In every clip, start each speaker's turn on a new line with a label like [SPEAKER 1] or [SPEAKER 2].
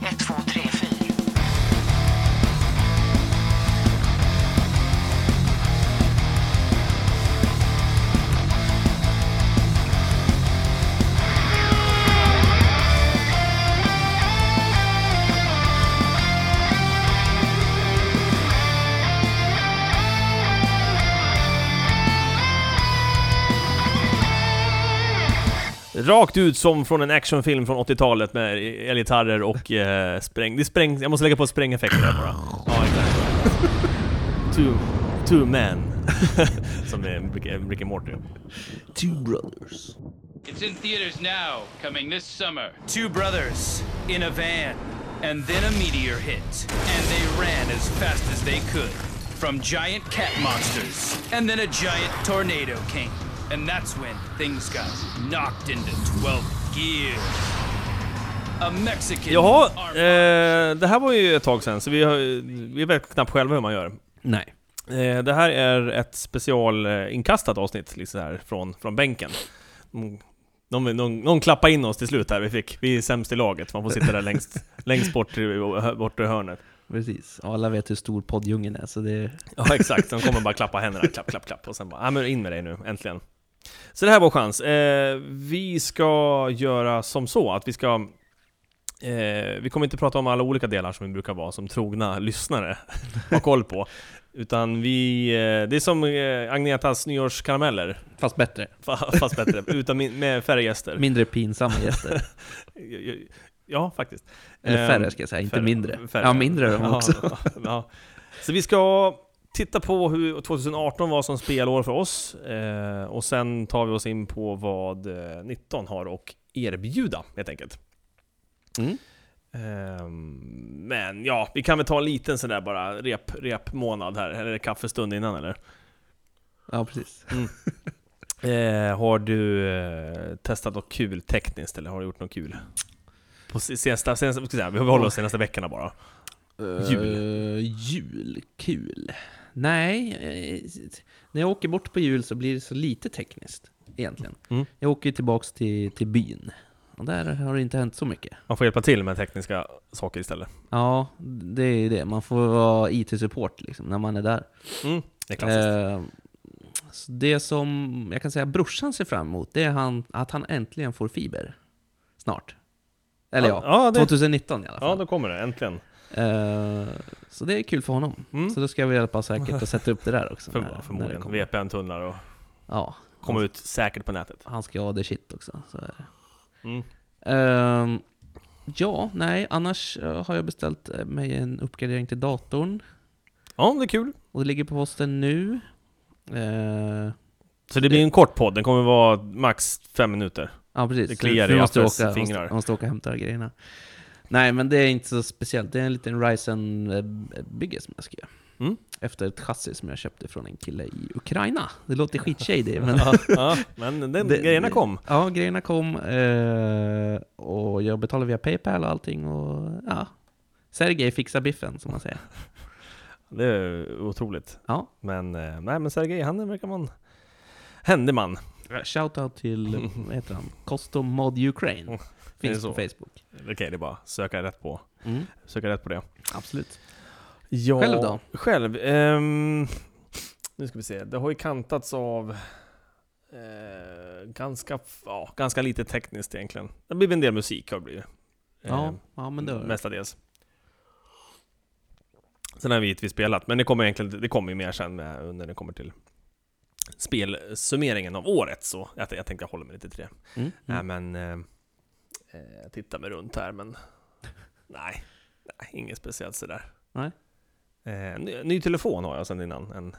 [SPEAKER 1] 1, 2, 3, 4.
[SPEAKER 2] Rakt ut som från en actionfilm från 80-talet med elgitarrer och eh, spräng... Det är spräng... Jag måste lägga på sprängeffekter här bara. Ja, exakt. Two, two men. som är Rick- Rick and Morty.
[SPEAKER 3] Two brothers.
[SPEAKER 4] It's in theaters now, coming this summer.
[SPEAKER 5] Two brothers in a van, and then a meteor hit, and they ran as fast as they could from giant cat monsters, and then a giant tornado came, and that's when things got knocked into 12th gear. A Mexican.
[SPEAKER 2] Jaha,
[SPEAKER 5] armed-
[SPEAKER 2] eh, det här var ju ett tag sen, så vi, har, vi vet knappt själva hur man gör.
[SPEAKER 3] Nej.
[SPEAKER 2] Eh, det här är ett specialinkastat avsnitt, liksom så här, från, från bänken. Mm. Någon, någon, någon klappade in oss till slut här, vi fick. Vi är sämst i laget, man får sitta där längst, längst bort, i- bort i hörnet.
[SPEAKER 3] Precis. Alla vet hur stor poddjungeln är, så det...
[SPEAKER 2] Ja exakt, de kommer bara klappa händerna, klapp, klapp, klapp och sen bara ah, men in med dig nu, äntligen. Så det här var chans. Eh, vi ska göra som så att vi ska eh, Vi kommer inte prata om alla olika delar som vi brukar vara som trogna lyssnare har koll på. Utan vi, eh, det är som eh, Agnetas nyårskarameller,
[SPEAKER 3] Fast bättre.
[SPEAKER 2] fa- fast bättre, utan min, med färre gäster.
[SPEAKER 3] Mindre pinsamma gäster.
[SPEAKER 2] Ja, faktiskt.
[SPEAKER 3] Eller
[SPEAKER 2] Ehm,
[SPEAKER 3] färre ska jag säga, inte
[SPEAKER 2] färre-
[SPEAKER 3] mindre.
[SPEAKER 2] färre.
[SPEAKER 3] Ja, mindre är de
[SPEAKER 2] Ja,
[SPEAKER 3] också.
[SPEAKER 2] ja. Så vi ska titta på hur 2018 var som spelår för oss, eh, och sen tar vi oss in på vad eh, 19 har att erbjuda, helt enkelt.
[SPEAKER 3] Mm.
[SPEAKER 2] Ehm, men ja, vi kan väl ta en liten sådär bara rep, repmånad här, eller kaffestund innan eller?
[SPEAKER 3] Ja, precis.
[SPEAKER 2] Eh, har du eh, testat något kul tekniskt, eller har du gjort något kul? På se- senaste, senaste, vad ska jag säga, vi håller oss senaste veckorna bara. Jul.
[SPEAKER 3] Eh, jul. Kul. Nej, eh, när jag åker bort på jul så blir det så lite tekniskt egentligen.
[SPEAKER 2] Mm.
[SPEAKER 3] Jag åker ju tillbaks till, till byn. Och där har det inte hänt så mycket.
[SPEAKER 2] Man får hjälpa till med tekniska saker istället.
[SPEAKER 3] Ja, det är ju det. Man får vara IT-support liksom, när man är där.
[SPEAKER 2] Mm, det är klassiskt.
[SPEAKER 3] Eh, så det som jag kan säga brorsan ser fram emot, det är han, att han äntligen får fiber. Snart. Eller
[SPEAKER 2] Ja,
[SPEAKER 3] ja,
[SPEAKER 2] ja, det-
[SPEAKER 3] 2019 i alla
[SPEAKER 2] ja,
[SPEAKER 3] fall.
[SPEAKER 2] då kommer det. Äntligen.
[SPEAKER 3] Eh, så det är kul för honom.
[SPEAKER 2] Mm.
[SPEAKER 3] Så då ska vi hjälpa säkert att sätta upp det där också.
[SPEAKER 2] För,
[SPEAKER 3] när- när det
[SPEAKER 2] förmodligen.
[SPEAKER 3] kommer.
[SPEAKER 2] VPN-tunnlar och
[SPEAKER 3] Ja,
[SPEAKER 2] komma ut säkert på nätet.
[SPEAKER 3] han ska ha det shit också. Så är det.
[SPEAKER 2] Mm.
[SPEAKER 3] Ehm, ja, nej, annars eh, har jag beställt eh, mig en uppgradering till datorn.
[SPEAKER 2] Ja, det är kul.
[SPEAKER 3] Och det ligger på posten nu. Eh,
[SPEAKER 2] Så det blir en kort podd. Den kommer vara max fem minuter.
[SPEAKER 3] Ja precis,
[SPEAKER 2] Det kliar
[SPEAKER 3] För
[SPEAKER 2] i
[SPEAKER 3] vi måste
[SPEAKER 2] Affes
[SPEAKER 3] åka, måste,
[SPEAKER 2] fingrar.
[SPEAKER 3] jag måste åka och hämta grejerna. Nej men det är inte så speciellt, det är en liten Ryzen-bygge som jag ska göra.
[SPEAKER 2] Mm.
[SPEAKER 3] Efter ett chassi som jag köpte från en kille i Ukraina. Det låter skitshady men...
[SPEAKER 2] Ja, ja, men den
[SPEAKER 3] Det-
[SPEAKER 2] grejerna kom.
[SPEAKER 3] ja, grejerna kom eh, och jag betalade via Paypal och allting och ja. Sergej fixar biffen som man säger.
[SPEAKER 2] Det är otroligt.
[SPEAKER 3] Ja.
[SPEAKER 2] Men, eh, nej, men Sergej, han verkar vara en händig man.
[SPEAKER 3] Shoutout till, vad heter han? Custom Mod Ukraine.
[SPEAKER 2] det Oh, är
[SPEAKER 3] Finns
[SPEAKER 2] så.
[SPEAKER 3] på Facebook.
[SPEAKER 2] Okej, det är bara att söka rätt på,
[SPEAKER 3] Mm,
[SPEAKER 2] söka rätt på det.
[SPEAKER 3] absolut.
[SPEAKER 2] Ja,
[SPEAKER 3] Själv då?
[SPEAKER 2] Själv? ehm, nu ska vi se, det har ju kantats av eh, ganska, f- ja, ganska lite tekniskt egentligen. Det blir en del musik har det blivit.
[SPEAKER 3] Ja,
[SPEAKER 2] Ehm,
[SPEAKER 3] ja men det
[SPEAKER 2] Mestadels. Sen har vi givetvis spelat, men det kommer egentligen det kommer ju mer sen med, när det kommer till spelsummeringen av året. Så jag, jag tänkte jag håller mig lite till det.
[SPEAKER 3] Mm, mm.
[SPEAKER 2] Nej men... eh, eh, Jag tittar mig runt här men... nej, nej, inget speciellt sådär.
[SPEAKER 3] Nej.
[SPEAKER 2] Eh, ny, ny telefon har jag sen innan. En,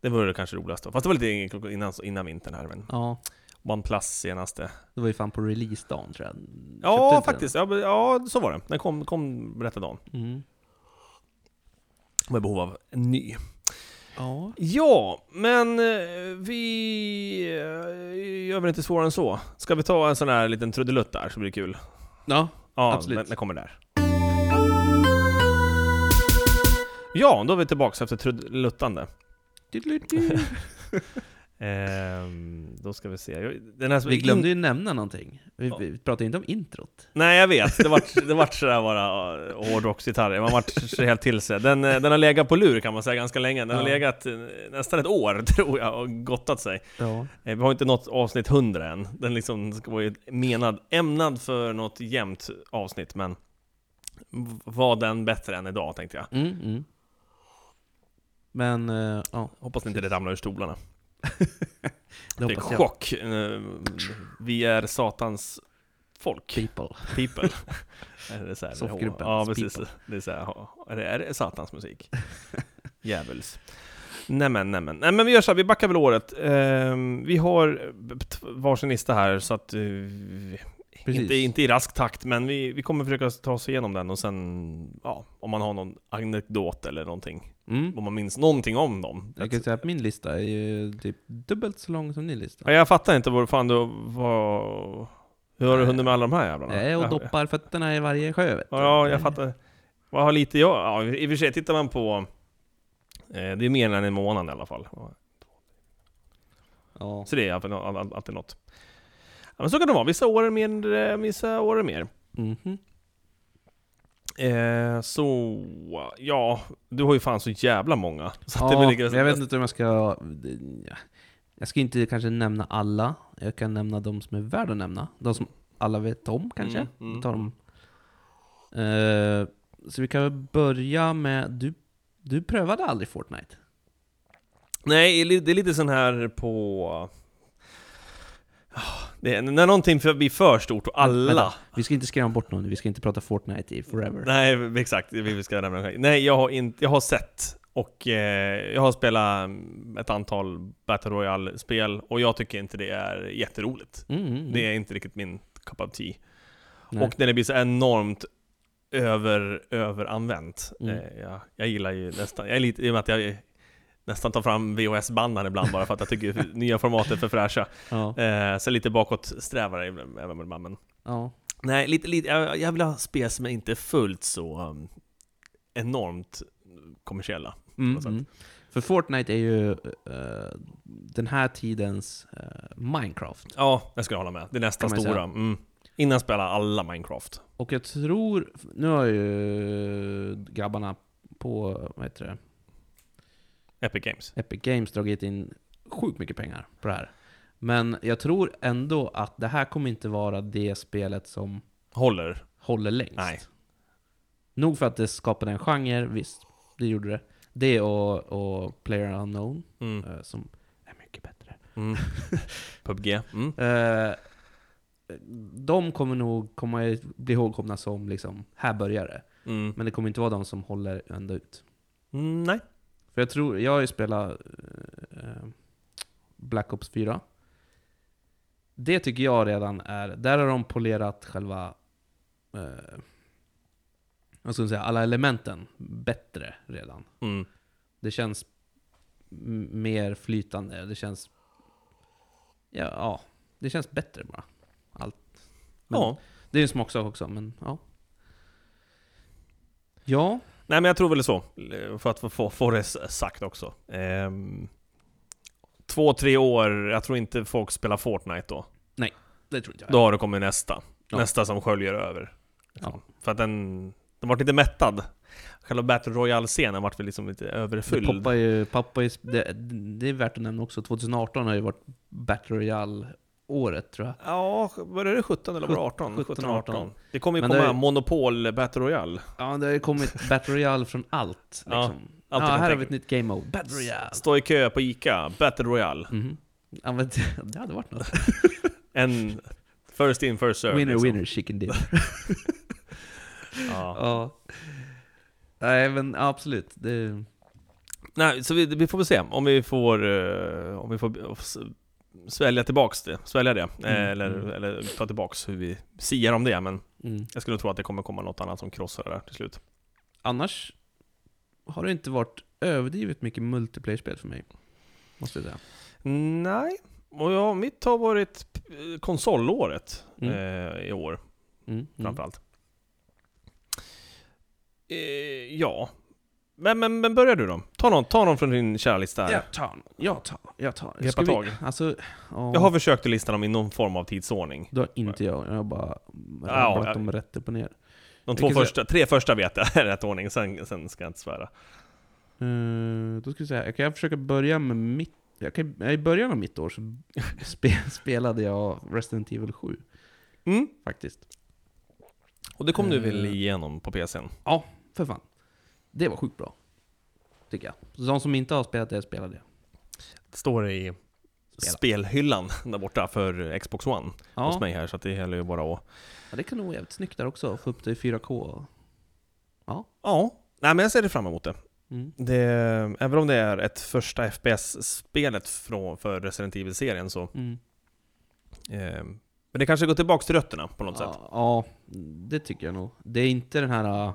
[SPEAKER 2] det vore det kanske roligast då. Fast det var lite innan, innan vintern här men...
[SPEAKER 3] Ja,
[SPEAKER 2] OnePlus senaste.
[SPEAKER 3] Det var ju fan på releasedagen tror jag. Köpte
[SPEAKER 2] Ja
[SPEAKER 3] inte
[SPEAKER 2] faktiskt, ja, men- ja så var det. Den kom, kom rätta dagen.
[SPEAKER 3] den. Mm.
[SPEAKER 2] Med behov av en ny.
[SPEAKER 3] Ja.
[SPEAKER 2] Ja, men eh, vi eh, gör väl inte svårare än så. Ska vi ta en sån här liten trudelutt där så blir det kul?
[SPEAKER 3] ja.
[SPEAKER 2] Ja,
[SPEAKER 3] Absolut.
[SPEAKER 2] Den, den kommer där. Ja, då är vi tillbaka efter trudeluttande. Ehm, då ska vi se. Jag- Den här,
[SPEAKER 3] Vi glömde ju nämna någonting. Vi, vi pratade inte om introt.
[SPEAKER 2] Nej jag vet, det vart, det vart sådär bara uh, hårdrocksgitarrer, man vart så helt till sig. Den, eh, den har legat på lur kan man säga ganska länge, den har
[SPEAKER 3] Ja.
[SPEAKER 2] legat eh, nästan ett år tror jag och gottat sig.
[SPEAKER 3] Ja.
[SPEAKER 2] Eh, Vi har inte nått avsnitt 100 än, den liksom ska vara ju menad, ämnad för något jämnt avsnitt men v- var den bättre än idag tänkte jag.
[SPEAKER 3] Mm, mm. Men, eh, ja.
[SPEAKER 2] Hoppas ni inte det ramlar ur stolarna.
[SPEAKER 3] Det
[SPEAKER 2] Det är
[SPEAKER 3] hoppas jag.
[SPEAKER 2] chock! Eh, Vi är satans folk.
[SPEAKER 3] People.
[SPEAKER 2] People. är det så här,
[SPEAKER 3] Soffgruppens
[SPEAKER 2] Ja, precis.
[SPEAKER 3] people.
[SPEAKER 2] Det är, så här, ja, är, det, är det satans musik? Djävuls. Nämen, nämen. Nej men vi gör så här, vi backar väl året. Ehm, vi har eh, t- varsin lista här så att... eh, vi-
[SPEAKER 3] Precis.
[SPEAKER 2] inte, inte i rask takt, men vi, vi kommer försöka ta oss igenom den och sen... Ja, om man har någon anekdot eller någonting.
[SPEAKER 3] Mm.
[SPEAKER 2] Om man minns någonting om dem.
[SPEAKER 3] Jag kan säga att min lista är ju typ dubbelt så lång som din lista.
[SPEAKER 2] Ja, jag fattar inte vad fan du... Vad, hur har du hunnit med alla de här jävlarna?
[SPEAKER 3] Nej, och
[SPEAKER 2] Jag-
[SPEAKER 3] doppar fötterna i varje sjö. vet du.
[SPEAKER 2] Ja, ja, jag fattar. Vad har lite jag? Ja, i i och för sig, tittar man på... Eh, det är mer än en månad i alla fall.
[SPEAKER 3] Ja.
[SPEAKER 2] Så det är all- all- all- alltid något. Ja, men så kan det vara. Vissa år är mindre, vissa år är mer.
[SPEAKER 3] Mhm.
[SPEAKER 2] Eh, så... Ja, du har ju fan så jävla många. Så att det
[SPEAKER 3] Ja,
[SPEAKER 2] blir lika-
[SPEAKER 3] men jag vet inte om jag ska... ja. Jag ska inte kanske nämna alla. Jag kan nämna de som är värda att nämna. De som alla vet om kanske.
[SPEAKER 2] Mm, mm.
[SPEAKER 3] Vi tar dem. Eh, så vi kan väl börja med... Du, du prövade aldrig Fortnite?
[SPEAKER 2] Nej, det är li- det är lite sån här på... Ah, Det är, när någonting för- blir för stort och alla
[SPEAKER 3] Mm, Vänta, Vi ska inte skrämma bort någon nu. Vi ska inte prata Fortnite i forever.
[SPEAKER 2] Nej, exakt. Vi vi ska nämna det. Nej, jag har, inte, jag har sett och eh, jag har spelat mm, ett antal Battle Royale-spel och jag tycker inte det är jätteroligt.
[SPEAKER 3] Mm, mm, mm.
[SPEAKER 2] Det är inte riktigt min cup of tea.
[SPEAKER 3] Nej.
[SPEAKER 2] Och när det blir så enormt över, överanvänt.
[SPEAKER 3] Mm.
[SPEAKER 2] Eh, jag, jag gillar ju nästan, jag är lite, i och med att jag nästan tar fram VHS-bandaren ibland bara för att jag tycker nya format är för fräscha.
[SPEAKER 3] Ja,
[SPEAKER 2] Eh, så lite bakåtsträvare ibland- även med mammen.
[SPEAKER 3] ja.
[SPEAKER 2] Nej, lite, lite, jag, jag vill ha spel som är inte fullt så um, enormt kommersiella.
[SPEAKER 3] Mm,
[SPEAKER 2] något sätt.
[SPEAKER 3] mm. För Fortnite är ju eh, den här tidens eh, Minecraft.
[SPEAKER 2] Ja, jag skulle hålla med. Det är nästa
[SPEAKER 3] Kan man
[SPEAKER 2] stora.
[SPEAKER 3] säga.
[SPEAKER 2] Mm. Innan spelade alla Minecraft.
[SPEAKER 3] Och jag tror, nu har ju grabbarna på vad heter det,
[SPEAKER 2] Epic Games.
[SPEAKER 3] Epic Games dragit in sjukt mycket pengar på det här. Men jag tror ändå att det här kommer inte vara det spelet som
[SPEAKER 2] Håller.
[SPEAKER 3] håller längst.
[SPEAKER 2] Nej.
[SPEAKER 3] Nog för att det skapade en genre, visst, det gjorde det. Det och, och Player Unknown,
[SPEAKER 2] Mm.
[SPEAKER 3] eh, som är mycket bättre.
[SPEAKER 2] Mm. PubG. Mm.
[SPEAKER 3] Eh, de kommer nog komma, bli ihågkomna som liksom härbärgare.
[SPEAKER 2] Mm.
[SPEAKER 3] Men det kommer inte vara de som håller ända ut.
[SPEAKER 2] Mm, nej.
[SPEAKER 3] För jag tror, jag har ju spelat eh, Black Ops 4. Det tycker jag redan är, där har de polerat själva, eh, vad ska man säga, alla elementen bättre redan.
[SPEAKER 2] Mm.
[SPEAKER 3] Det känns m- mer flytande, det känns... Ja, ja, det känns bättre bara. Allt. Men
[SPEAKER 2] Ja.
[SPEAKER 3] Det är en smaksak också, men ja. Ja,
[SPEAKER 2] Nej men jag tror väl så, för att få, få, få det s- sagt också. Ehm, två, tre år, jag tror inte folk spelar Fortnite då.
[SPEAKER 3] det tror inte jag.
[SPEAKER 2] Då har det kommit nästa.
[SPEAKER 3] Ja.
[SPEAKER 2] Nästa som sköljer över.
[SPEAKER 3] Ja.
[SPEAKER 2] För att den, den vart lite mättad. Själva Battle Royale-scenen vart väl liksom lite överfylld.
[SPEAKER 3] Det poppar ju, poppar ju, det, det är värt att nämna också, 2018 har ju varit Battle Royale-året tror jag.
[SPEAKER 2] Ja, var det 17 eller var det 18?
[SPEAKER 3] 17,
[SPEAKER 2] 17, 18. Det kommer ju
[SPEAKER 3] Men
[SPEAKER 2] komma
[SPEAKER 3] det är-
[SPEAKER 2] Monopol Battle Royale.
[SPEAKER 3] Ja, det har ju kommit Battle Royale från allt. Liksom.
[SPEAKER 2] Ja,
[SPEAKER 3] Ja,
[SPEAKER 2] allt jag kan
[SPEAKER 3] här har
[SPEAKER 2] tänka
[SPEAKER 3] vi ett nytt game mode, Battle Royale.
[SPEAKER 2] Stå i kö på Ica, Battle Royale.
[SPEAKER 3] Mhm. Ja, men det, det hade varit något.
[SPEAKER 2] En first in, first serve.
[SPEAKER 3] Winner,
[SPEAKER 2] liksom.
[SPEAKER 3] winner, chicken dinner.
[SPEAKER 2] Ja.
[SPEAKER 3] Ja. Nej men absolut, det...
[SPEAKER 2] Nej, så vi, vi får väl se om vi får, eh, om vi får s- svälja tillbaks det. Svälja det. Eh,
[SPEAKER 3] Mm,
[SPEAKER 2] Eller,
[SPEAKER 3] mm.
[SPEAKER 2] eller ta tillbaks hur vi siar om det. Men
[SPEAKER 3] Mm.
[SPEAKER 2] jag skulle tro att det kommer komma något annat som krossar det där till slut.
[SPEAKER 3] Annars har det inte varit överdrivet mycket multiplayer-spel för mig. Måste jag säga.
[SPEAKER 2] Nej, och ja, mitt har varit eh, konsolåret
[SPEAKER 3] Mm.
[SPEAKER 2] eh, i år
[SPEAKER 3] Mm. Mm.
[SPEAKER 2] framförallt. Eh, ja, Men, men, men börjar du då? Ta någon, ta någon från din kära lista här.
[SPEAKER 3] Jag tar, jag tar, jag tar.
[SPEAKER 2] Greppa
[SPEAKER 3] Ska vi-
[SPEAKER 2] tag.
[SPEAKER 3] Alltså, ja,
[SPEAKER 2] Jag har försökt att lista dem i någon form av tidsordning.
[SPEAKER 3] det har inte jag. Jag har bara
[SPEAKER 2] Ja,
[SPEAKER 3] rabblat
[SPEAKER 2] jag-
[SPEAKER 3] dem rätt upp och ner.
[SPEAKER 2] De två
[SPEAKER 3] kan säga-
[SPEAKER 2] första, tre första vet jag i rätt ordning, sen, sen ska jag inte svära.
[SPEAKER 3] Eh, då ska vi säga, jag kan försöka börja med mitt... Jag kan, nej, I början av mitt år så spe, spelade jag Resident Evil 7,
[SPEAKER 2] Mm.
[SPEAKER 3] faktiskt.
[SPEAKER 2] Och det kom du väl
[SPEAKER 3] Eh.
[SPEAKER 2] igenom på PCn?
[SPEAKER 3] Ja, för fan. Det var sjukt bra. Tycker jag. Så de som inte har spelat det, spela det.
[SPEAKER 2] Står det i spelhyllan där borta för Xbox One hos
[SPEAKER 3] Ja,
[SPEAKER 2] mig här, så att det gäller ju bara att...
[SPEAKER 3] ja, det kan nog vara jävligt snyggt där också, få upp det i 4K.
[SPEAKER 2] Ja, nej men jag ser det fram emot det.
[SPEAKER 3] Mm.
[SPEAKER 2] det även om det är ett första FPS-spelet från, för Resident Evil-serien så...
[SPEAKER 3] Mm.
[SPEAKER 2] Eh, men det kanske går tillbaks till rötterna på något
[SPEAKER 3] ja,
[SPEAKER 2] sätt.
[SPEAKER 3] ja, det tycker jag nog. Det är inte den här... äh,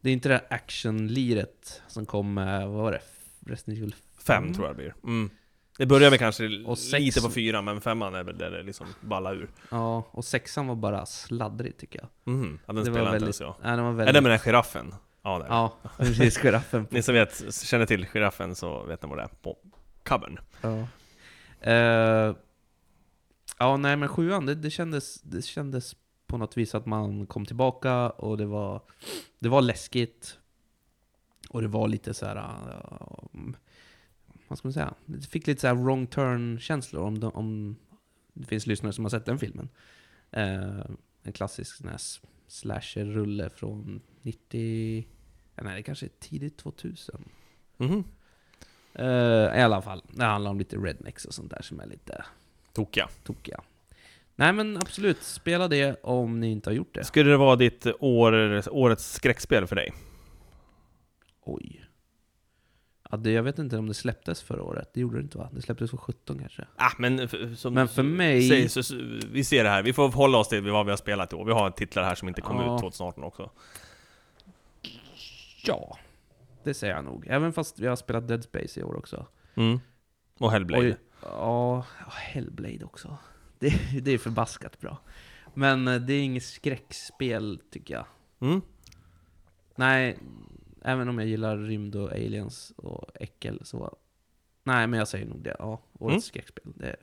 [SPEAKER 3] Det är inte det här actionliret som kom med, vad var det? Resident Evil
[SPEAKER 2] Fem
[SPEAKER 3] Mm.
[SPEAKER 2] tror jag det blir. Mm. Det börjar med kanske
[SPEAKER 3] Och sex-
[SPEAKER 2] lite på fyra, men femman är väl där det liksom ballar ur.
[SPEAKER 3] Ja, och sexan var bara sladdrig tycker jag.
[SPEAKER 2] Mhm, Ja, den
[SPEAKER 3] det
[SPEAKER 2] spelar
[SPEAKER 3] var
[SPEAKER 2] inte
[SPEAKER 3] väldigt...
[SPEAKER 2] ens jag.
[SPEAKER 3] Nej, den var
[SPEAKER 2] Är
[SPEAKER 3] väldigt...
[SPEAKER 2] det med den här giraffen? Ja, det är det.
[SPEAKER 3] Ja, precis. Giraffen.
[SPEAKER 2] Ni som vet, känner till giraffen så vet ni vad det är på covern.
[SPEAKER 3] ja. Eh, ja, nej men sjuan, det, det, kändes, det kändes på något vis att man kom tillbaka och det var, det var läskigt. Och det var lite så här... ja, vad ska man säga? Det fick lite så här wrong turn-känslor om, de, om det finns lyssnare som har sett den filmen. Eh, en klassisk sån här s- slasher-rulle från 90... ja, Nej, det kanske är tidigt 2000.
[SPEAKER 2] Mhm.
[SPEAKER 3] Eh, I alla fall, det handlar om lite rednecks och sånt där som är lite
[SPEAKER 2] Tokiga.
[SPEAKER 3] tokiga. Nej men absolut, spela det om ni inte har gjort det.
[SPEAKER 2] Skulle det vara ditt år, årets skräckspel för dig?
[SPEAKER 3] Oj. Ja, det, jag vet inte om det släpptes förra året, det gjorde det inte va? Det släpptes för 17 kanske?
[SPEAKER 2] Ah, men, f- som
[SPEAKER 3] Men för mig-
[SPEAKER 2] Säg, så, så, vi ser det här, vi får hålla oss till vad vi har spelat i år. Vi har titlar här som inte kom
[SPEAKER 3] Ja.
[SPEAKER 2] ut 2018 också.
[SPEAKER 3] Ja, det säger jag nog. Även fast vi har spelat Dead Space i år också.
[SPEAKER 2] Mm. Och Hellblade.
[SPEAKER 3] Oj, ja, ja, Hellblade också. Det, det är förbaskat bra. Men eh, det är inget skräckspel tycker jag.
[SPEAKER 2] Mm.
[SPEAKER 3] Nej, även om jag gillar rymd och aliens och äckel så... Nej, men jag säger nog det. Ja, årets
[SPEAKER 2] Mm.
[SPEAKER 3] skräckspel. Det är...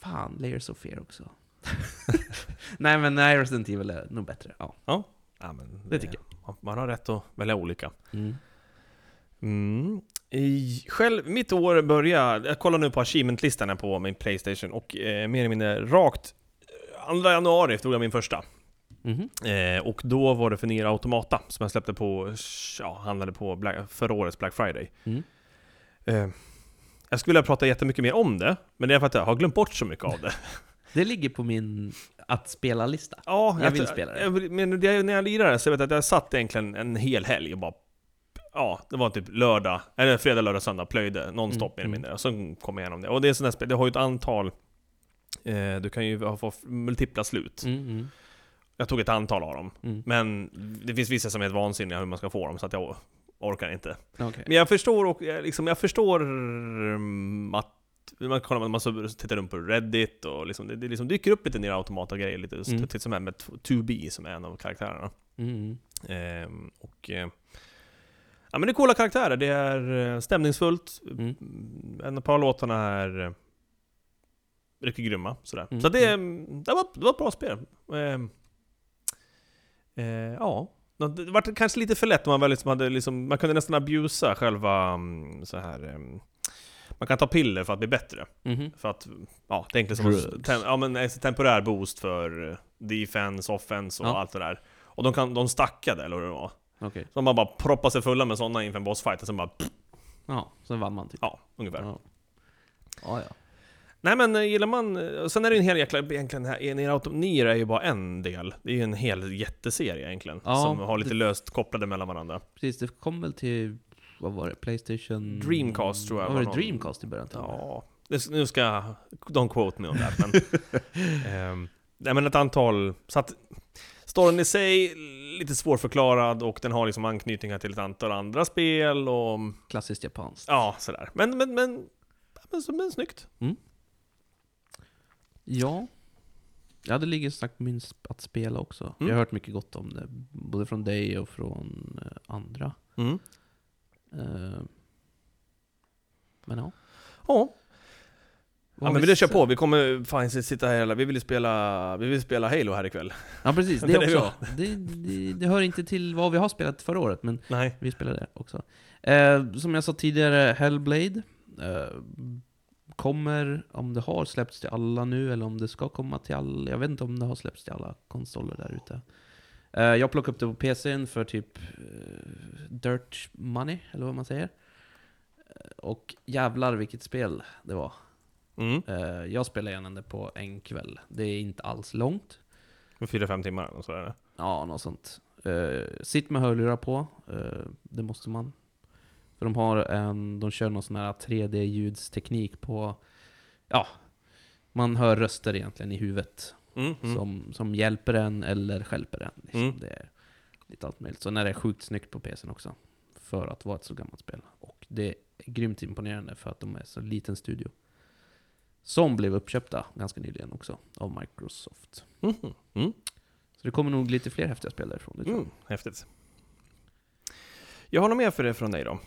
[SPEAKER 3] Fan, Layers of Fear också. nej, men nej, Resident Evil är nog bättre. Ja.
[SPEAKER 2] Ja, men,
[SPEAKER 3] Det tycker
[SPEAKER 2] jag. Man har rätt att välja olika.
[SPEAKER 3] Mm.
[SPEAKER 2] Mm. I, själv, mitt år börjar, jag kollar nu på achievement-listan här på min Playstation och eh, mer eller mindre rakt 2 januari tog jag min första.
[SPEAKER 3] Mhm.
[SPEAKER 2] Eh, och då var det för Nier Automata som jag släppte på, ja, handlade på Black, förra årets Black Friday.
[SPEAKER 3] Mm.
[SPEAKER 2] Eh, jag skulle vilja prata jättemycket mer om det, men det är för att jag har glömt bort så mycket av det.
[SPEAKER 3] Det ligger på min att spela-lista.
[SPEAKER 2] ja,
[SPEAKER 3] Jag vill spela det.
[SPEAKER 2] eh, jag- men det, när jag lirade så vet jag att jag satt egentligen en hel helg och bara Ja, det var typ lördag, eller fredag, lördag, söndag, plöjde nonstop mer eller
[SPEAKER 3] Mm,
[SPEAKER 2] mindre. Och sen kom jag igenom det. Och det är sådana spel, det har ju ett antal eh, Du kan ju ha- få multipla slut.
[SPEAKER 3] Mm, mm,
[SPEAKER 2] Jag tog ett antal av dem.
[SPEAKER 3] mm.
[SPEAKER 2] Men det finns vissa som är helt vansinniga hur man ska få dem, så att jag orkar inte.
[SPEAKER 3] Okej.
[SPEAKER 2] Men jag förstår, och, jag liksom, jag förstår mm, att man, kollar, man så tittar runt på Reddit och liksom, det, det liksom dyker upp lite nya automata grejer lite
[SPEAKER 3] Mm.
[SPEAKER 2] mm. titt som här med 2B som är en av karaktärerna.
[SPEAKER 3] Mm, mm.
[SPEAKER 2] Ehm, och, eh, ja, men det är coola karaktärer, det är eh, stämningsfullt.
[SPEAKER 3] Mm.
[SPEAKER 2] En av par låtarna är eh, riktigt grymma. Sådär.
[SPEAKER 3] Mm,
[SPEAKER 2] Så det, det, var, det var ett bra spel. Ehm, eh, ja. Nå- Det var kanske lite för lätt, man, väl liksom hade liksom, man kunde nästan abusa själva mm, så här ehm, man kan ta piller för att bli bättre.
[SPEAKER 3] Mhm.
[SPEAKER 2] För att, ja, det är egentligen som en
[SPEAKER 3] Drugs.
[SPEAKER 2] tem- ja, men en temporär boost för eh, defense, offense och
[SPEAKER 3] Ja.
[SPEAKER 2] allt det där. Och de, kan, de stackade, eller hur det var.
[SPEAKER 3] Okej.
[SPEAKER 2] Så man bara proppade sig fulla med sådana inför en bossfight, och sen bara pff,
[SPEAKER 3] Ja, så vann man typ.
[SPEAKER 2] ja, ungefär.
[SPEAKER 3] Ja, ja. ja.
[SPEAKER 2] Nej men eh, gillar man... eh, Sen är det ju en hel jäkla... Egentligen, här- en hel auto- Nier är ju bara en del. Det är ju en hel jätteserie egentligen.
[SPEAKER 3] Ja,
[SPEAKER 2] som har lite
[SPEAKER 3] det-
[SPEAKER 2] löst kopplade mellan varandra.
[SPEAKER 3] Precis, det kom väl till... Vad var det? Playstation...
[SPEAKER 2] Dreamcast tror jag var
[SPEAKER 3] Vad var det
[SPEAKER 2] någon-
[SPEAKER 3] Dreamcast i början? till och med?
[SPEAKER 2] Ja, det- eh, nu ska... Don't quote me on that, men... ehm, nej men ett antal... Så att... Storyn i sig, lite svårförklarad och den har liksom anknytningar till ett antal andra spel och...
[SPEAKER 3] Klassiskt japanskt.
[SPEAKER 2] Ja, sådär. Men, men, men... Men, men, men snyggt.
[SPEAKER 3] Ja. Ja, det ligger som sagt på min sp- att spela
[SPEAKER 2] Mm. Mm.
[SPEAKER 3] också. Jag har hört mycket gott om det, både från dig och från eh, andra. Eh, men ja.
[SPEAKER 2] Ja. Ja
[SPEAKER 3] Vad
[SPEAKER 2] men
[SPEAKER 3] vi
[SPEAKER 2] vi kör
[SPEAKER 3] s-
[SPEAKER 2] på, vi kommer fan inte sitta här hela... Vi vill ju spela... Vi vill spela Halo här ikväll.
[SPEAKER 3] Ja precis,
[SPEAKER 2] Det
[SPEAKER 3] det
[SPEAKER 2] är det
[SPEAKER 3] också. Det, det, det hör inte till vad vi har spelat förra året, men
[SPEAKER 2] Nej.
[SPEAKER 3] vi spelade det också. Eh, som jag sa tidigare, Hellblade eh, kommer, om det har släppts till alla nu, eller om det ska komma till alla, jag vet inte om det har släppts till alla konsoler där ute. Eh, jag plockade upp det på PCn för typ eh, dirt money, eller vad man säger. Eh, Och jävlar vilket spel det var.
[SPEAKER 2] Mm.
[SPEAKER 3] Eh, jag spelade igenom det på en kväll. Det är inte alls långt.
[SPEAKER 2] Fyra, fem timmar och sådär.
[SPEAKER 3] Ja, något sånt. Eh, sitt med hörlurar på, eh, det måste man. För de har en, de kör någon sån här 3D-ljudsteknik på, ja, man hör röster egentligen i huvudet
[SPEAKER 2] Mm. Mm.
[SPEAKER 3] som, som hjälper en eller stjälper en. Liksom.
[SPEAKER 2] Mm.
[SPEAKER 3] Det är lite allt möjligt. Så när det är sjukt snyggt på PCn också. För att vara ett så gammalt spel. Och det är grymt imponerande för att de är så liten studio. Som blev uppköpta ganska nyligen också av Microsoft.
[SPEAKER 2] Mhm. Mm.
[SPEAKER 3] Så det kommer nog lite fler häftiga spel därifrån. Det tror jag.
[SPEAKER 2] Mm. Häftigt. Jag har något mer för det från dig då.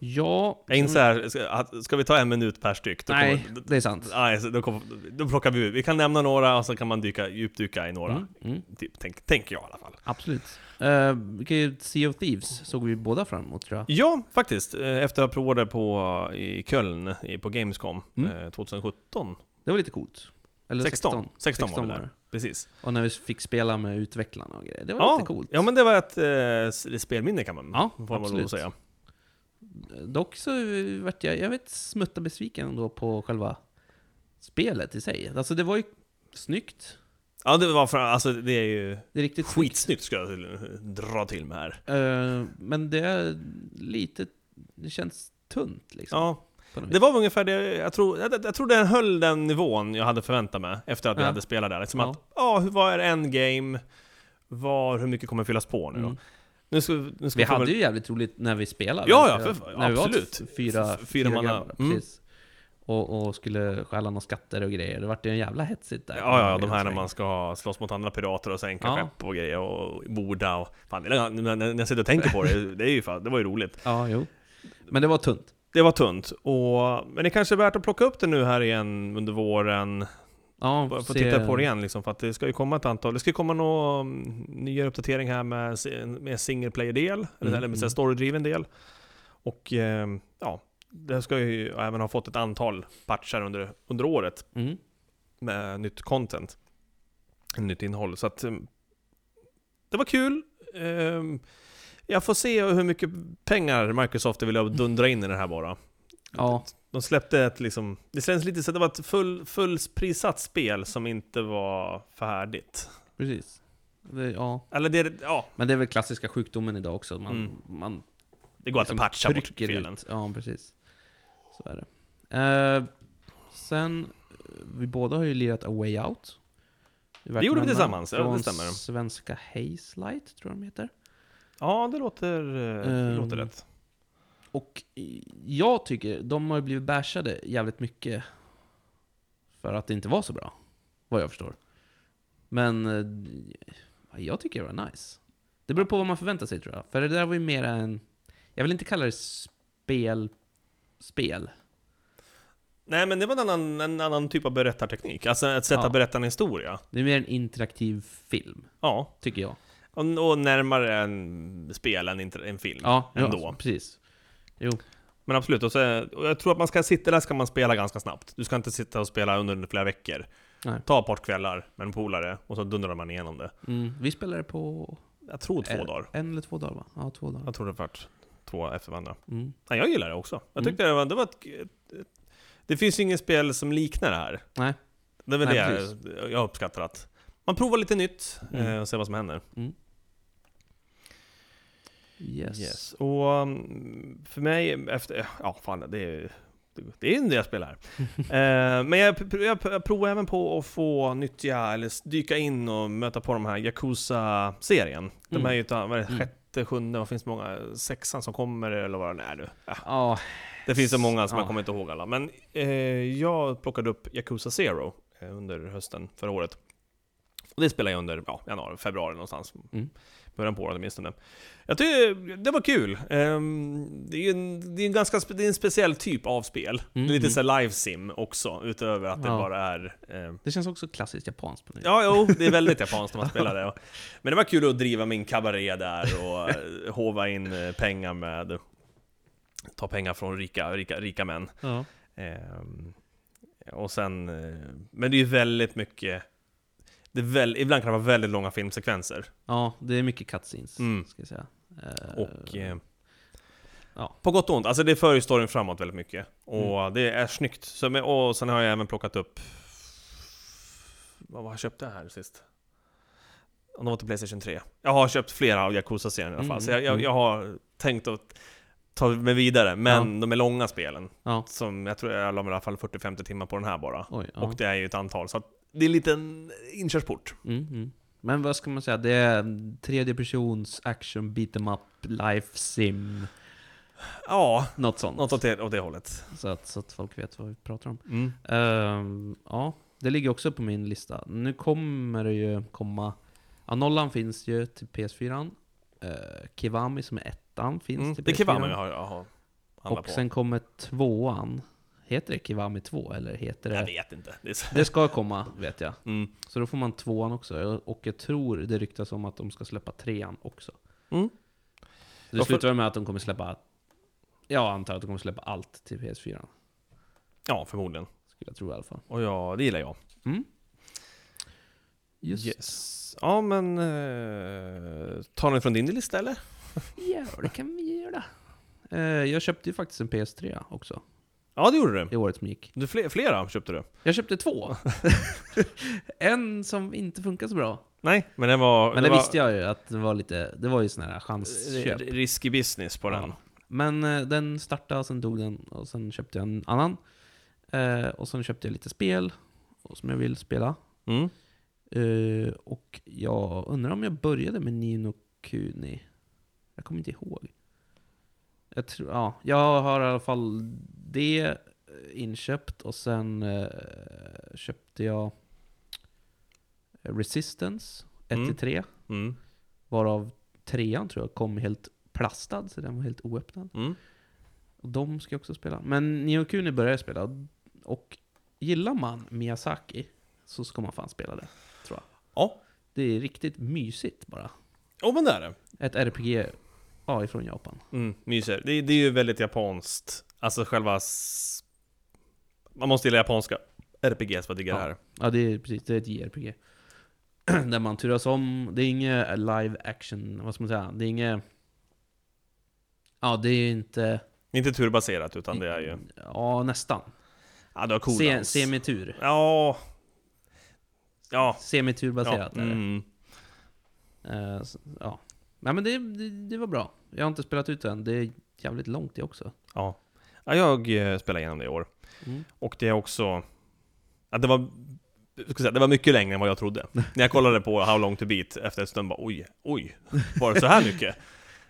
[SPEAKER 3] Ja,
[SPEAKER 2] Jag inser, här, ska, att- ska vi ta en minut per styck? Då
[SPEAKER 3] Mm. nej,
[SPEAKER 2] kommer-
[SPEAKER 3] det är sant.
[SPEAKER 2] Nej, så då, kommer, då plockar vi ut. Vi kan nämna några och så kan man dyka, djupdyka i några.
[SPEAKER 3] Mm, mm,
[SPEAKER 2] Typ, tänk, tänker jag i alla fall.
[SPEAKER 3] absolut. Eh, vi kan ju- sea of Thieves såg vi båda fram emot tror jag.
[SPEAKER 2] Ja, faktiskt. Eh, Efter att ha provat det på, i Köln, i- på Gamescom,
[SPEAKER 3] Mm.
[SPEAKER 2] eh, 2017.
[SPEAKER 3] Det var lite coolt. Eller
[SPEAKER 2] 16.
[SPEAKER 3] 16.
[SPEAKER 2] 16 var vi där. Precis.
[SPEAKER 3] Och när vi fick spela med utvecklarna och grejer. Det var
[SPEAKER 2] ja,
[SPEAKER 3] lite coolt.
[SPEAKER 2] Ja, men det var ett eh, s- spelminne kan man
[SPEAKER 3] Ja,
[SPEAKER 2] får man väl lov att
[SPEAKER 3] absolut.
[SPEAKER 2] säga.
[SPEAKER 3] Dock så vart jag, jag vet, smutta besviken då på själva spelet i sig. Alltså det var ju snyggt.
[SPEAKER 2] Ja, det var för, alltså det är ju
[SPEAKER 3] Det är riktigt snyggt.
[SPEAKER 2] skitsnyggt ska jag till- dra till med här.
[SPEAKER 3] Eh, men det är lite, det känns tunt liksom.
[SPEAKER 2] Ja,
[SPEAKER 3] på något
[SPEAKER 2] det
[SPEAKER 3] vis.
[SPEAKER 2] var ungefär det jag tror, jag, jag tror den höll den nivån jag hade förväntat mig efter att vi
[SPEAKER 3] Ja.
[SPEAKER 2] hade spelat där. Liksom
[SPEAKER 3] Ja.
[SPEAKER 2] att, ja, hur- vad är endgame? Var, hur mycket kommer fyllas på nu då?
[SPEAKER 3] Mm.
[SPEAKER 2] Nu ska, nu ska
[SPEAKER 3] Vi
[SPEAKER 2] få
[SPEAKER 3] hade
[SPEAKER 2] väl-
[SPEAKER 3] ju jävligt roligt när vi spelade.
[SPEAKER 2] Ja, ja,
[SPEAKER 3] När vi
[SPEAKER 2] för-
[SPEAKER 3] var
[SPEAKER 2] absolut.
[SPEAKER 3] f- Fyra,
[SPEAKER 2] F- fyra
[SPEAKER 3] fyra
[SPEAKER 2] manna.
[SPEAKER 3] grabbar,
[SPEAKER 2] Mm.
[SPEAKER 3] precis. Och, och skulle stjäla några skatter och grejer. Det vart ju en jävla hetsigt där.
[SPEAKER 2] Ja, ja, de här när man ska slåss mot andra pirater och sänka
[SPEAKER 3] Ja.
[SPEAKER 2] skepp och grejer och borda och... Fan, det är- när när jag sitter och tänker på det, det, är ju fan, det var ju roligt.
[SPEAKER 3] Ja, jo. Men det var tunt.
[SPEAKER 2] Det var tunt, och, men det kanske är värt att plocka upp det nu här igen under våren.
[SPEAKER 3] Ja,
[SPEAKER 2] Bara Få
[SPEAKER 3] se-
[SPEAKER 2] titta på det igen liksom, för att det ska ju komma ett antal... Det ska ju komma någon mm, nyare uppdatering här med, se- med single player-del, eller
[SPEAKER 3] Mm,
[SPEAKER 2] eller med
[SPEAKER 3] mm.
[SPEAKER 2] story-driven del. Och eh, ja, det ska ju även ha fått ett antal patchar under, under året.
[SPEAKER 3] Mm.
[SPEAKER 2] med nytt content. Nytt innehåll. Så att eh, det var kul. Eh, Jag får se hur mycket pengar Microsoft vill dundra in i det här bara.
[SPEAKER 3] Ja,
[SPEAKER 2] De släppte ett liksom, det känns lite så att det var ett full, fullprissatt spel som inte var färdigt.
[SPEAKER 3] precis. Det, ja.
[SPEAKER 2] Eller det, ja,
[SPEAKER 3] Men det är väl klassiska sjukdomen idag också. Man,
[SPEAKER 2] Mm.
[SPEAKER 3] man
[SPEAKER 2] det går att patcha bort
[SPEAKER 3] trycker
[SPEAKER 2] felen.
[SPEAKER 3] ut. Ja, precis. Så är det. Eh, sen, eh, vi båda har ju lirat A Way Out.
[SPEAKER 2] Det gjorde vi tillsammans, ja, det
[SPEAKER 3] Från
[SPEAKER 2] stämmer.
[SPEAKER 3] svenska Haze Light, tror jag de heter.
[SPEAKER 2] Ja, det låter, eh, det
[SPEAKER 3] Ehm.
[SPEAKER 2] låter rätt.
[SPEAKER 3] Och i- jag tycker, de har ju blivit bashade jävligt mycket för att det inte var så bra, vad jag förstår. Men eh, jag tycker det var nice. Det beror på vad man förväntar sig tror jag. För det där var ju mer en, jag vill inte kalla det spel, spel.
[SPEAKER 2] Nej men det var en annan, en annan typ av berättarteknik, alltså ett sätt
[SPEAKER 3] Ja.
[SPEAKER 2] att berätta en historia.
[SPEAKER 3] Det är mer en interaktiv film,
[SPEAKER 2] Ja,
[SPEAKER 3] tycker jag.
[SPEAKER 2] och, och närmare en spel än inte- en film.
[SPEAKER 3] Ja, ja,
[SPEAKER 2] Ändå.
[SPEAKER 3] precis. Jo,
[SPEAKER 2] Men absolut, och, så, och jag tror att man ska sitta där ska man spela ganska snabbt. Du ska inte sitta och spela under flera veckor.
[SPEAKER 3] Nej.
[SPEAKER 2] Ta ett par kvällar med en polare och så dundrar man igenom det.
[SPEAKER 3] mm, vi spelade på
[SPEAKER 2] Jag tror två
[SPEAKER 3] eh,
[SPEAKER 2] dagar.
[SPEAKER 3] en eller två dagar va? Ja, två dagar.
[SPEAKER 2] Jag tror det vart två efter varandra.
[SPEAKER 3] Mm.
[SPEAKER 2] Nej, jag gillar det också. Jag
[SPEAKER 3] Mm.
[SPEAKER 2] tyckte det var... Det, var ett, ett, det finns ju inget spel som liknar det här.
[SPEAKER 3] Nej.
[SPEAKER 2] Det är väl
[SPEAKER 3] Nej,
[SPEAKER 2] det jag, jag uppskattar att man provar lite nytt
[SPEAKER 3] Mm.
[SPEAKER 2] eh, och ser vad som händer.
[SPEAKER 3] Yes.
[SPEAKER 2] Yes. Och um, för mig, efter, ja fan det är det är en del spel här. eh, men jag, pr- jag, pr- jag provar även på att få nyttja, eller s- dyka in och möta på de här Yakuza-serien. De
[SPEAKER 3] Mm.
[SPEAKER 2] är ju utav, vad är det,
[SPEAKER 3] Mm.
[SPEAKER 2] sjätte, sjunde, vad finns det många? Sexan som kommer eller vad det är nu. Ah,
[SPEAKER 3] Ja,
[SPEAKER 2] det finns så många som
[SPEAKER 3] Ja.
[SPEAKER 2] jag kommer inte ihåg alla. Men eh, jag plockade upp Yakuza Zero eh, under hösten förra året. Och det spelar jag under ja, januari, februari någonstans.
[SPEAKER 3] Mm.
[SPEAKER 2] Början på året åtminstone. Jag tyckte det var kul. Ehm, det är ju en, det är en ganska spe, det är en speciell typ av spel. det är lite så här live sim också, utöver att det
[SPEAKER 3] Mm. Ja.
[SPEAKER 2] bara är... ehm,
[SPEAKER 3] Det känns också klassiskt japanskt på något vis.
[SPEAKER 2] Ja, jo, det är väldigt japanskt när man spelar det. Men det var kul att driva min kabaré där och eh, håva in eh, pengar med... Ta pengar från rika, rika, rika män.
[SPEAKER 3] Ja.
[SPEAKER 2] Ehm, och sen, eh, men det är ju väldigt mycket, det är väl, ibland kan det vara väldigt långa filmsekvenser.
[SPEAKER 3] Ja, det är mycket cutscenes,
[SPEAKER 2] Mm.
[SPEAKER 3] ska jag säga. Eh,
[SPEAKER 2] Och eh,
[SPEAKER 3] ja. Mm.
[SPEAKER 2] på gott och ont, alltså det för historien framåt väldigt mycket. Och det är snyggt. Så, men- och sen har jag även plockat upp, vad var jag köpte jag här sist? Om det var till Playstation 3. Jag har köpt flera av Yakuza-serien i alla fall,
[SPEAKER 3] Mm,
[SPEAKER 2] så jag, jag,
[SPEAKER 3] mm.
[SPEAKER 2] jag har tänkt att ta mig vidare. Men de är långa spelen,
[SPEAKER 3] Ja.
[SPEAKER 2] som jag tror jag la mig i alla fall 40-50 timmar på den här bara.
[SPEAKER 3] Oj, ja.
[SPEAKER 2] Och det är ju ett antal, så att det är en liten inkörsport.
[SPEAKER 3] Mm, mm. Men vad ska man säga, det är tredje persons action beat em up, life sim,
[SPEAKER 2] Ja,
[SPEAKER 3] något sånt.
[SPEAKER 2] något åt det, åt det hållet.
[SPEAKER 3] Så, att, så att folk vet vad vi pratar om.
[SPEAKER 2] Mm.
[SPEAKER 3] Ehm, ja, det ligger också på min lista. Nu kommer det ju komma... Ja, nollan finns ju till PS4. Uh, Kivami som är ettan finns
[SPEAKER 2] Mm.
[SPEAKER 3] till PS4.
[SPEAKER 2] Det kan man ju ha, ha handla
[SPEAKER 3] Och
[SPEAKER 2] på.
[SPEAKER 3] sen kommer tvåan. Heter det Kivami 2 eller heter
[SPEAKER 2] Jag
[SPEAKER 3] det...
[SPEAKER 2] vet inte. Det är så...
[SPEAKER 3] Det ska komma, vet jag.
[SPEAKER 2] mm.
[SPEAKER 3] Så då får man tvåan också. Och jag tror det ryktas om att de ska släppa trean också.
[SPEAKER 2] Mm.
[SPEAKER 3] Det
[SPEAKER 2] Varför-
[SPEAKER 3] slutar väl med att de kommer släppa... Jag antar att de kommer släppa allt till PS4.
[SPEAKER 2] Ja, förmodligen.
[SPEAKER 3] Skulle jag tro i alla fall.
[SPEAKER 2] Och ja, det gillar jag.
[SPEAKER 3] Mm. Just
[SPEAKER 2] Yes. Ja, men... Eh, tar ni från din lista eller?
[SPEAKER 3] Ja, det kan vi göra. Eh, Jag köpte ju faktiskt en PS3 också,
[SPEAKER 2] Ja, det gjorde du.
[SPEAKER 3] i året som gick.
[SPEAKER 2] du fle- flera köpte du.
[SPEAKER 3] Jag köpte två! en som inte funkar så bra.
[SPEAKER 2] Nej, men den var...
[SPEAKER 3] Men det, visste jag ju att det var lite, det var ju sån här chansköp.
[SPEAKER 2] Risky business på den.
[SPEAKER 3] Ja. Men eh, den startade, sen dog den, och sen köpte jag en annan. Eh, och sen köpte jag lite spel, och som jag vill spela.
[SPEAKER 2] Mm.
[SPEAKER 3] Eh, och jag undrar om jag började med Nino Kuni. Jag kommer inte ihåg. Jag tror, ja, jag har i alla fall det eh, inköpt och sen eh, köpte jag eh, Resistance 1
[SPEAKER 2] Mm.
[SPEAKER 3] till 3.
[SPEAKER 2] Mm.
[SPEAKER 3] Varav trean tror jag kom helt plastad, så den var helt oöppnad.
[SPEAKER 2] Mm.
[SPEAKER 3] Och de ska jag också spela. Men Nino Kuni började jag spela. Och gillar man Miyazaki så ska man fan spela det, tror jag.
[SPEAKER 2] Ja.
[SPEAKER 3] Det är riktigt mysigt bara.
[SPEAKER 2] Oh, men det är det.
[SPEAKER 3] Ett RPG ja, ifrån Japan.
[SPEAKER 2] Mm, myser. Det, det är ju väldigt japanskt. Alltså själva... s- Man måste gilla japanska RPGs för att digga det här.
[SPEAKER 3] Ja, det är precis. Det är ett JRPG. Där man turas om. Det är inget live action, vad ska man säga? Det är inget... Ja, det är inte...
[SPEAKER 2] Inte turbaserat, utan det är ju...
[SPEAKER 3] Ja, nästan.
[SPEAKER 2] Ja, du har cool
[SPEAKER 3] Se,
[SPEAKER 2] dans.
[SPEAKER 3] semitur.
[SPEAKER 2] Ja... Ja. ja.
[SPEAKER 3] Semiturbaserat är det.
[SPEAKER 2] Mm.
[SPEAKER 3] Eh, s- ja. Nej men det, det, det var bra. Jag har inte spelat ut den. Det är jävligt långt det också.
[SPEAKER 2] ja. ja, jag eh, spelar igenom det i år.
[SPEAKER 3] Mm.
[SPEAKER 2] Och det är också... Ja, det var... jag Ska säga, det var mycket längre än vad jag trodde. När jag kollade på How long to beat efter en stund bara oj, oj, var det så här mycket?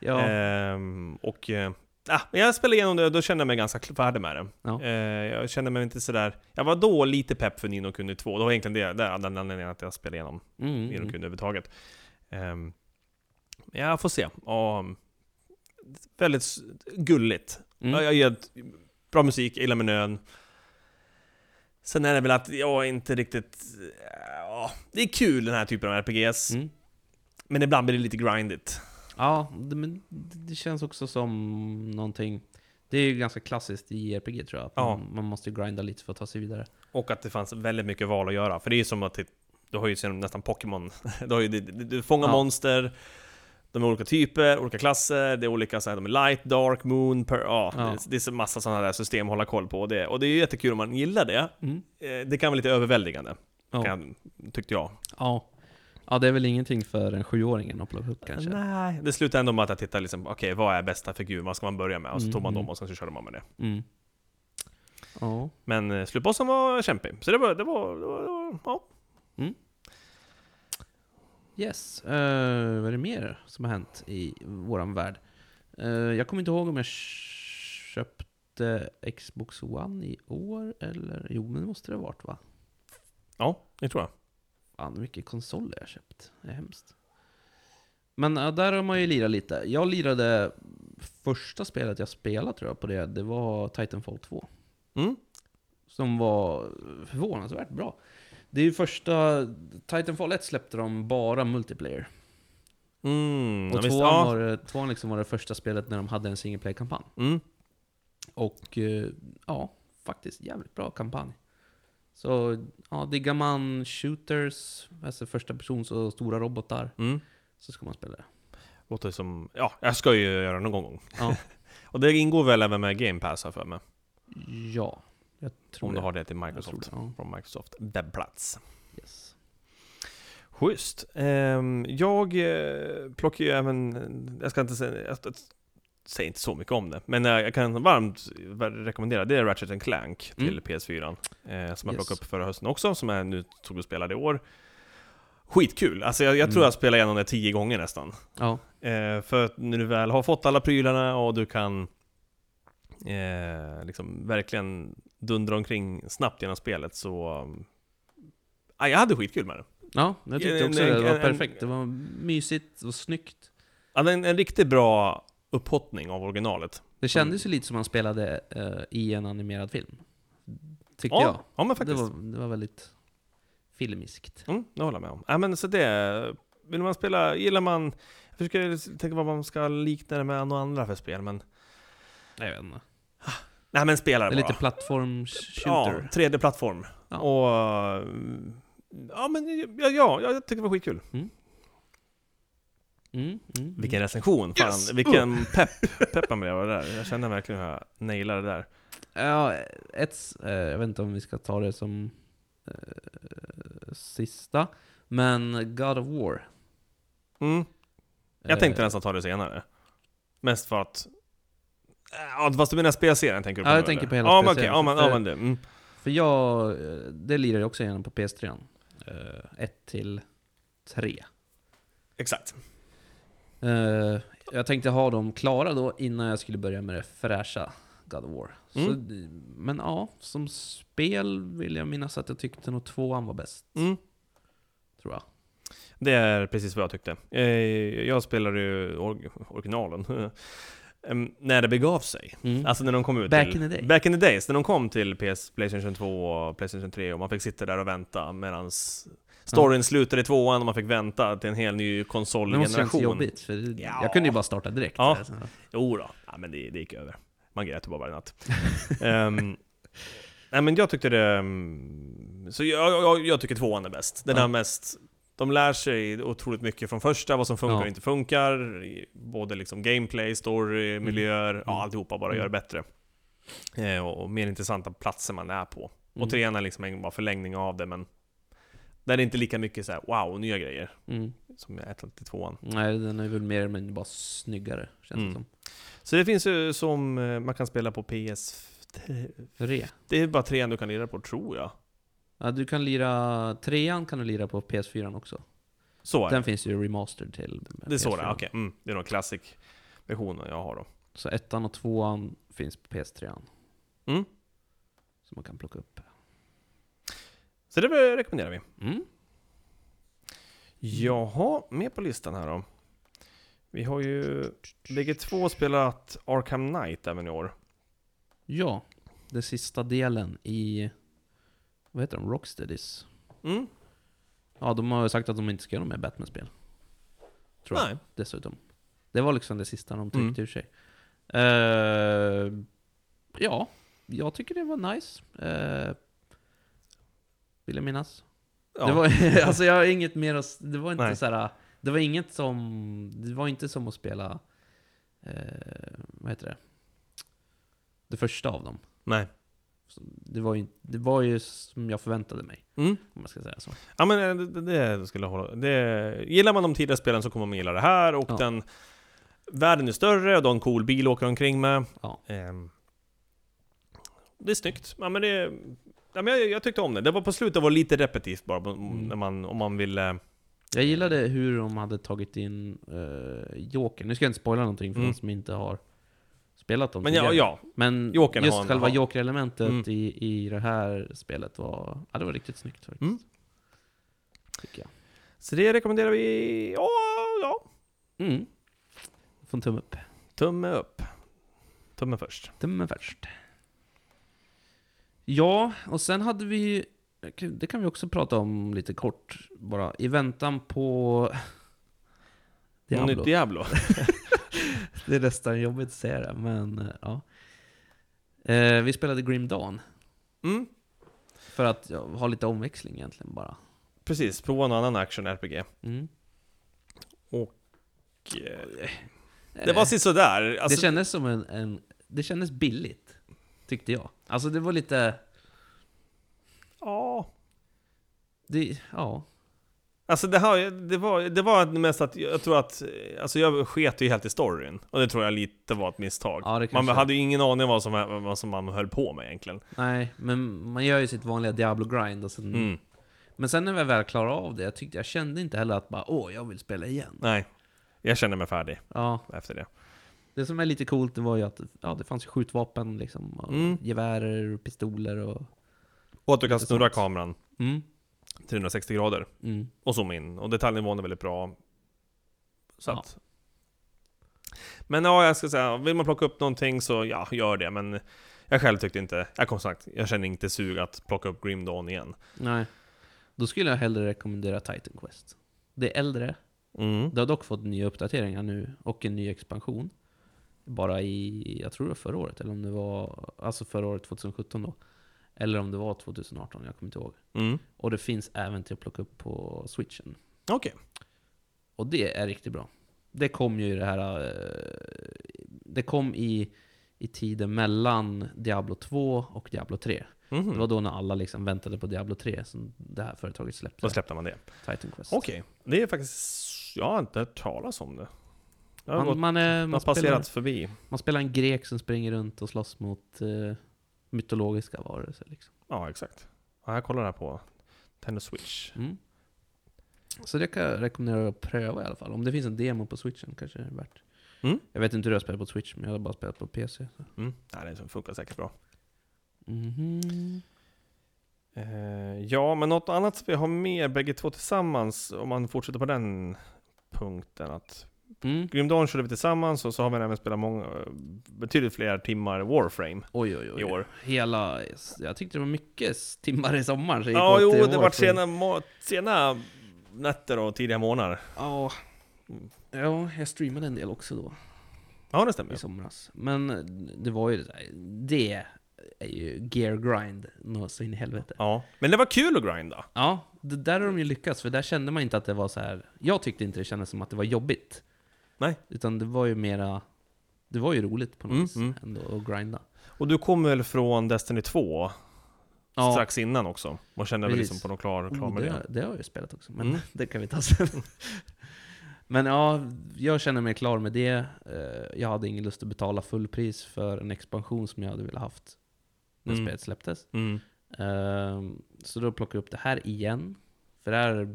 [SPEAKER 3] Ja,
[SPEAKER 2] Ehm, och eh, ah, men jag spelade igenom det och då kände jag mig ganska kl- färdig med det.
[SPEAKER 3] Ja.
[SPEAKER 2] Eh, jag kände mig inte sådär... Jag var då lite pepp för Nino Kuni 2, det var egentligen det, där, den anledningen att jag spelade igenom
[SPEAKER 3] mm,
[SPEAKER 2] Nino Kuni
[SPEAKER 3] mm.
[SPEAKER 2] överhuvudtaget. Ehm, men jag får se. Ja, väldigt s- gulligt. Jag,
[SPEAKER 3] Mm.
[SPEAKER 2] jag gillar ett- bra musik, jag gillar menyn. Sen är det väl att jag inte riktigt... Ja, det är kul den här typen av RPGs,
[SPEAKER 3] Mm.
[SPEAKER 2] men ibland blir det lite grindigt.
[SPEAKER 3] Ja, det, men det det känns också som någonting. Det är ju ganska klassiskt i RPG tror jag. Att
[SPEAKER 2] Ja.
[SPEAKER 3] man, man måste grinda lite för att ta sig vidare.
[SPEAKER 2] Och att det fanns väldigt mycket val att göra, för det är ju som att det- du har ju sen nästan Pokémon. Du, har ju, du, du du fångar
[SPEAKER 3] Ja.
[SPEAKER 2] monster, de är olika typer, olika klasser, det är olika så här, de är light, dark, moon, per, ja,
[SPEAKER 3] Ja.
[SPEAKER 2] Det, det är en massa sådana där system att hålla koll på. Och det, och det är ju jättekul om man gillar det.
[SPEAKER 3] Mm.
[SPEAKER 2] Eh, Det kan vara lite överväldigande,
[SPEAKER 3] Ja.
[SPEAKER 2] kan, tyckte jag.
[SPEAKER 3] Ja. ja, det är väl ingenting för en sjuåring att plocka upp kanske.
[SPEAKER 2] Nej, det slutade ändå med att jag tittade liksom, okej vad är bästa figur, vad ska man börja med? Och så tog man
[SPEAKER 3] Mm.
[SPEAKER 2] dem och sen så körde man med det.
[SPEAKER 3] Mm. Ja.
[SPEAKER 2] Men eh, slutbossen var kämpig, så det var, det var, det var, det var ja.
[SPEAKER 3] Yes, Eh, vad är det mer som har hänt i våran värld? Eh, jag kommer inte ihåg om jag köpte Xbox One i år eller... Jo, men det måste det ha varit va?
[SPEAKER 2] Ja, det tror jag.
[SPEAKER 3] Fan, hur mycket konsoler jag har köpt. Det är hemskt. Men ja, där har man ju lirat lite. Jag lirade första spelet jag spelade tror jag på det. Det var Titanfall 2.
[SPEAKER 2] Mm.
[SPEAKER 3] Som var förvånansvärt bra. Det är ju första... Titanfall 1 släppte de bara multiplayer.
[SPEAKER 2] Mm, ja,
[SPEAKER 3] Och
[SPEAKER 2] visst,
[SPEAKER 3] tvåan,
[SPEAKER 2] ja.
[SPEAKER 3] var det, tvåan liksom var det första spelet när de hade en single player kampanj
[SPEAKER 2] Mm.
[SPEAKER 3] Och eh, ja, faktiskt jävligt bra kampanj. Så ja, diggar man shooters, alltså första persons och stora robotar,
[SPEAKER 2] Mm.
[SPEAKER 3] så ska man spela det.
[SPEAKER 2] Låter som... Ja, jag ska ju göra det någon gång.
[SPEAKER 3] Ja,
[SPEAKER 2] Och det ingår väl även med Game Pass har jag för mig?
[SPEAKER 3] ja jag tror
[SPEAKER 2] Om du
[SPEAKER 3] det.
[SPEAKER 2] har det till
[SPEAKER 3] Jag
[SPEAKER 2] Microsoft.
[SPEAKER 3] tror det, ja.
[SPEAKER 2] Från Microsoft webbplats.
[SPEAKER 3] Yes.
[SPEAKER 2] Schysst. Ehm, jag eh, plockar ju även, jag ska inte säga, jag, jag säger inte så mycket om det, men eh, jag kan varmt rekommendera, det är Ratchet and Clank till
[SPEAKER 3] Mm.
[SPEAKER 2] PS4. Eh, som jag
[SPEAKER 3] Yes.
[SPEAKER 2] plockade upp förra hösten också, som jag nu tog och spelade i år. Skitkul! Alltså jag, jag
[SPEAKER 3] Mm.
[SPEAKER 2] tror jag spelade igenom det tio gånger nästan.
[SPEAKER 3] Ja,
[SPEAKER 2] Eh, för att när du väl har fått alla prylarna och du kan eh, liksom verkligen dundra omkring snabbt genom spelet så... Ah, jag hade skitkul med det.
[SPEAKER 3] ja jag tyckte
[SPEAKER 2] En-
[SPEAKER 3] också
[SPEAKER 2] en-
[SPEAKER 3] det var
[SPEAKER 2] en- en-
[SPEAKER 3] perfekt. Det var mysigt och snyggt.
[SPEAKER 2] Ja, det är en, en riktigt bra upphottning av originalet.
[SPEAKER 3] Det kändes ju lite som man spelade eh, i en animerad film. Tyckte
[SPEAKER 2] ja, ja, men
[SPEAKER 3] jag. Det
[SPEAKER 2] faktiskt.
[SPEAKER 3] var, det var väldigt filmiskt.
[SPEAKER 2] Mm, det håller jag med om. Ja, men så det... Vill man spela, gillar man... Jag försöker tänka vad man ska likna det med några andra för spel, men...
[SPEAKER 3] Jag vet inte.
[SPEAKER 2] Nej men spela
[SPEAKER 3] Det
[SPEAKER 2] det
[SPEAKER 3] är
[SPEAKER 2] bara.
[SPEAKER 3] lite plattforms-shooter.
[SPEAKER 2] 3D-plattform.
[SPEAKER 3] Ja.
[SPEAKER 2] Och... mm, Ja men ja, ja, jag tyckte det var skitkul.
[SPEAKER 3] Mm, mm, mm.
[SPEAKER 2] Vilken recension! Fan, vilken pepp! Pepp man blev av det där. Jag kände verkligen hur jag nailade det där.
[SPEAKER 3] Ja, ett, eh, jag vet inte om vi ska ta det som eh, sista, men God of War.
[SPEAKER 2] Mm. Jag tänkte
[SPEAKER 3] Eh,
[SPEAKER 2] nästan ta det senare. Mest för att... Ja, fast du menar spelserien tänker du på
[SPEAKER 3] Ja,
[SPEAKER 2] nu,
[SPEAKER 3] jag tänker
[SPEAKER 2] eller?
[SPEAKER 3] på hela
[SPEAKER 2] ja, men okej,
[SPEAKER 3] spelserien,
[SPEAKER 2] ja, men,
[SPEAKER 3] för-
[SPEAKER 2] ja, men det. Mm.
[SPEAKER 3] För jag, eh, det lirar jag också igenom på PS3. 1 eh, till 3.
[SPEAKER 2] Exakt.
[SPEAKER 3] Eh, jag tänkte ha dem klara då innan jag skulle börja med det fräscha God of War. Så,
[SPEAKER 2] Mm.
[SPEAKER 3] d- men ja, som spel vill jag minnas att jag tyckte nog tvåan var bäst,
[SPEAKER 2] Mm.
[SPEAKER 3] tror jag.
[SPEAKER 2] Det är precis vad jag tyckte. Eh, Jag spelade ju or- originalen. Em, när det begav sig.
[SPEAKER 3] Mm.
[SPEAKER 2] Alltså när de kom ut
[SPEAKER 3] Back
[SPEAKER 2] till,
[SPEAKER 3] in the day.
[SPEAKER 2] Back in the days, när de kom till PS, Playstation 2 och Playstation 3 och man fick sitta där och vänta medan storyn slutade i tvåan och man fick vänta till en hel ny
[SPEAKER 3] det måste kännas
[SPEAKER 2] konsolgeneration.
[SPEAKER 3] jobbigt, för det-
[SPEAKER 2] Ja.
[SPEAKER 3] jag kunde ju bara starta direkt. alltså. Mm.
[SPEAKER 2] Ja.
[SPEAKER 3] Så-
[SPEAKER 2] Jo då, ja, men det, det gick över. Man grät ju bara varje natt. Ehm, nej men jag tyckte det... mm, Så jag, jag, jag tycker tvåan är bäst. Den
[SPEAKER 3] Ja.
[SPEAKER 2] har mest... De lär sig otroligt mycket från första, vad som funkar
[SPEAKER 3] Ja.
[SPEAKER 2] och inte funkar. i- Både liksom gameplay,
[SPEAKER 3] Mm.
[SPEAKER 2] story, miljöer, ja alltihopa bara gör det bättre. Eh, och, och mer intressanta platser man är på.
[SPEAKER 3] Mm.
[SPEAKER 2] Och trean är liksom en bara förlängning av det, men... Där är det inte lika mycket så här, wow, nya grejer.
[SPEAKER 3] Mm.
[SPEAKER 2] Som jag ätit till tvåan.
[SPEAKER 3] Nej, den är väl mer eller mindre bara snyggare, känns
[SPEAKER 2] Mm.
[SPEAKER 3] det som.
[SPEAKER 2] Så det finns ju som eh, man kan spela på PS3.
[SPEAKER 3] Re.
[SPEAKER 2] Det är bara trean du kan lira på tror jag.
[SPEAKER 3] Ja, du kan lira, trean kan du lira på PS4 också.
[SPEAKER 2] Så är det.
[SPEAKER 3] Den finns ju remastered till
[SPEAKER 2] Det är så det
[SPEAKER 3] PS4.
[SPEAKER 2] är, okej. Mm, det är någon klassisk versionen jag har då.
[SPEAKER 3] Så ettan och tvåan finns på PS3.
[SPEAKER 2] Mm.
[SPEAKER 3] Som man kan plocka upp.
[SPEAKER 2] Så det vill- rekommenderar vi.
[SPEAKER 3] Mm.
[SPEAKER 2] Jaha, med på listan här då. Vi har ju bägge två spelat Arkham Knight även i år.
[SPEAKER 3] Ja, den sista delen i... Vad heter de? Rocksteadies?
[SPEAKER 2] Mm.
[SPEAKER 3] Ja, de har ju sagt att de inte ska göra mer Batman-spel. Tror jag,
[SPEAKER 2] Nej.
[SPEAKER 3] dessutom. Det var liksom det sista de tryckte
[SPEAKER 2] Mm.
[SPEAKER 3] ur sig. Eh, ja, jag tycker det var nice. Eh, vill jag minnas.
[SPEAKER 2] Ja.
[SPEAKER 3] Det var, alltså jag har inget mer att, s- det var inte
[SPEAKER 2] Nej.
[SPEAKER 3] såhär, det var inget som, det var inte som att spela, eh, vad heter det? Det första av dem.
[SPEAKER 2] Nej.
[SPEAKER 3] Så Det var ju, det var ju som jag förväntade mig,
[SPEAKER 2] Mm.
[SPEAKER 3] om man ska säga så.
[SPEAKER 2] Ja men eh, det, det det skulle jag hålla. Det, gillar man de tidiga spelen så kommer man gilla det här och
[SPEAKER 3] Ja.
[SPEAKER 2] den... Världen är större och du har en cool bil att åka omkring med.
[SPEAKER 3] Ja.
[SPEAKER 2] Ehm, det är snyggt. Ja, men det, ja, men jag, jag tyckte om det. Det var på slutet var lite repetitivt bara, på- när man, Mm. om man eh, ville...
[SPEAKER 3] Jag gillade hur de hade tagit in uh, Jokern. Nu ska jag inte spoila någonting för
[SPEAKER 2] Mm.
[SPEAKER 3] de som inte har spelat dem
[SPEAKER 2] Men ja,
[SPEAKER 3] tidigare.
[SPEAKER 2] ja.
[SPEAKER 3] Men
[SPEAKER 2] Jokern har
[SPEAKER 3] just
[SPEAKER 2] en-
[SPEAKER 3] själva
[SPEAKER 2] har-
[SPEAKER 3] Joker-elementet
[SPEAKER 2] Mm.
[SPEAKER 3] i, i det här spelet var, ja det var riktigt snyggt faktiskt.
[SPEAKER 2] Mm.
[SPEAKER 3] Tycker jag.
[SPEAKER 2] Så det rekommenderar vi... Ja, ja.
[SPEAKER 3] Mm. Får en tumme upp.
[SPEAKER 2] Tumme upp. Tumme först.
[SPEAKER 3] Tumme först. Ja, och sen hade vi Det kan vi också prata om lite kort bara. I väntan på...
[SPEAKER 2] Diablo. Nytt Diablo.
[SPEAKER 3] Det är nästan jobbigt att säga det, men eh, ja. Eh, vi spelade Grim Dawn.
[SPEAKER 2] Mm,
[SPEAKER 3] För att ja, ha lite omväxling egentligen bara.
[SPEAKER 2] precis. Prova en annan action-RPG.
[SPEAKER 3] Mm.
[SPEAKER 2] Det var sådär. Alltså,
[SPEAKER 3] det kändes som en, en... Det kändes billigt. Tyckte jag. Alltså det var lite...
[SPEAKER 2] ja.
[SPEAKER 3] Det, ja.
[SPEAKER 2] Alltså det, här, det, var, det var mest att jag tror att, eh, alltså jag sket ju helt i storyn. Och det tror jag lite var ett misstag.
[SPEAKER 3] Ja, det
[SPEAKER 2] man
[SPEAKER 3] kanske-
[SPEAKER 2] hade ju ingen aning vad som, vad som man höll på med egentligen.
[SPEAKER 3] Nej, men man gör ju sitt vanliga Diablo-grind och sen...
[SPEAKER 2] Mm.
[SPEAKER 3] Men sen när vi väl klarade av det, jag, tyckte, jag kände inte heller att bara åh, jag vill spela igen.
[SPEAKER 2] Nej. Jag kände mig färdig
[SPEAKER 3] Ja,
[SPEAKER 2] efter det.
[SPEAKER 3] det som är lite coolt det var ju att ja, det fanns ju skjutvapen liksom. Och
[SPEAKER 2] Mm.
[SPEAKER 3] Gevärer, och pistoler och...
[SPEAKER 2] Och att du kan snurra
[SPEAKER 3] Intressant.
[SPEAKER 2] kameran
[SPEAKER 3] Mm.
[SPEAKER 2] 360 grader
[SPEAKER 3] Mm.
[SPEAKER 2] och zooma in. Och detaljnivån är väldigt bra. Så
[SPEAKER 3] Ja.
[SPEAKER 2] att... Men ja, jag ska säga, vill man plocka upp någonting så ja, gör det. Men jag själv tyckte inte, jag kom sagt, jag kände inte sug att plocka upp Grim Dawn igen.
[SPEAKER 3] Nej. Då skulle jag hellre rekommendera Titan Quest. Det är äldre.
[SPEAKER 2] Mm.
[SPEAKER 3] Det har dock fått nya uppdateringar nu och en ny expansion. Bara i, jag tror det var förra året, eller om det var, alltså förra året 2017 då. Eller om det var 2018, jag kommer inte ihåg.
[SPEAKER 2] Mm.
[SPEAKER 3] Och det finns även till att plocka upp på switchen.
[SPEAKER 2] Okej.
[SPEAKER 3] Och det är riktigt bra. Det kom ju i det här... eh, Det kom i, i tiden mellan Diablo 2 och Diablo 3.
[SPEAKER 2] Mhm.
[SPEAKER 3] Det var då när alla liksom väntade på Diablo 3 som det här företaget släppte
[SPEAKER 2] Då släppte man det.
[SPEAKER 3] Titan Quest.
[SPEAKER 2] Okej, det är faktiskt... Jag har inte hört talas om det. Jag har, gått,
[SPEAKER 3] Man, man, är,
[SPEAKER 2] jag har
[SPEAKER 3] man, spelar,
[SPEAKER 2] passerat förbi.
[SPEAKER 3] man spelar en grek som springer runt och slåss mot eh, mytologiska varelser. Liksom.
[SPEAKER 2] Ja, exakt. Ja, jag kollar här på Nintendo Switch.
[SPEAKER 3] Mm. Så det kan jag rekommendera att pröva i alla fall. Om det finns en demo på switchen kanske det är värt.
[SPEAKER 2] Mm.
[SPEAKER 3] Jag vet inte hur jag spelar på switch, men jag har bara spelat på PC. Så.
[SPEAKER 2] Mm. Nej, det funkar säkert bra.
[SPEAKER 3] Mhm.
[SPEAKER 2] Eh, ja, men något annat som vi har med bägge två tillsammans, om man fortsätter på den punkten. Att
[SPEAKER 3] Mm.
[SPEAKER 2] Grim Dawn körde vi tillsammans och så har vi även spelat många, eh, betydligt fler timmar Warframe.
[SPEAKER 3] Oj, oj, oj.
[SPEAKER 2] I år.
[SPEAKER 3] Hela... Jag tyckte det var mycket timmar i sommar. så jag gick
[SPEAKER 2] Ja,
[SPEAKER 3] åt
[SPEAKER 2] jo,
[SPEAKER 3] till
[SPEAKER 2] det var
[SPEAKER 3] Warframe.
[SPEAKER 2] sena, må- sena nätter och tidiga morgnar.
[SPEAKER 3] Ja. ja, jag streamade en del också då.
[SPEAKER 2] Ja, det stämmer.
[SPEAKER 3] i somras. Men det var ju det där. Det är ju gear grind nå så in i helvete.
[SPEAKER 2] Ja. Men det var kul att grinda.
[SPEAKER 3] Ja, det där har de ju lyckats för där kände man inte att det var så här. Jag tyckte inte det kändes som att det var jobbigt.
[SPEAKER 2] Nej.
[SPEAKER 3] Utan det var ju mera, det var ju roligt på något
[SPEAKER 2] Mm,
[SPEAKER 3] vis
[SPEAKER 2] mm.
[SPEAKER 3] ändå att grinda.
[SPEAKER 2] Och du kom väl från Destiny 2?
[SPEAKER 3] Ja.
[SPEAKER 2] Strax innan också? Man kände väl
[SPEAKER 3] Precis.
[SPEAKER 2] liksom på någon klar, klar
[SPEAKER 3] Oh,
[SPEAKER 2] med
[SPEAKER 3] det,
[SPEAKER 2] det?
[SPEAKER 3] det har jag ju spelat också, men
[SPEAKER 2] Mm.
[SPEAKER 3] det kan vi ta sen. men ja, jag känner mig klar med det. Eh, Jag hade ingen lust att betala fullpris för en expansion som jag hade velat haft när
[SPEAKER 2] Mm.
[SPEAKER 3] spelet släpptes.
[SPEAKER 2] Mm.
[SPEAKER 3] Ehm, så då plockade jag upp det här igen. För det här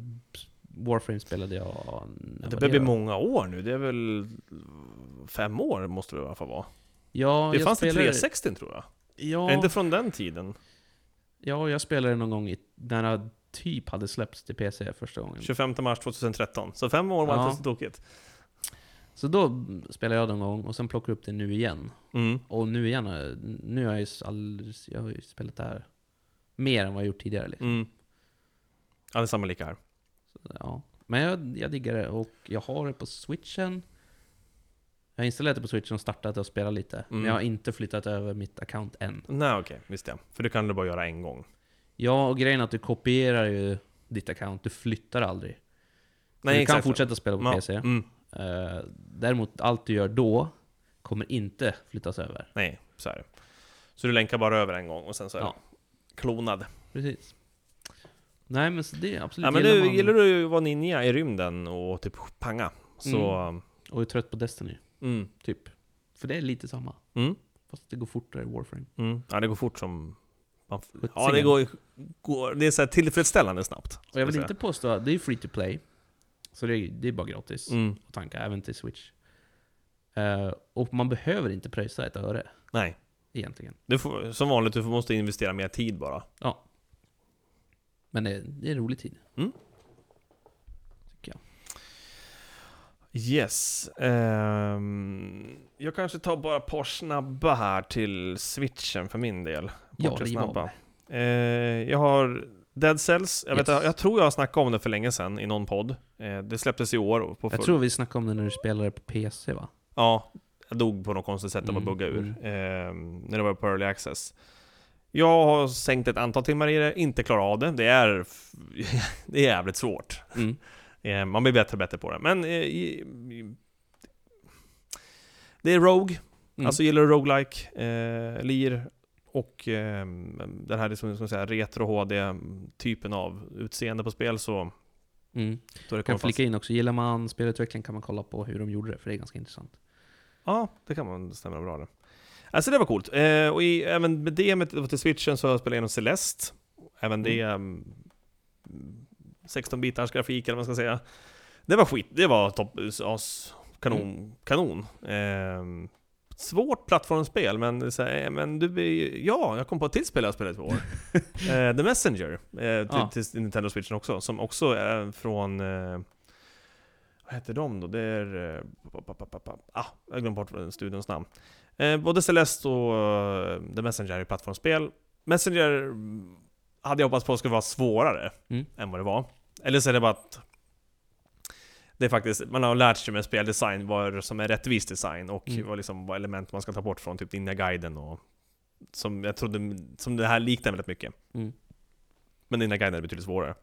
[SPEAKER 3] Warframe spelade jag... när
[SPEAKER 2] Det
[SPEAKER 3] var
[SPEAKER 2] börjar bli
[SPEAKER 3] då?
[SPEAKER 2] många år nu, det är väl... Fem år måste det i alla fall vara.
[SPEAKER 3] Ja,
[SPEAKER 2] det
[SPEAKER 3] jag
[SPEAKER 2] fanns
[SPEAKER 3] spelade,
[SPEAKER 2] det 360 tror jag? Är det
[SPEAKER 3] Ja,
[SPEAKER 2] inte från den tiden?
[SPEAKER 3] ja, jag spelade någon gång i, när det typ hade släppts till PC första gången.
[SPEAKER 2] 25 mars 2013. Så fem år var
[SPEAKER 3] Mm. Ja.
[SPEAKER 2] inte så tokigt.
[SPEAKER 3] Så då spelade jag den en gång och sen plockade jag upp det nu igen.
[SPEAKER 2] Mm.
[SPEAKER 3] Och nu igen, eh, nu har jag ju, s- alldeles, jag har ju spelat det här mer än vad jag gjort tidigare. Liksom.
[SPEAKER 2] Mm. Ja, det är samma lika här.
[SPEAKER 3] Ja. Men jag, jag diggar det och jag har det på switchen. Jag har installerat det på switchen och startat det och spelat lite. Men
[SPEAKER 2] Mm.
[SPEAKER 3] jag har inte flyttat över mitt account än.
[SPEAKER 2] Nej okej, visst ja. För det kan du bara göra en gång.
[SPEAKER 3] Ja, och grejen är att du kopierar ju ditt account, du flyttar aldrig.
[SPEAKER 2] Nej,
[SPEAKER 3] du kan
[SPEAKER 2] exakt.
[SPEAKER 3] fortsätta spela på
[SPEAKER 2] Ja,
[SPEAKER 3] PC.
[SPEAKER 2] Mm.
[SPEAKER 3] Eh, däremot, allt du gör då kommer inte flyttas över.
[SPEAKER 2] Nej, så är det. Så du länkar bara över en gång och sen så är
[SPEAKER 3] Ja.
[SPEAKER 2] det klonad.
[SPEAKER 3] Precis. Nej, men så det är absolut.
[SPEAKER 2] Ja, men
[SPEAKER 3] gillar
[SPEAKER 2] du,
[SPEAKER 3] man-
[SPEAKER 2] gillar du att vara ninja i rymden och typ panga, så...
[SPEAKER 3] Och är trött på Destiny,
[SPEAKER 2] Mm.
[SPEAKER 3] typ. För det är lite samma.
[SPEAKER 2] Mm.
[SPEAKER 3] Fast det går fortare i Warframe.
[SPEAKER 2] Mm. Ja, det går fort som... Man, f- ja,
[SPEAKER 3] Sjuttsingen.
[SPEAKER 2] det går, går... Det är så här tillfredsställande snabbt.
[SPEAKER 3] Och jag vill
[SPEAKER 2] ska
[SPEAKER 3] inte påstå att det är free to play. Så det är, det är bara gratis
[SPEAKER 2] säga. Mm.
[SPEAKER 3] att tanka, även till Switch. Eh, och man behöver inte pröjsa ett öre,
[SPEAKER 2] Nej.
[SPEAKER 3] egentligen.
[SPEAKER 2] Du får, som vanligt, du får- måste investera mer tid bara.
[SPEAKER 3] Men det, det är en rolig tid.
[SPEAKER 2] Yes. ehm, jag kanske tar bara ett par snabba här till switchen för min del.
[SPEAKER 3] Ja,
[SPEAKER 2] Bortre
[SPEAKER 3] riv av
[SPEAKER 2] snabba. Eh, jag har Dead Cells. Jag,
[SPEAKER 3] Yes.
[SPEAKER 2] vet, jag tror jag har snackat om det för länge sedan i någon podd. Eh, det släpptes i år. och På
[SPEAKER 3] Jag
[SPEAKER 2] full-
[SPEAKER 3] tror vi snackade om det när du spelade på PC va?
[SPEAKER 2] Ja, jag dog på något konstigt sätt av att
[SPEAKER 3] Mm,
[SPEAKER 2] bugga ur. ehm, när det var på Early Access. Jag har sänkt ett antal timmar i det, inte klarat av det. Det är, f- det är jävligt svårt.
[SPEAKER 3] Mm.
[SPEAKER 2] Eh, Man blir bättre och bättre på det. Men eh, i- i- det är Rogue,
[SPEAKER 3] Mm.
[SPEAKER 2] alltså gillar du roguelike, eh, lir och eh, den här liksom, ska man säga, retro-HD-typen av utseende på spel så...
[SPEAKER 3] Mm.
[SPEAKER 2] Då är det
[SPEAKER 3] Kan
[SPEAKER 2] kan
[SPEAKER 3] flika in också, gillar man spelutveckling kan man kolla på hur de gjorde det, för det är ganska intressant.
[SPEAKER 2] Ja, det kan man stämma bra det. Alltså det var coolt. Eh, och i, även med det, med, och till switchen, så har jag spelat igenom Celeste. Även det... mm, 16-bitars grafik eller vad man ska säga. Det var skit, det var topp, as, kanon, kanon. Ehm, svårt plattformsspel, men, det är så här, eh, men du, blir- ja, jag kom på ett till spel jag spelade i två år. eh, The Messenger, eh, till,
[SPEAKER 3] Ja.
[SPEAKER 2] till Nintendo Switchen också, som också är från... Eh, vad heter de då? Det är... Eh, pa, pa, pa, pa, pa. Ah, jag glömde bort vad studions namn. Eh, både Celeste och eh, The Messenger är plattformsspel. Messenger mm, hade jag hoppats på skulle vara svårare
[SPEAKER 3] Mm.
[SPEAKER 2] än vad det var. Eller så är det bara att det är faktiskt, man har lärt sig med speldesign vad som är rättvis design och
[SPEAKER 3] Mm.
[SPEAKER 2] vad, liksom, vad element man ska ta bort från typ Ninja-guiden och som jag trodde, som det här liknar väldigt mycket.
[SPEAKER 3] Mm.
[SPEAKER 2] Men Ninja-guiden är betydligt svårare.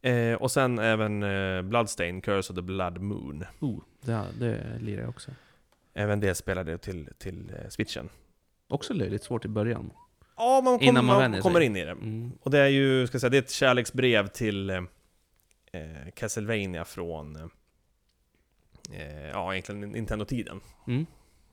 [SPEAKER 2] Eh, och sen även eh, Bloodstain, Curse of the Blood Moon.
[SPEAKER 3] Oh, det, det lirar jag också.
[SPEAKER 2] Även det spelade jag till, till eh, switchen.
[SPEAKER 3] Också löjligt svårt i början.
[SPEAKER 2] Ja, man, kom,
[SPEAKER 3] Innan man
[SPEAKER 2] man,
[SPEAKER 3] vänjer sig.
[SPEAKER 2] kommer in i det.
[SPEAKER 3] Mm.
[SPEAKER 2] Och det är ju, ska jag säga, det är ett kärleksbrev till eh, eh, Castlevania från eh, ja, egentligen Nintendo-tiden.
[SPEAKER 3] Mm.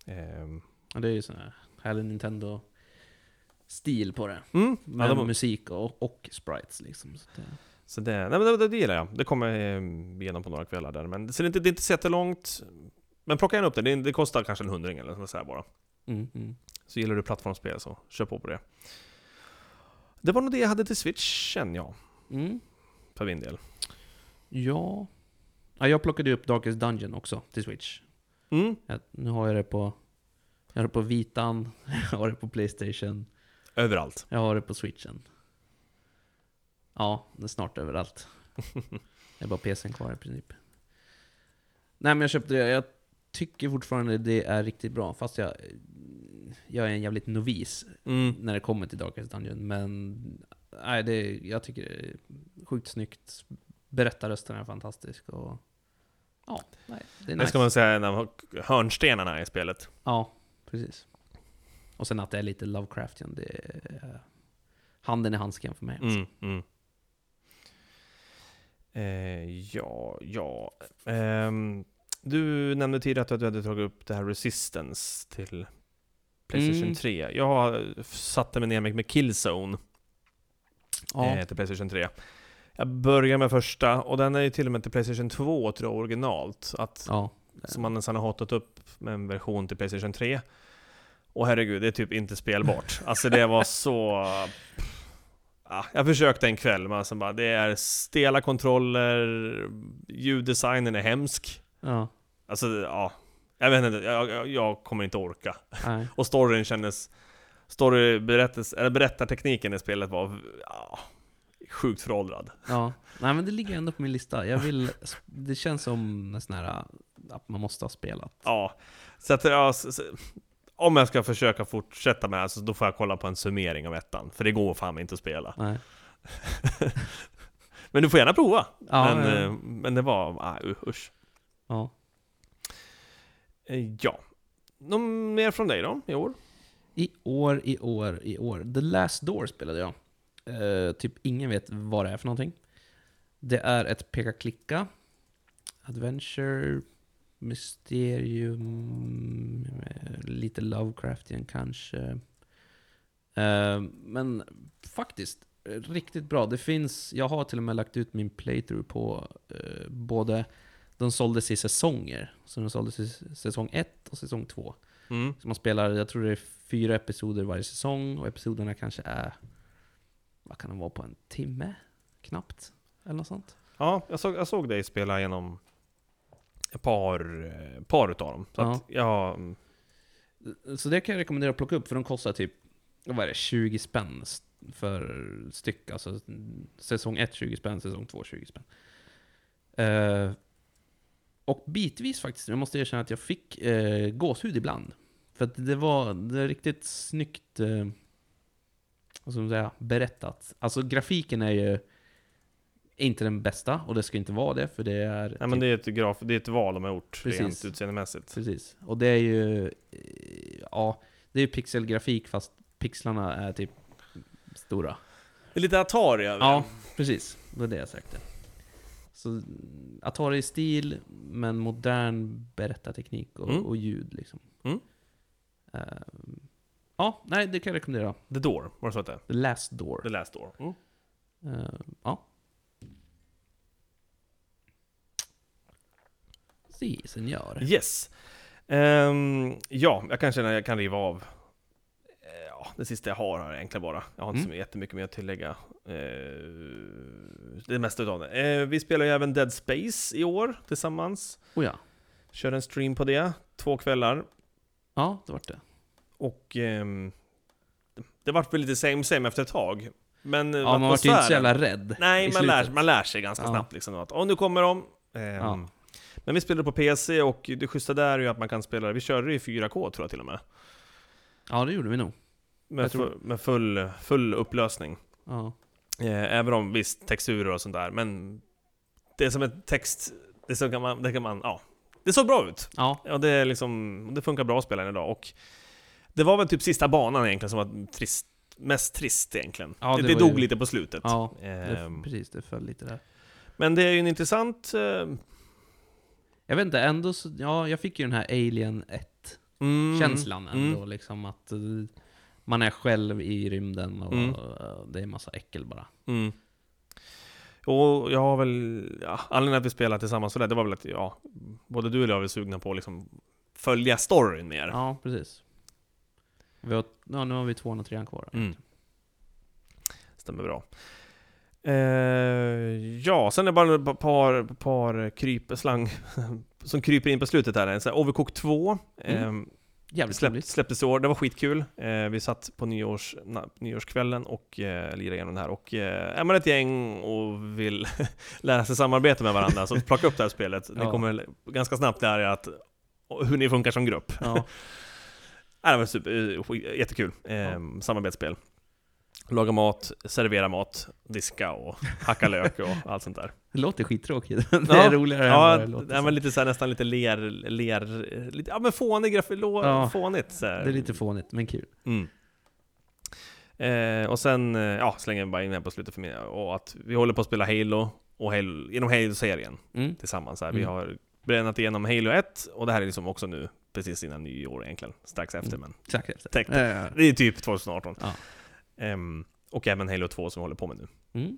[SPEAKER 2] Ehm,
[SPEAKER 3] Ja, det är ju sån här härlig Nintendo-stil på det.
[SPEAKER 2] mm,
[SPEAKER 3] Med
[SPEAKER 2] ja, de,
[SPEAKER 3] musik och, och sprites liksom. Så att det,
[SPEAKER 2] så det, nej, men det, det, det gillar jag. Det kommer eh, igenom på några kvällar där. Men, så det är inte, det är inte så jättelångt. Men plocka gärna upp det. det, det kostar kanske en hundring eller så här bara.
[SPEAKER 3] mm, mm.
[SPEAKER 2] Så gillar du plattformsspel så kör på på det. Det var nog det jag hade till switchen ja,
[SPEAKER 3] Mm.
[SPEAKER 2] för min del.
[SPEAKER 3] Ja. ja. Jag plockade ju upp Darkest Dungeon också till Switch.
[SPEAKER 2] Mm.
[SPEAKER 3] Jag, nu har jag det på... Jag har det på Vitan, jag har det på Playstation,
[SPEAKER 2] Överallt.
[SPEAKER 3] jag har det på Switchen. Ja, det är snart överallt. Det är bara PCn kvar i princip. Nej men jag köpte det, jag tycker fortfarande det är riktigt bra. Fast jag, jag är en jävligt novis
[SPEAKER 2] Mm.
[SPEAKER 3] när det kommer till Darkest Dungeon. Men nej, det, jag tycker det är sjukt snyggt. Berättarrösten är fantastisk och... Ja, nej, det är
[SPEAKER 2] Det
[SPEAKER 3] nice.
[SPEAKER 2] ska man säga är en av hörnstenarna i spelet.
[SPEAKER 3] Ja, precis. Och sen att det är lite Lovecraftian, det är handen i handsken för mig. alltså.
[SPEAKER 2] Mm, mm. Eh, ja, ja. Ehm, du nämnde tidigare att du hade tagit upp det här Resistance till Playstation
[SPEAKER 3] Mm.
[SPEAKER 2] 3. Jag har- eh, satte mig ner med med Killzone
[SPEAKER 3] Ja.
[SPEAKER 2] eh, till Playstation 3. Jag börjar med första, och den är ju till och med till Playstation 2 tror jag originalt. Att,
[SPEAKER 3] ja.
[SPEAKER 2] Som man sen har hotat upp med en version till Playstation 3. Och herregud, det är typ inte spelbart. Alltså det var så... Ah, jag försökte en kväll, men alltså bara, det är stela kontroller, ljuddesignen är hemsk.
[SPEAKER 3] ja.
[SPEAKER 2] Alltså, ja. Jag vet inte, jag, jag, jag kommer inte orka.
[SPEAKER 3] Nej.
[SPEAKER 2] Och storyn kändes... Story berättas, eller berättartekniken i spelet var ja, sjukt föråldrad.
[SPEAKER 3] ja. Nej men det ligger ändå på min lista. Jag vill, det känns som en sån här, att man måste ha spelat.
[SPEAKER 2] Ja, så att ja, så, så, om jag ska försöka fortsätta med det här så då får jag kolla på en summering av ettan. För det går fan inte att spela.
[SPEAKER 3] Nej.
[SPEAKER 2] Men du får gärna prova.
[SPEAKER 3] Ja,
[SPEAKER 2] men,
[SPEAKER 3] ja.
[SPEAKER 2] eh, men det var, ah, u- usch.
[SPEAKER 3] Ja.
[SPEAKER 2] Eh, Ja. Någon mer från dig då, i år?
[SPEAKER 3] I år, i år, i år. The Last Door spelade jag. Eh, typ ingen vet vad det är för någonting. Det är ett peka-klicka. Adventure, mysterium, eh, lite Lovecraftian kanske. Eh, men faktiskt, eh, riktigt bra. Det finns, jag har till och med lagt ut min playthrough på eh, både, de såldes i säsonger. Så de såldes i säsong 1 och säsong 2.
[SPEAKER 2] Mm.
[SPEAKER 3] Så man spelar, jag tror det är fyra episoder varje säsong och episoderna kanske är, vad kan de vara på, en timme? Knappt? Eller något sånt.
[SPEAKER 2] Ja, jag såg, jag såg dig spela genom ett par, eh, par utav dem. Så
[SPEAKER 3] Ja.
[SPEAKER 2] att, ja, mm,
[SPEAKER 3] Så det kan jag rekommendera att plocka upp, för de kostar typ, vad är det, 20 spänn s- för styck. Alltså mm, säsong 1 20 spänn, säsong 2 20 spänn. Eh, och bitvis faktiskt, jag måste erkänna att jag fick eh, gåshud ibland. För att det var, det är riktigt snyggt, eh, vad ska man säga, berättat. Alltså grafiken är ju inte den bästa, och det ska inte vara det, för det är...
[SPEAKER 2] nej, men det är ett graf, det är ett val de har gjort
[SPEAKER 3] Precis.
[SPEAKER 2] rent utseendemässigt.
[SPEAKER 3] Precis. Och det är ju... eh, Ja, det är ju pixelgrafik fast pixlarna är typ stora.
[SPEAKER 2] Det är lite Atari över
[SPEAKER 3] Ja, precis. Det var det jag sökte. Så Atari-stil, men modern berättarteknik och,
[SPEAKER 2] Mm.
[SPEAKER 3] och ljud liksom.
[SPEAKER 2] Mm.
[SPEAKER 3] Ehm, ja, nej, det kan jag rekommendera.
[SPEAKER 2] The Door, var det så att det?
[SPEAKER 3] The Last Door.
[SPEAKER 2] The Last Door. Mm.
[SPEAKER 3] Ehm, ja. Si, senor.
[SPEAKER 2] Yes. Ehm, ja, jag kan känna att jag kan riva av eh, ja, det sista jag har här egentligen bara. Jag har
[SPEAKER 3] Mm.
[SPEAKER 2] inte så jättemycket mer att tillägga. Eh, det mesta utav det. Eh, vi spelar ju även Dead Space i år tillsammans.
[SPEAKER 3] Oh, ja.
[SPEAKER 2] Kör en stream på det, två kvällar.
[SPEAKER 3] ja, det vart det.
[SPEAKER 2] Och ehm, det vart väl lite same same efter ett tag. Men eh,
[SPEAKER 3] Ja, man vart ju inte så
[SPEAKER 2] atmosfären-
[SPEAKER 3] jävla rädd.
[SPEAKER 2] Nej,
[SPEAKER 3] i
[SPEAKER 2] man lär,
[SPEAKER 3] slutet.
[SPEAKER 2] man lär sig ganska
[SPEAKER 3] Ja.
[SPEAKER 2] snabbt liksom att åh, nu kommer de. Ehm,
[SPEAKER 3] Ja.
[SPEAKER 2] Men vi spelade på PC och det schyssta där är ju att man kan spela, vi körde det i 4K tror jag till och med.
[SPEAKER 3] Ja, det gjorde vi nog.
[SPEAKER 2] Med,
[SPEAKER 3] Jag tror-
[SPEAKER 2] fu- med full, full upplösning.
[SPEAKER 3] Ja.
[SPEAKER 2] Eh, även om visst, texturer och sånt där, men det är som ett text, det, så kan man, det kan man, ja. Det såg bra ut.
[SPEAKER 3] ja.
[SPEAKER 2] Ja, det, är liksom, det funkar bra att spela den idag och det var väl typ sista banan egentligen som var trist, mest trist egentligen.
[SPEAKER 3] Ja,
[SPEAKER 2] det
[SPEAKER 3] det
[SPEAKER 2] det
[SPEAKER 3] var
[SPEAKER 2] dog
[SPEAKER 3] ju-
[SPEAKER 2] lite på slutet.
[SPEAKER 3] ja.
[SPEAKER 2] Ehm,
[SPEAKER 3] Det, precis, det föll lite där.
[SPEAKER 2] men det är ju en intressant... Eh,
[SPEAKER 3] Jag vet inte, ändå så, ja, jag fick ju den här Alien 1-känslan
[SPEAKER 2] mm,
[SPEAKER 3] ändå. Liksom att eh, man är själv i rymden och
[SPEAKER 2] Mm.
[SPEAKER 3] eh, det är massa äckel bara.
[SPEAKER 2] Mm. Och jag har väl, ja, anledningen att vi spelade tillsammans sådär, det var väl att ja, både du och jag var sugna på att liksom följa storyn mer.
[SPEAKER 3] Ja, precis. Vi har, ja, nu har vi tvåan och trean kvar.
[SPEAKER 2] Mm. Stämmer bra. Eh, ja, sen är det bara ett par, par kryp, slang som kryper in på slutet här. En sån här Overcooked 2.
[SPEAKER 3] Mm.
[SPEAKER 2] Eh,
[SPEAKER 3] Jävligt
[SPEAKER 2] Släpp,
[SPEAKER 3] roligt.
[SPEAKER 2] släpptes i år, det var skitkul. Eh, vi satt på nyårs, na, nyårskvällen och eh, lirade igenom det här. Och eh, är man ett gäng och vill lära sig samarbeta med varandra, så plocka upp det här spelet. Ni
[SPEAKER 3] Ja.
[SPEAKER 2] kommer ganska snabbt lära er att, hur ni funkar som grupp.
[SPEAKER 3] Ja,
[SPEAKER 2] Ja, det var super, eh, skit- jättekul. Eh, Samarbetsspel. Laga mat, servera mat, diska och hacka lök och allt sånt där.
[SPEAKER 3] det låter skittråkigt. det är roligare än
[SPEAKER 2] ja,
[SPEAKER 3] vad det låter.
[SPEAKER 2] det var
[SPEAKER 3] som.
[SPEAKER 2] lite så här, nästan lite ler, ler, eh, lite, ja men fånig grafik,
[SPEAKER 3] Ja.
[SPEAKER 2] fånigt så här.
[SPEAKER 3] Det är lite fånigt, men kul.
[SPEAKER 2] Mm. Eh, och sen, eh, ja, slänger vi bara in här på slutet för mig, och att vi håller på att spela Halo, och Halo, genom Halo-serien
[SPEAKER 3] Mm.
[SPEAKER 2] tillsammans här. Vi
[SPEAKER 3] Mm.
[SPEAKER 2] har brännat igenom Halo 1, och det här är liksom också nu, precis innan nyår egentligen, strax efter men
[SPEAKER 3] Exakt. exakt.
[SPEAKER 2] Täckte.
[SPEAKER 3] Eh,
[SPEAKER 2] det är typ 2018.
[SPEAKER 3] Mm. Ja.
[SPEAKER 2] Ehm, och även Halo 2 som vi håller på med nu.
[SPEAKER 3] Mm.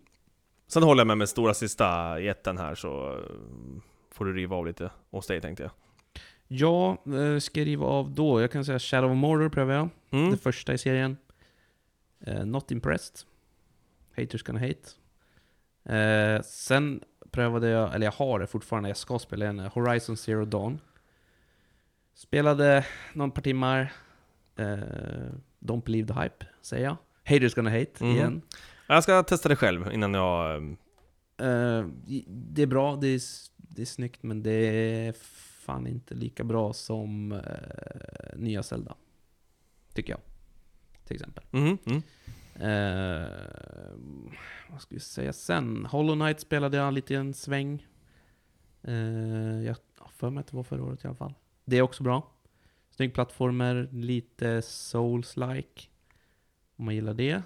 [SPEAKER 2] Sen håller jag med med stora sista jätten här så eh, får du riva av lite hos dig tänkte jag.
[SPEAKER 3] Ja, eh, ska jag riva av då? Jag kan säga Shadow of Mordor prövar jag.
[SPEAKER 2] Mm.
[SPEAKER 3] Det första i serien. Eh, not impressed. Haters gonna hate. Eh, sen prövade jag, eller jag har det fortfarande, jag ska spela en eh, Horizon Zero Dawn. Spelade någon par timmar. Eh, don't believe the hype, säger jag. Haters gonna hate
[SPEAKER 2] Mhm.
[SPEAKER 3] igen.
[SPEAKER 2] Jag ska testa det själv innan jag... eh,
[SPEAKER 3] Eh, det är bra, det är, s- det är snyggt, men det är fan inte lika bra som eh, nya Zelda. Tycker jag. Till exempel.
[SPEAKER 2] mhm, mm.
[SPEAKER 3] Eh, vad ska vi säga sen? Hollow Knight spelade jag lite i en sväng. Eh, jag har för mig att det var förra året i alla fall. Det är också bra. Snygg plattformer, lite souls-like. Om man gillar det.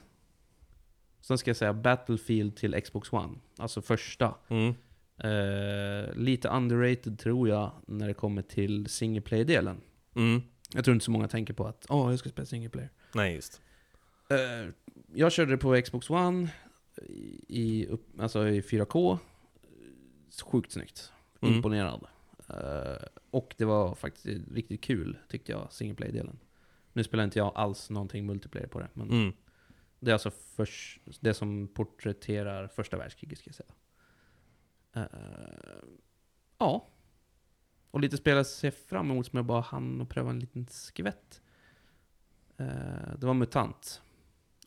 [SPEAKER 3] Sen ska jag säga Battlefield till Xbox One. Alltså första.
[SPEAKER 2] Mm.
[SPEAKER 3] Eh, lite underrated tror jag när det kommer till single player-delen.
[SPEAKER 2] Mm.
[SPEAKER 3] Jag tror inte så många tänker på att åh, jag ska spela single player.
[SPEAKER 2] Nej just.
[SPEAKER 3] Eh, jag körde det på Xbox One i- i, upp, alltså i 4K. Sjukt snyggt.
[SPEAKER 2] Mm.
[SPEAKER 3] Imponerad. Eh, och det var faktiskt riktigt kul, tyckte jag, single play delen Nu spelar inte jag alls någonting multiplayer på det, men
[SPEAKER 2] Mm.
[SPEAKER 3] det är alltså förs- det som porträtterar första världskriget, ska jag säga. Eh, ja. Och lite spel jag ser fram emot som jag bara hann och pröva en liten skvätt. Eh, det var MUTANT.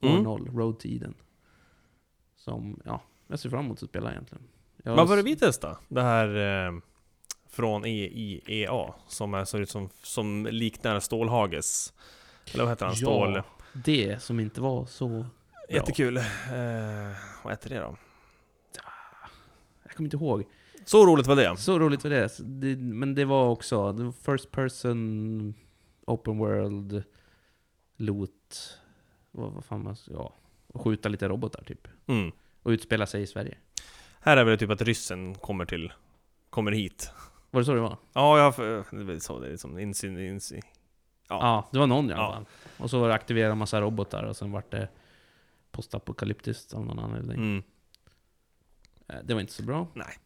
[SPEAKER 3] År
[SPEAKER 2] Mm.
[SPEAKER 3] 0, Road to Eden. Som, ja, jag ser fram emot att spela egentligen. Jag
[SPEAKER 2] Vad var det vi testade? Det här eh, från E- EIEA som är, ser ut som, som liknar Stålhages. Eller vad heter han? Stål...
[SPEAKER 3] Ja, det som inte var så...
[SPEAKER 2] Jättekul. Eh, vad heter det då?
[SPEAKER 3] Jag kommer inte ihåg.
[SPEAKER 2] Så roligt var det.
[SPEAKER 3] Så roligt var det. Så det men det var också det var First Person, Open World, Loot, vad, vad fan man... Ja. Och skjuta lite robotar typ.
[SPEAKER 2] Mm.
[SPEAKER 3] Och utspela sig i Sverige.
[SPEAKER 2] Här är väl det typ att ryssen kommer till... Kommer hit.
[SPEAKER 3] Var det så det var?
[SPEAKER 2] Ja, jag har... för- Det är väl så det är liksom insyn... insyn. Ja.
[SPEAKER 3] Ja, det var någon i alla
[SPEAKER 2] Ja.
[SPEAKER 3] fall. Och så var det aktivera massa robotar och sen vart det postapokalyptiskt av någon anledning.
[SPEAKER 2] Mm.
[SPEAKER 3] Eh, Det var inte så bra.
[SPEAKER 2] Nej.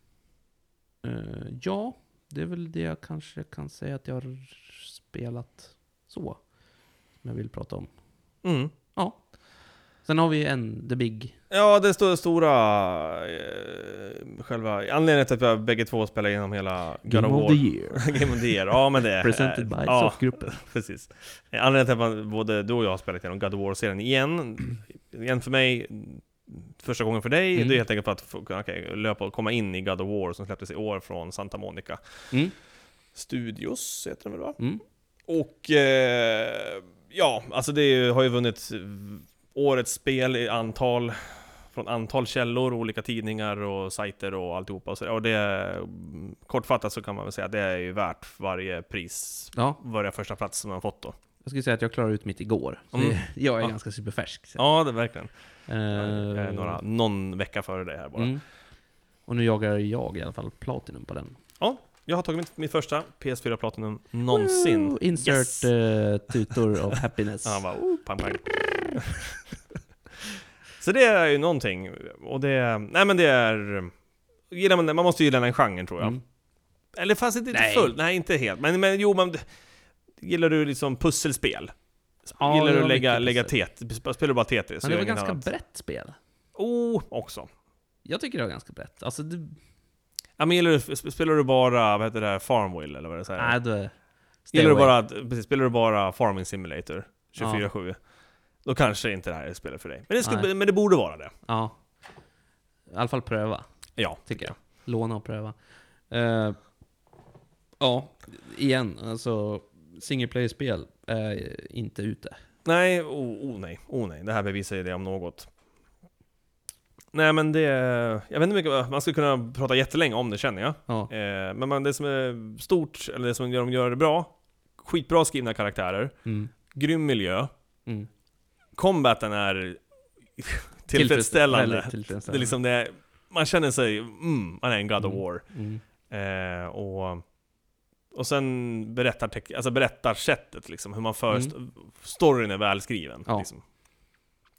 [SPEAKER 3] Eh, ja, det är väl det jag kanske kan säga att jag har spelat så. Som jag vill prata om.
[SPEAKER 2] Mm.
[SPEAKER 3] Ja. Sen har vi en, The Big.
[SPEAKER 2] Ja, det står stora... Eh, själva... Anledningen till att vi bägge två spelar igenom hela God of War.
[SPEAKER 3] Year.
[SPEAKER 2] Game of the Year. Ja, men det är...
[SPEAKER 3] Presented by
[SPEAKER 2] ja,
[SPEAKER 3] Softgruppen.
[SPEAKER 2] precis. Eh, Anledningen till att man, både du och jag har spelat igenom God of War-serien igen, igen för mig, första gången för dig,
[SPEAKER 3] Mm.
[SPEAKER 2] det är helt enkelt för att få- kunna okej, löpa och komma in i God of War som släpptes i år från Santa Monica
[SPEAKER 3] Mm.
[SPEAKER 2] Studios, heter den väl va?
[SPEAKER 3] Mm.
[SPEAKER 2] Och eh, ja, alltså det är ju- har ju vunnit årets spel i antal från antal källor, olika tidningar och sajter och alltihopa. Och, så, och det, kortfattat så kan man väl säga att det är ju värt varje pris,
[SPEAKER 3] Ja,
[SPEAKER 2] varje första plats som man fått då.
[SPEAKER 3] jag skulle säga att jag klarade ut mitt igår. Så
[SPEAKER 2] Mm.
[SPEAKER 3] det- jag är
[SPEAKER 2] Ja.
[SPEAKER 3] ganska superfärsk. Så.
[SPEAKER 2] Ja, det verkligen. Jag är
[SPEAKER 3] Eh,
[SPEAKER 2] några, någon vecka före dig här bara.
[SPEAKER 3] Mm. Och nu jagar jag i alla fall Platinum på den.
[SPEAKER 2] Jag har tagit mitt, mitt första PS4 Platinum någonsin.
[SPEAKER 3] Woo! Insert
[SPEAKER 2] Yes.
[SPEAKER 3] eh, tutor of happiness.
[SPEAKER 2] Ja, Han bara oh, pang, pang. Så det är ju någonting. Och det, nej men det är... Gillar man det, man måste gilla den genren tror jag.
[SPEAKER 3] Mm.
[SPEAKER 2] Eller fast inte
[SPEAKER 3] Nej.
[SPEAKER 2] fullt, nej inte helt. Men, men jo, men gillar du liksom pusselspel?
[SPEAKER 3] Ja,
[SPEAKER 2] gillar
[SPEAKER 3] det
[SPEAKER 2] du
[SPEAKER 3] var
[SPEAKER 2] att lägga,
[SPEAKER 3] mycket
[SPEAKER 2] lägga
[SPEAKER 3] pussel.
[SPEAKER 2] Tetris? Spelar du bara Tetris?
[SPEAKER 3] Men
[SPEAKER 2] och gör
[SPEAKER 3] det var
[SPEAKER 2] inget
[SPEAKER 3] ganska
[SPEAKER 2] annat?
[SPEAKER 3] brett spel.
[SPEAKER 2] Oh, också.
[SPEAKER 3] Jag tycker det var ganska brett. Alltså, det,
[SPEAKER 2] Ja, men gillar du, sp- spelar du bara, vad heter det här, Farmville eller vad det är?
[SPEAKER 3] nej, det, stay
[SPEAKER 2] Gillar du,
[SPEAKER 3] away.
[SPEAKER 2] bara, precis, spelar du bara Farming Simulator 24-7 Då kanske inte det här är spelet för dig. Men det, skulle,
[SPEAKER 3] Nej.
[SPEAKER 2] men det borde vara det.
[SPEAKER 3] Ja. I alla fall pröva,
[SPEAKER 2] Ja.
[SPEAKER 3] tycker jag. Låna och pröva. Eh, ja, igen, alltså single player-spel är inte ute.
[SPEAKER 2] Nej, oh, oh nej, oh nej. Det här bevisar ju det om något. Nej men det... Jag vet inte mycket, man skulle kunna prata jättelänge om det känner jag.
[SPEAKER 3] Ja.
[SPEAKER 2] Eh, men man, det som är stort, eller det som gör, de gör det bra, skitbra skrivna karaktärer,
[SPEAKER 3] Mm.
[SPEAKER 2] grym miljö,
[SPEAKER 3] Mm.
[SPEAKER 2] combaten är tillfredsställande.
[SPEAKER 3] Väldigt
[SPEAKER 2] Det är
[SPEAKER 3] tillfredsställande.
[SPEAKER 2] liksom det, man känner sig, mm, man är en God of War.
[SPEAKER 3] mm.
[SPEAKER 2] Eh, och, och sen berättar, alltså berättarsättet, liksom, hur man för... Storyn är välskriven.
[SPEAKER 3] Mm. Ja.
[SPEAKER 2] Liksom.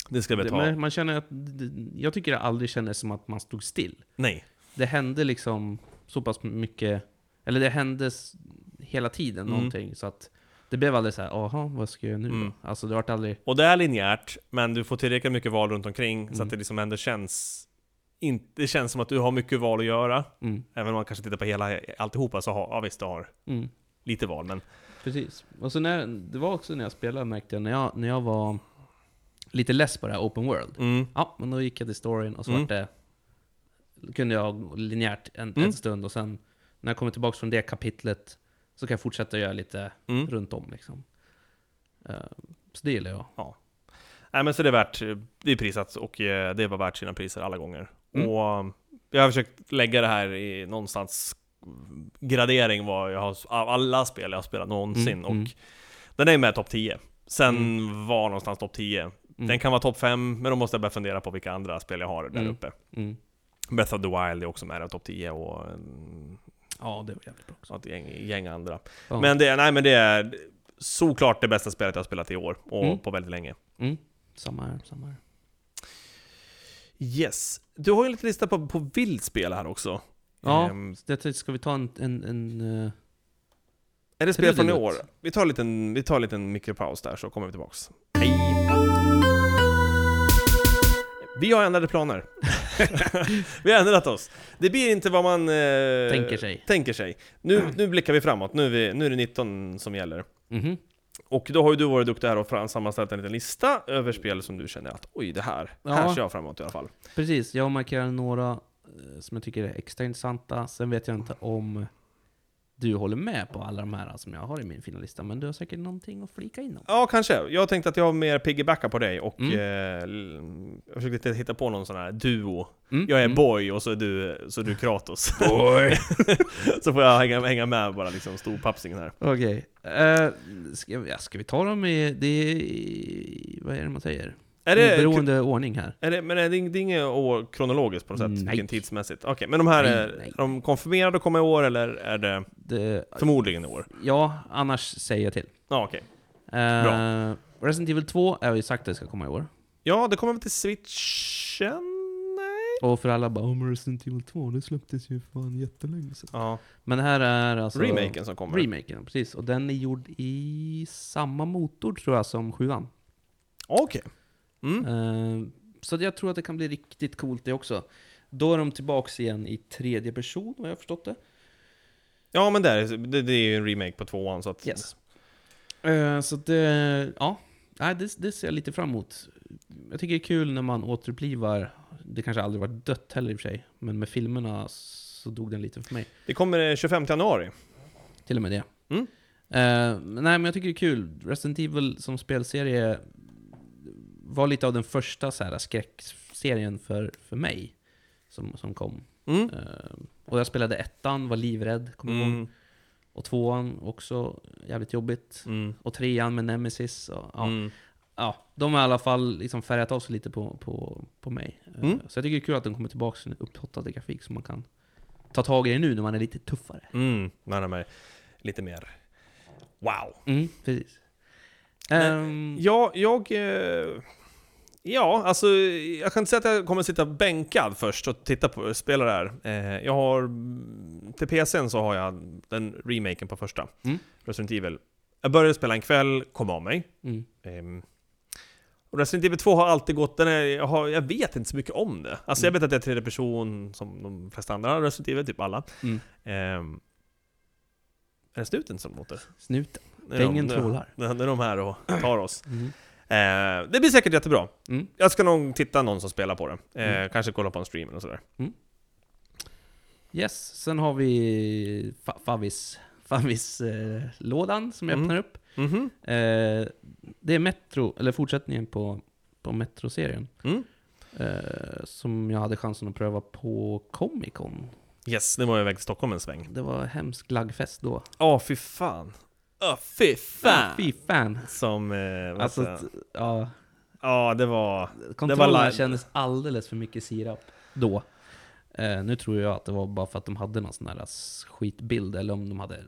[SPEAKER 2] Det ska vi
[SPEAKER 3] Det,
[SPEAKER 2] ta.
[SPEAKER 3] men man känner att, det- jag tycker det aldrig kändes som att man stod still.
[SPEAKER 2] Nej.
[SPEAKER 3] det hände liksom så pass mycket, eller det hände s- hela tiden
[SPEAKER 2] Mm.
[SPEAKER 3] någonting så att det blev aldrig så här, aha, vad ska jag göra nu
[SPEAKER 2] Mm.
[SPEAKER 3] då? Alltså det vart aldrig,
[SPEAKER 2] Och det är linjärt, men du får tillräckligt mycket val runt omkring så
[SPEAKER 3] Mm.
[SPEAKER 2] att det liksom ändå känns... Inte, det känns som att du har mycket val att göra.
[SPEAKER 3] mm,
[SPEAKER 2] Även om man kanske tittar på hela alltihopa så har, ja visst du har
[SPEAKER 3] mm,
[SPEAKER 2] lite val men...
[SPEAKER 3] precis. Och så när, det var också när jag spelade märkte jag, när jag, när jag var lite less på det här open world,
[SPEAKER 2] Mm.
[SPEAKER 3] ja, men då gick jag till storyn och så
[SPEAKER 2] Mm.
[SPEAKER 3] vart det, kunde jag linjärt en,
[SPEAKER 2] Mm.
[SPEAKER 3] en stund och sen när jag kommer tillbaka från det kapitlet så kan jag fortsätta göra lite
[SPEAKER 2] Mm.
[SPEAKER 3] runt om liksom. Eh, så det gillar jag.
[SPEAKER 2] Nej men så det är värt, det är prisat och eh, det var värt sina priser alla gånger.
[SPEAKER 3] Mm.
[SPEAKER 2] Och um, jag har försökt lägga det här i någonstans mm, gradering vad jag har, av alla spel jag har spelat någonsin
[SPEAKER 3] Mm,
[SPEAKER 2] och
[SPEAKER 3] mm.
[SPEAKER 2] den är med i topp 10. Sen var någonstans topp 10.
[SPEAKER 3] Mm.
[SPEAKER 2] Den kan vara topp 5, men då måste jag börja fundera på vilka andra spel jag har där
[SPEAKER 3] Mm.
[SPEAKER 2] uppe.
[SPEAKER 3] Mm.
[SPEAKER 2] Breath of the Wild är också med i topp 10 och mm,
[SPEAKER 3] Ja, det var jävligt bra.
[SPEAKER 2] ett gäng, gäng andra.
[SPEAKER 3] Ja.
[SPEAKER 2] Men, det, nej, men det är såklart det bästa spelet jag har spelat i år och
[SPEAKER 3] Mm.
[SPEAKER 2] på väldigt länge.
[SPEAKER 3] Mm. Samma här, samma här.
[SPEAKER 2] Yes. Du har ju en liten lista på, på vildspel här också.
[SPEAKER 3] Ja,
[SPEAKER 2] Ehm,
[SPEAKER 3] så jag tänkte, ska vi ta en... en, en eh,
[SPEAKER 2] är det spel från i
[SPEAKER 3] Trudelutt.
[SPEAKER 2] år? Vi tar, en liten, vi tar en liten mikropaus där så kommer vi tillbaks. Hej! Vi har ändrade planer. vi har ändrat oss. Det blir inte vad man... Eh,
[SPEAKER 3] Tänker sig. Mm.
[SPEAKER 2] Tänker sig. Nu, nu blickar vi framåt, nu är, vi, nu är det 19 som gäller.
[SPEAKER 3] Mhm.
[SPEAKER 2] Och då har ju du varit duktig här och fram, sammanställt en liten lista över spel som du känner att oj, det här,
[SPEAKER 3] Ja.
[SPEAKER 2] här ser jag framåt i alla fall.
[SPEAKER 3] Precis, jag markerar några eh, som jag tycker är extra intressanta. Sen vet jag inte om du håller med på alla de här som jag har i min fina lista, men du har säkert någonting att flika in om.
[SPEAKER 2] Ja, kanske. Jag tänkte att jag mer piggybacka på dig och
[SPEAKER 3] Mm.
[SPEAKER 2] eh, l- jag försökte hitta på någon sån här duo.
[SPEAKER 3] Mm,
[SPEAKER 2] Jag är
[SPEAKER 3] mm.
[SPEAKER 2] boy och så är du, så är du Kratos. så får jag hänga, hänga med bara liksom, storpapsingen här.
[SPEAKER 3] Okej. Eh, ska, vi- ja, ska vi ta dem i... Det är, i- vad är det man säger?
[SPEAKER 2] Är det,
[SPEAKER 3] Beroende ordning här.
[SPEAKER 2] är det, men är det, ing- det är inget år kronologiskt på något sätt?
[SPEAKER 3] Nej.
[SPEAKER 2] Vilken tidsmässigt? Okej, men de här,
[SPEAKER 3] Nej,
[SPEAKER 2] är,
[SPEAKER 3] nej.
[SPEAKER 2] är de konfirmerade och kommer i år eller är det
[SPEAKER 3] Det,
[SPEAKER 2] förmodligen i år?
[SPEAKER 3] ja, annars säger jag till.
[SPEAKER 2] Ja, okej.
[SPEAKER 3] Eh,
[SPEAKER 2] Bra.
[SPEAKER 3] Resident Evil 2 är ju sagt att det ska komma i år.
[SPEAKER 2] Ja, det kommer väl till switchen? Nej?
[SPEAKER 3] Och för alla bara om Resident Evil 2, det släpptes ju fan jättelänge sedan.
[SPEAKER 2] Ja,
[SPEAKER 3] Men det här är alltså...
[SPEAKER 2] remaken som kommer.
[SPEAKER 3] Remaken, precis. Och den är gjord i samma motor tror jag som sjuan.
[SPEAKER 2] Okej. Mm.
[SPEAKER 3] Eh, så jag tror att det kan bli riktigt coolt det också. Då är de tillbaks igen i tredje person, vad jag har förstått det.
[SPEAKER 2] Ja, men där, är- det, det är ju en remake på tvåan så att...
[SPEAKER 3] Yes. Eh, så det, ja. Nej, det, det ser jag lite fram emot. Jag tycker det är kul när man återupplivar, det kanske aldrig varit dött heller i och för sig, men med filmerna så dog den lite för mig.
[SPEAKER 2] Det kommer eh, 25 januari.
[SPEAKER 3] Till och med det.
[SPEAKER 2] Mm.
[SPEAKER 3] Eh, men nej, men jag tycker det är kul. Resident Evil som spelserie var lite av den första så här, skräckserien för, för mig som, som kom.
[SPEAKER 2] Mm.
[SPEAKER 3] Eh, och jag spelade ettan, var livrädd, kommer jag ihåg.
[SPEAKER 2] Mm.
[SPEAKER 3] Och tvåan också, jävligt jobbigt.
[SPEAKER 2] Mm.
[SPEAKER 3] Och trean med Nemesis. Och, ja.
[SPEAKER 2] Mm.
[SPEAKER 3] Ja, de har i alla fall liksom färgat av sig lite på, på, på mig. Eh,
[SPEAKER 2] Mm.
[SPEAKER 3] Så jag tycker det är kul att de kommer tillbaka till en upphottad grafik som man kan ta tag i det nu när man är lite tuffare.
[SPEAKER 2] Mm. Närmar mig lite mer. Wow.
[SPEAKER 3] Mm, precis. Ehm,
[SPEAKER 2] Ja, jag... eh, Ja, alltså jag kan inte säga att jag kommer sitta bänkad först och titta på spela det här. Eh, Jag har... mm, Till PCn så har jag den remaken på första.
[SPEAKER 3] Mm.
[SPEAKER 2] Resident Evil. Jag började spela en kväll, kom av mig.
[SPEAKER 3] mm,
[SPEAKER 2] Ehm, Och Resident Evil 2 har alltid gått, den är, jag, har, jag vet inte så mycket om det. Alltså
[SPEAKER 3] Mm.
[SPEAKER 2] jag vet att det är tredje person som de flesta andra Resident Evil, typ alla.
[SPEAKER 3] mm.
[SPEAKER 2] Ehm, är det snuten som låter?
[SPEAKER 3] Snuten.
[SPEAKER 2] När de-
[SPEAKER 3] Dängen
[SPEAKER 2] när-
[SPEAKER 3] trålar.
[SPEAKER 2] När när de är här och tar oss.
[SPEAKER 3] Mm.
[SPEAKER 2] Ehm, det blir säkert jättebra.
[SPEAKER 3] Mm.
[SPEAKER 2] Jag ska nog titta någon som spelar på det. Ehm,
[SPEAKER 3] Mm.
[SPEAKER 2] Kanske kolla på en stream eller sådär.
[SPEAKER 3] Yes, sen har vi fa- Favis, Favis eh, lådan som jag
[SPEAKER 2] Mm.
[SPEAKER 3] öppnar upp.
[SPEAKER 2] Mhm.
[SPEAKER 3] Eh, det är Metro, eller fortsättningen på, på Metro-serien.
[SPEAKER 2] Mm.
[SPEAKER 3] Eh, som jag hade chansen att pröva på Comic Con.
[SPEAKER 2] Yes, nu var jag iväg till Stockholm en sväng.
[SPEAKER 3] Det var hemsk laggfest då.
[SPEAKER 2] Åh, fy fan. Åh, fy fan!
[SPEAKER 3] Fy fan!
[SPEAKER 2] Som... Eh, vad
[SPEAKER 3] Alltså,
[SPEAKER 2] säger jag?
[SPEAKER 3] t- ja,
[SPEAKER 2] Ja, det var...
[SPEAKER 3] kontrollerna
[SPEAKER 2] live.
[SPEAKER 3] kändes alldeles för mycket sirap då. Eh, nu tror jag att det var bara för att de hade någon sån här skitbild, eller om de hade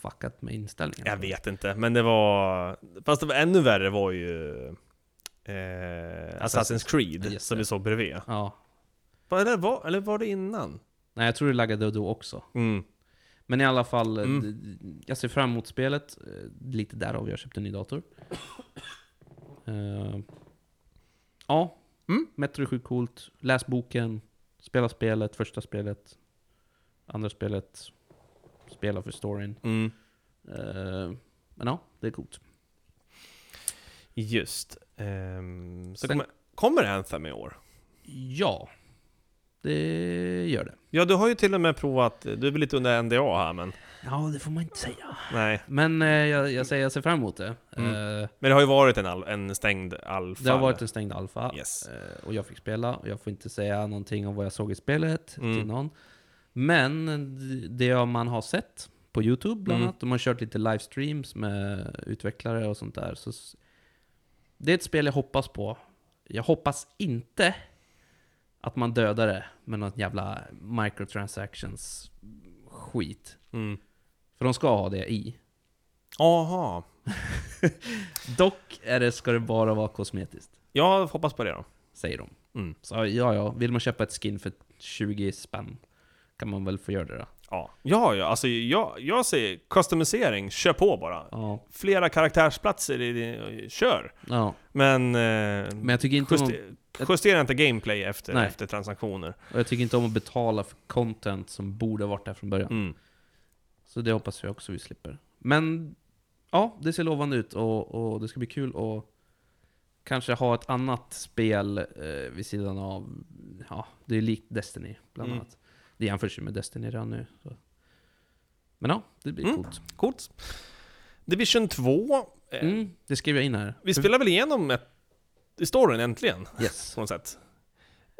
[SPEAKER 3] fuckat med inställningen.
[SPEAKER 2] Jag vet inte, men det var... Fast det var ännu värre var ju... Eh, Assassin's Creed,
[SPEAKER 3] Ja, just
[SPEAKER 2] som
[SPEAKER 3] det.
[SPEAKER 2] vi såg bredvid.
[SPEAKER 3] Ja.
[SPEAKER 2] Va, Eller var, eller var det innan?
[SPEAKER 3] Nej, jag tror det laggade då också.
[SPEAKER 2] Mm.
[SPEAKER 3] Men i alla fall, eh,
[SPEAKER 2] Mm.
[SPEAKER 3] d- jag ser fram emot spelet. Eh, Lite därav jag köpte en ny dator. Eh, ja,
[SPEAKER 2] Mm.
[SPEAKER 3] Metro är sjukt coolt. Läs boken, spela spelet, första spelet, andra spelet, spela för storyn.
[SPEAKER 2] Mm.
[SPEAKER 3] Eh, men ja, det är coolt.
[SPEAKER 2] Just. Ehm, så
[SPEAKER 3] Sen-
[SPEAKER 2] kommer, kommer Anthem i år?
[SPEAKER 3] Ja, det gör det.
[SPEAKER 2] Ja, du har ju till och med provat... Du är väl lite under NDA här, men...
[SPEAKER 3] Ja, det får man inte säga.
[SPEAKER 2] Nej.
[SPEAKER 3] Men eh, jag, jag säger jag ser fram emot det.
[SPEAKER 2] Mm.
[SPEAKER 3] Eh,
[SPEAKER 2] Men det har ju varit en, al- en stängd alfa.
[SPEAKER 3] Det har varit en stängd alfa,
[SPEAKER 2] Yes.
[SPEAKER 3] eh, och jag fick spela, och jag får inte säga någonting om vad jag såg i spelet till
[SPEAKER 2] Mm.
[SPEAKER 3] någon. Men d- det man har sett på Youtube bland
[SPEAKER 2] Mm.
[SPEAKER 3] annat, de har kört lite livestreams med utvecklare och sånt där. Så s- det är ett spel jag hoppas på. Jag hoppas inte att man dödar det med något jävla microtransactions skit.
[SPEAKER 2] Mm.
[SPEAKER 3] För de ska ha det i.
[SPEAKER 2] Aha.
[SPEAKER 3] Dock är det, ska det bara vara kosmetiskt,
[SPEAKER 2] Jag hoppas på det då.
[SPEAKER 3] säger de.
[SPEAKER 2] Mm.
[SPEAKER 3] Så ja, ja, vill man köpa ett skin för 20 spänn kan man väl få göra det då?
[SPEAKER 2] Ja. ja, ja, alltså jag, jag säger customisering, kör på bara.
[SPEAKER 3] Ja.
[SPEAKER 2] Flera karaktärsplatser, i, din- kör!
[SPEAKER 3] ja.
[SPEAKER 2] Men... Eh,
[SPEAKER 3] Men jag tycker inte
[SPEAKER 2] just,
[SPEAKER 3] om
[SPEAKER 2] Justera inte gameplay efter,
[SPEAKER 3] Nej.
[SPEAKER 2] efter transaktioner.
[SPEAKER 3] Och jag tycker inte om att betala för content som borde ha varit där från början.
[SPEAKER 2] Mm.
[SPEAKER 3] Så det hoppas jag också vi slipper. Men ja, det ser lovande ut och, och det ska bli kul att kanske ha ett annat spel eh, vid sidan av... Ja, det är likt Destiny bland
[SPEAKER 2] Mm.
[SPEAKER 3] annat. Det jämförs ju med Destiny redan nu. Så. Men ja, det blir
[SPEAKER 2] Mm.
[SPEAKER 3] coolt.
[SPEAKER 2] Coolt. Division 2. eh,
[SPEAKER 3] Mm, det skrev jag in här.
[SPEAKER 2] Vi spelar väl igenom ett, i storyn äntligen,
[SPEAKER 3] Yes.
[SPEAKER 2] på något sätt.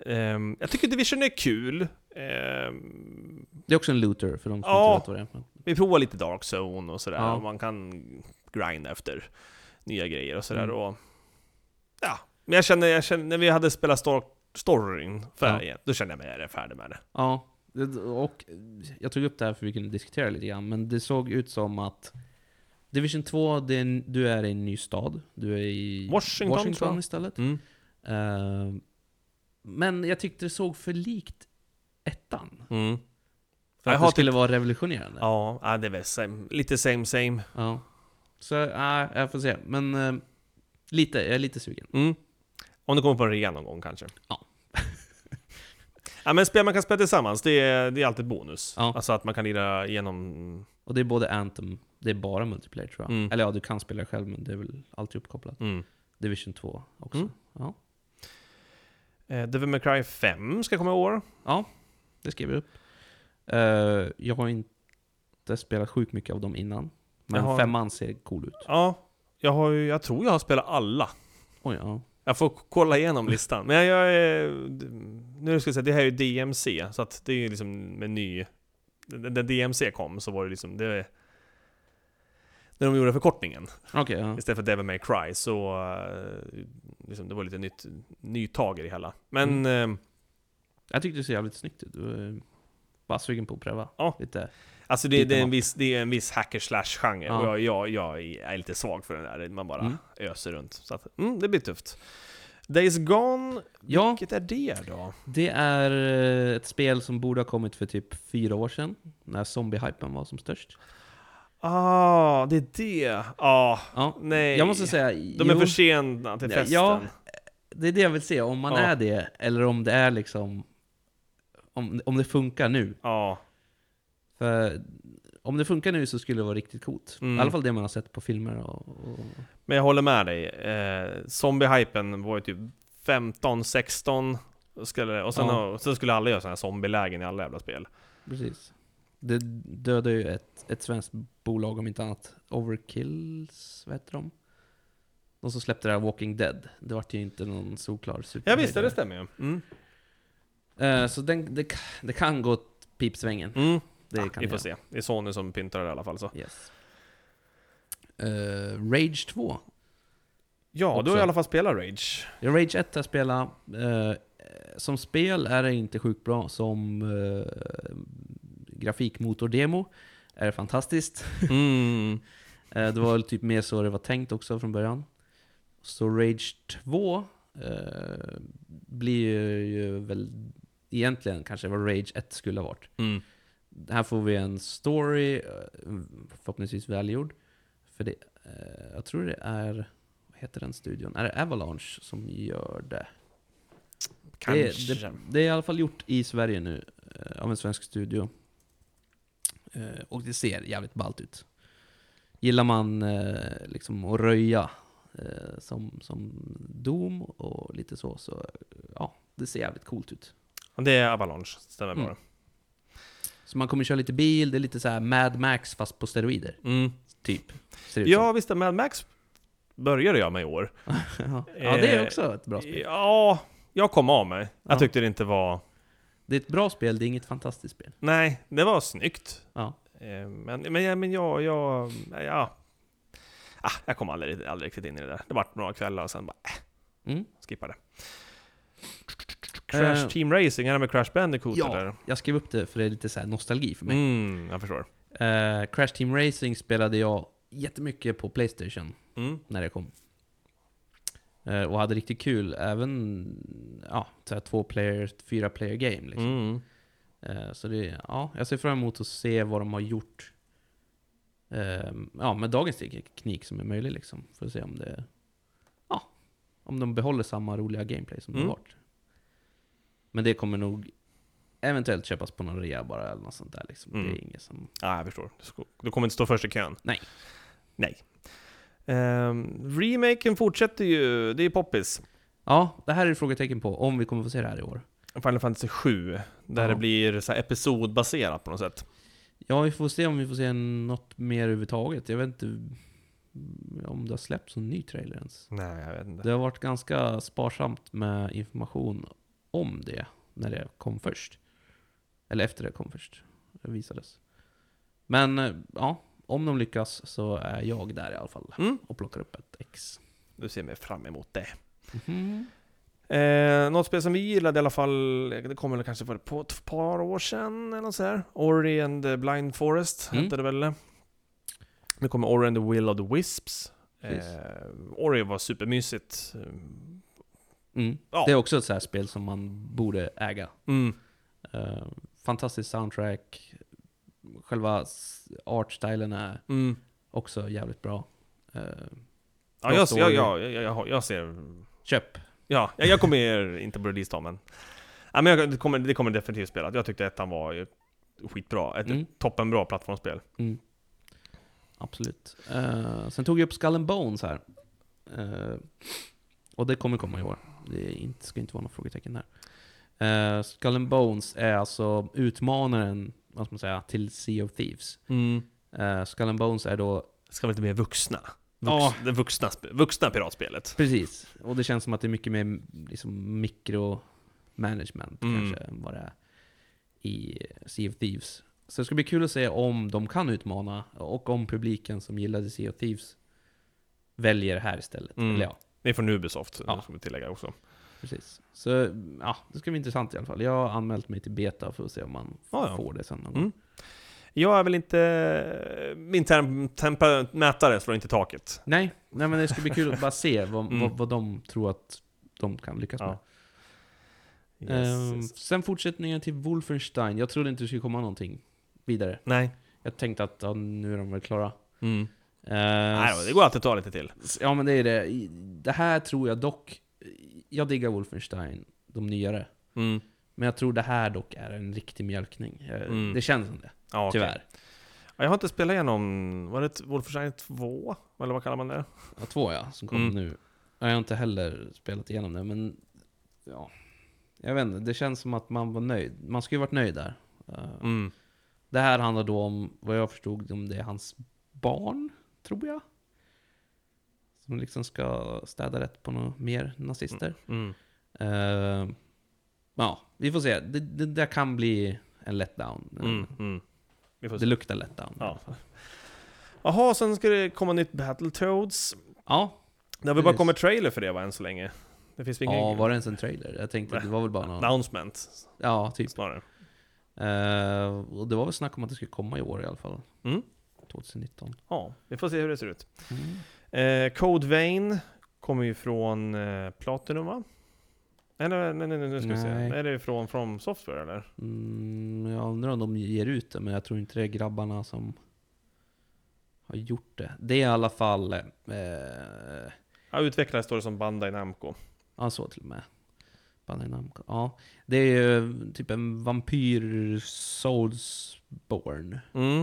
[SPEAKER 2] Ehm, jag tycker Division är kul. Ehm,
[SPEAKER 3] Det är också en looter för de som
[SPEAKER 2] Ja.
[SPEAKER 3] inte vet vad det är.
[SPEAKER 2] Vi provar lite Dark Zone och sådär,
[SPEAKER 3] Ja.
[SPEAKER 2] och man kan grinda efter nya grejer och sådär.
[SPEAKER 3] Mm.
[SPEAKER 2] Och, ja, men jag känner, jag känner, när vi hade spelat stor, storyn färdigt, då kände jag mig rätt färdig med det.
[SPEAKER 3] Ja, det- och jag tog upp det här för vi kunde diskutera lite grann, men det såg ut som att Division 2, det är, en- du är i en ny stad. Du är i
[SPEAKER 2] Washington, tror jag.
[SPEAKER 3] istället.
[SPEAKER 2] Mm.
[SPEAKER 3] Eh, men jag tyckte det såg för likt ettan.
[SPEAKER 2] Mm.
[SPEAKER 3] För
[SPEAKER 2] Jag
[SPEAKER 3] att
[SPEAKER 2] har
[SPEAKER 3] det skulle vara revolutionerande.
[SPEAKER 2] Ja, ja, det är väl same, lite same same.
[SPEAKER 3] Ja. Så, ja, jag får se. Men eh, lite, jag är lite sugen.
[SPEAKER 2] Mm. Om det kommer på en rea någon gång kanske.
[SPEAKER 3] Ja.
[SPEAKER 2] ja men spel man kan spela tillsammans, det är, det är alltid bonus.
[SPEAKER 3] Ja.
[SPEAKER 2] Alltså att man kan lira igenom...
[SPEAKER 3] Och det är både Anthem, det är bara multiplayer tror jag.
[SPEAKER 2] Mm.
[SPEAKER 3] Eller ja, du kan spela själv, men det är väl alltid uppkopplat.
[SPEAKER 2] Mm.
[SPEAKER 3] Division 2 också.
[SPEAKER 2] Mm.
[SPEAKER 3] Ja.
[SPEAKER 2] Eh, Devil May Cry 5 ska komma i år.
[SPEAKER 3] Ja, det skrev jag upp. Eh, jag har inte spelat sjukt mycket av dem innan. Men
[SPEAKER 2] Jaha.
[SPEAKER 3] femman ser cool ut.
[SPEAKER 2] Ja, jag, har, ju- jag tror jag har spelat alla.
[SPEAKER 3] Oj, ja.
[SPEAKER 2] Jag får k- kolla igenom listan. Men jag är... Nu ska jag säga, det här är ju DMC, så att det är ju liksom med ny... När DMC kom så var det liksom... Det, är- när de gjorde förkortningen
[SPEAKER 3] Okej, ja.
[SPEAKER 2] istället för Devil May Cry så... eh, Liksom, det var lite nytt, nytag i det hela. Men...
[SPEAKER 3] Mm.
[SPEAKER 2] eh,
[SPEAKER 3] Jag tyckte det ser jävligt snyggt ut. Eh, Bara sugen på att pröva.
[SPEAKER 2] Ja.
[SPEAKER 3] Lite.
[SPEAKER 2] Alltså det, det, är
[SPEAKER 3] Beat 'em
[SPEAKER 2] en
[SPEAKER 3] up.
[SPEAKER 2] viss, det är en viss hacker slash genre
[SPEAKER 3] Ja.
[SPEAKER 2] och jag, jag, jag är lite svag för den där. Man bara
[SPEAKER 3] Mm.
[SPEAKER 2] öser runt. Så att, mm, det blir tufft. Days Gone,
[SPEAKER 3] Ja,
[SPEAKER 2] vilket är det då?
[SPEAKER 3] det är eh, ett spel som borde ha kommit för typ fyra år sedan. När zombie-hypen var som störst.
[SPEAKER 2] Ah, det är det. Ah,
[SPEAKER 3] Ja.
[SPEAKER 2] nej.
[SPEAKER 3] Jag måste säga,
[SPEAKER 2] De är för sena till festen.
[SPEAKER 3] Ja, det är det jag vill se. Om man
[SPEAKER 2] Ja.
[SPEAKER 3] är det, eller om det är liksom... Om, om det funkar nu.
[SPEAKER 2] Ja.
[SPEAKER 3] För om det funkar nu så skulle det vara riktigt coolt.
[SPEAKER 2] Mm.
[SPEAKER 3] I alla fall det man har sett på filmer och... och
[SPEAKER 2] Men jag håller med dig. Eh, zombie-hypen var ju typ 15, 16. Skulle, och sen,
[SPEAKER 3] Ja.
[SPEAKER 2] och sen skulle alla göra sådana här zombie-lägen i alla jävla spel.
[SPEAKER 3] precis. Det dödar ju ett, ett svenskt bolag om inte annat. Overkills, vad heter de? De som släppte det här Walking Dead. Det vart ju inte någon solklar super.
[SPEAKER 2] Ja visst, det stämmer ju. Mm.
[SPEAKER 3] Eh, så den, det, ka- det kan gå åt pipsvängen.
[SPEAKER 2] Mm.
[SPEAKER 3] Det
[SPEAKER 2] ah,
[SPEAKER 3] kan
[SPEAKER 2] vi
[SPEAKER 3] det
[SPEAKER 2] får
[SPEAKER 3] göra.
[SPEAKER 2] se. Det är Sony som pyntar det i alla fall. Så.
[SPEAKER 3] Yes. Eh, Rage 2.
[SPEAKER 2] Ja, du har
[SPEAKER 3] Också.
[SPEAKER 2] i alla fall spelat Rage.
[SPEAKER 3] Rage 1 har jag spelat. Eh, som spel är det inte sjukt bra. Som eh, grafikmotordemo är det fantastiskt.
[SPEAKER 2] Mm.
[SPEAKER 3] Eh, det var väl typ mer så det var tänkt också från början. Så Rage 2 eh, blir ju, ju väl egentligen kanske vad Rage 1 skulle ha varit.
[SPEAKER 2] Mm.
[SPEAKER 3] Här får vi en story, eh, förhoppningsvis välgjord. För det, eh, jag tror det är, vad heter den studion? Är det Avalanche som gör det?
[SPEAKER 2] Kanske.
[SPEAKER 3] Det, det, det är i alla fall gjort i Sverige nu, eh, av en svensk studio. Eh, och det ser jävligt ballt ut. Gillar man eh, liksom att röja eh, som, som Doom och lite så, så eh, ja, det ser jävligt coolt ut.
[SPEAKER 2] det är Avalanche, stämmer
[SPEAKER 3] Mm.
[SPEAKER 2] bara.
[SPEAKER 3] Så man kommer köra lite bil, det är lite så här Mad Max fast på steroider,
[SPEAKER 2] Mm.
[SPEAKER 3] typ. Ser det ut
[SPEAKER 2] Ja visst, Mad Max började jag med i år.
[SPEAKER 3] som. ja, det är också ett bra spel.
[SPEAKER 2] Eh, Ja, jag kom av mig. Jag
[SPEAKER 3] Ja.
[SPEAKER 2] tyckte det inte var...
[SPEAKER 3] Det är ett bra spel, det är inget fantastiskt spel.
[SPEAKER 2] Nej, det var snyggt.
[SPEAKER 3] Ja.
[SPEAKER 2] Eh, Men, men, ja, men jag... jag ja. Ah, jag kom aldrig, aldrig riktigt in i det där. Det var några kvällar och sen bara
[SPEAKER 3] Mm.
[SPEAKER 2] skippade. Crash
[SPEAKER 3] Eh.
[SPEAKER 2] Team Racing, är det med Crash Bandicoot
[SPEAKER 3] Ja.
[SPEAKER 2] eller?
[SPEAKER 3] Jag skrev upp det för det är lite så här nostalgi för mig.
[SPEAKER 2] Mm, jag förstår.
[SPEAKER 3] Eh, Crash Team Racing spelade jag jättemycket på Playstation
[SPEAKER 2] Mm.
[SPEAKER 3] när det kom. Eh, och hade riktigt kul, även ja, så här två player, fyra player game. Liksom.
[SPEAKER 2] Mm.
[SPEAKER 3] Eh, så det, ja, jag ser fram emot att se vad de har gjort ehm, eh, ja, med dagens teknik som är möjlig. Liksom, för att se om det ja, Om de behåller samma roliga gameplay som
[SPEAKER 2] Mm.
[SPEAKER 3] det har varit. Men det kommer nog eventuellt köpas på någon rea bara eller något sånt där liksom. Det
[SPEAKER 2] Mm.
[SPEAKER 3] är inget som...
[SPEAKER 2] Ja, jag förstår. Du sko- Du kommer inte stå först i kön.
[SPEAKER 3] Nej.
[SPEAKER 2] Nej. Ehm, remaken fortsätter ju, det är poppis.
[SPEAKER 3] Ja, det här är ett frågetecken på om vi kommer få se det här i år.
[SPEAKER 2] Final Fantasy 7, där
[SPEAKER 3] Ja.
[SPEAKER 2] det blir så här episodbaserat på något sätt.
[SPEAKER 3] Ja, vi får se om vi får se något mer överhuvudtaget. Jag vet inte mm, om det har släppts en ny trailer ens.
[SPEAKER 2] Nej, jag vet inte.
[SPEAKER 3] Det har varit ganska sparsamt med information om det när det kom först. Eller efter det kom först. Det visades. Men eh, ja, om de lyckas så är jag där i alla fall.
[SPEAKER 2] Mm.
[SPEAKER 3] Och plockar upp ett ex.
[SPEAKER 2] Du ser mig fram emot det. Eh, något spel som vi gillade i alla fall, det kom väl kanske för på ett par år sedan eller något sådär. Ori and the Blind Forest
[SPEAKER 3] Mm.
[SPEAKER 2] hette det väl. Nu kommer Ori and the Will of the Wisps.
[SPEAKER 3] Precis.
[SPEAKER 2] Eh, Ori var supermysigt. Mm.
[SPEAKER 3] Mm.
[SPEAKER 2] Ja.
[SPEAKER 3] Det är också ett så här spel som man borde äga.
[SPEAKER 2] Mm.
[SPEAKER 3] Eh, fantastisk soundtrack. Själva s- artstylen är
[SPEAKER 2] Mm.
[SPEAKER 3] också jävligt bra. Eh,
[SPEAKER 2] Ja, jag, jag, jag, jag, jag, jag ser...
[SPEAKER 3] köp!
[SPEAKER 2] Ja, jag, jag kommer inte på release men... Ja, men jag, det, kommer, det kommer definitivt spela. Jag tyckte ettan var ju skitbra. Ett
[SPEAKER 3] Mm.
[SPEAKER 2] toppenbra plattformsspel.
[SPEAKER 3] Mm. Absolut. Eh, sen tog jag upp Skull and Bones här. Eh, och det kommer komma i år. Det är inte, ska inte vara något frågetecken där. Uh, Skull and Bones är alltså utmanaren, vad ska man säga, till Sea of Thieves. Uh, Skull and Bones är då
[SPEAKER 2] Ska vara lite mer vuxna. Vux,
[SPEAKER 3] Ja.
[SPEAKER 2] Det vuxna, sp- vuxna piratspelet.
[SPEAKER 3] Precis, och det känns som att det är mycket mer liksom, mikromanagement
[SPEAKER 2] Mm.
[SPEAKER 3] kanske än vad det är i Sea of Thieves. Så det ska bli kul att se om de kan utmana och om publiken som gillade Sea of Thieves väljer det här istället.
[SPEAKER 2] Mm.
[SPEAKER 3] Eller ja,
[SPEAKER 2] Det är från Ubisoft,
[SPEAKER 3] Ja.
[SPEAKER 2] ska vi tillägga också.
[SPEAKER 3] precis. Så ja, det ska bli intressant i alla fall. Jag har anmält mig till beta för att se om man
[SPEAKER 2] Ja, ja.
[SPEAKER 3] får det sen någon
[SPEAKER 2] Mm.
[SPEAKER 3] gång.
[SPEAKER 2] Jag är väl inte... Min term, tempa, mätare slår inte i taket.
[SPEAKER 3] Nej, nej, men det ska bli kul att bara se vad,
[SPEAKER 2] Mm.
[SPEAKER 3] vad, vad de tror att de kan lyckas
[SPEAKER 2] Ja.
[SPEAKER 3] med.
[SPEAKER 2] Yes,
[SPEAKER 3] Ehm,
[SPEAKER 2] yes.
[SPEAKER 3] Sen fortsättningen till Wolfenstein. Jag trodde inte det skulle komma någonting vidare.
[SPEAKER 2] Nej.
[SPEAKER 3] Jag tänkte att ja, nu är de väl klara.
[SPEAKER 2] Mm.
[SPEAKER 3] Ehm,
[SPEAKER 2] Nej då, det går alltid att ta lite till.
[SPEAKER 3] s- Ja men det är det. I- Det här tror jag dock... Jag diggar Wolfenstein, de nyare.
[SPEAKER 2] Mm.
[SPEAKER 3] Men jag tror det här dock är en riktig mjölkning. Eh,
[SPEAKER 2] Mm.
[SPEAKER 3] Det känns som det,
[SPEAKER 2] Ja, okej.
[SPEAKER 3] tyvärr.
[SPEAKER 2] Ja, Jag har inte spelat igenom... Var det ett Wolfenstein 2? Eller vad kallar man det?
[SPEAKER 3] Ja, två ja, som kom
[SPEAKER 2] Mm.
[SPEAKER 3] nu. Ja, Jag har inte heller spelat igenom det, men... Ja. Jag vet inte, det känns som att man var nöjd. Man skulle ju varit nöjd där. Ehm,
[SPEAKER 2] Mm.
[SPEAKER 3] Det här handlar då om, vad jag förstod, om det är hans barn, tror jag. Som liksom ska städa rätt på några mer nazister.
[SPEAKER 2] Mm.
[SPEAKER 3] Eh, ja, vi får se. Det, det där kan bli en letdown.
[SPEAKER 2] Mm. Mm. Vi får se.
[SPEAKER 3] Det luktar letdown.
[SPEAKER 2] Ja.
[SPEAKER 3] i alla fall.
[SPEAKER 2] Jaha, sen ska det komma nytt Battletoads.
[SPEAKER 3] ja.
[SPEAKER 2] Det har väl bara
[SPEAKER 3] Precis.
[SPEAKER 2] kommit trailer för det va, än så länge? Det finns väl ingen
[SPEAKER 3] ja, var det ens en trailer? Jag tänkte att det var väl bara någon...
[SPEAKER 2] announcement
[SPEAKER 3] Ja, typ.
[SPEAKER 2] snarare.
[SPEAKER 3] Eh, och det var väl snack om att det skulle komma i år i alla fall.
[SPEAKER 2] Mm.
[SPEAKER 3] 2019.
[SPEAKER 2] Ja, vi får se hur det ser ut.
[SPEAKER 3] Mm.
[SPEAKER 2] Eh, Code Vein kommer ju från eh, Platinum va? Eller nej, nej, nej, nu ska vi se.
[SPEAKER 3] Nej.
[SPEAKER 2] Är det från From Software eller?
[SPEAKER 3] Mm, jag undrar om de ger ut det, men jag tror inte det är grabbarna som har gjort det. Det är i alla fall... Eh,
[SPEAKER 2] Ja, utvecklare står det som Bandai Namco.
[SPEAKER 3] ja, så till och med. Bandai Namco. Ja, det är ju typ en vampyr soulsborn,
[SPEAKER 2] Mm.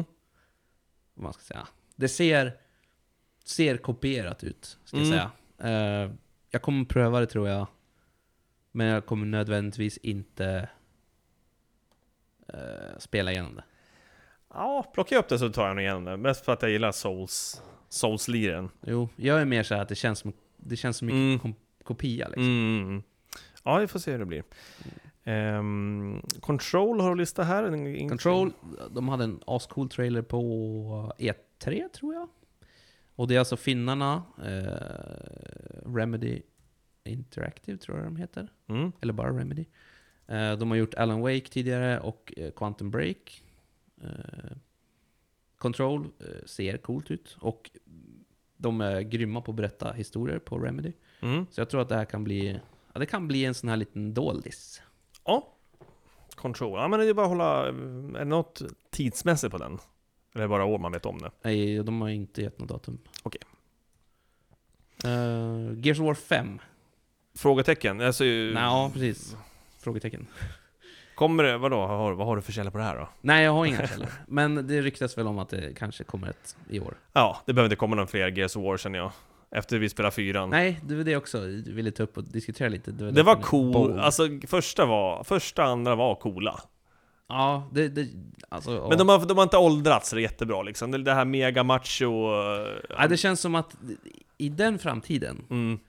[SPEAKER 3] vad man ska säga. Det ser, ser kopierat ut, ska jag
[SPEAKER 2] Mm.
[SPEAKER 3] säga. Eh, jag kommer pröva det tror jag. Men jag kommer nödvändigtvis inte eh, spela igenom det.
[SPEAKER 2] Ja, plockar jag upp det så tar jag nog igenom det. Mest för att jag gillar Souls. Souls-liren.
[SPEAKER 3] Jo, jag är mer så här att det känns som, det känns som mycket
[SPEAKER 2] Mm.
[SPEAKER 3] kom, kopia liksom.
[SPEAKER 2] Mm, Mm. mm. Ja, vi får se hur det blir. Ehm, Control har du lista här. En- en-
[SPEAKER 3] Control, de hade en ascool trailer på E3 tror jag. Och det är alltså finnarna, eh, Remedy Interactive tror jag de heter.
[SPEAKER 2] Mm.
[SPEAKER 3] Eller bara Remedy. Eh, de har gjort Alan Wake tidigare och eh, Quantum Break. Eh, Control eh, ser coolt ut och de är grymma på att berätta historier på Remedy.
[SPEAKER 2] Mm.
[SPEAKER 3] Så jag tror att det här kan bli, ja, det kan bli en sån här liten doldis.
[SPEAKER 2] Ja. Control. Ja, men det är bara att hålla... Är det något tidsmässigt på den? Eller är det bara år man vet om det?
[SPEAKER 3] Nej, de har inte gett något datum.
[SPEAKER 2] Okej.
[SPEAKER 3] Eh, Gears of War 5
[SPEAKER 2] Frågetecken? Alltså,
[SPEAKER 3] Ja, precis. Frågetecken.
[SPEAKER 2] Kommer det, vadå, vad har, vad har du för källa på det här då?
[SPEAKER 3] Nej, jag har inga källor. Men det ryktas väl om att det kanske kommer ett i
[SPEAKER 2] Mm.
[SPEAKER 3] år.
[SPEAKER 2] Ja, det behöver inte komma någon fler Gears of War känner jag. Efter vi spelar fyran.
[SPEAKER 3] Nej, det var det också. Du ville ta upp och diskutera lite.
[SPEAKER 2] det
[SPEAKER 3] därför
[SPEAKER 2] var
[SPEAKER 3] vi-
[SPEAKER 2] cool,
[SPEAKER 3] Bold.
[SPEAKER 2] alltså första var, första andra var coola.
[SPEAKER 3] Ja, det... det alltså, ja.
[SPEAKER 2] Men de har, de har inte åldrats så jättebra liksom. Det, det här mega macho... eh,
[SPEAKER 3] ja, det känns som att i den framtiden
[SPEAKER 2] Mm.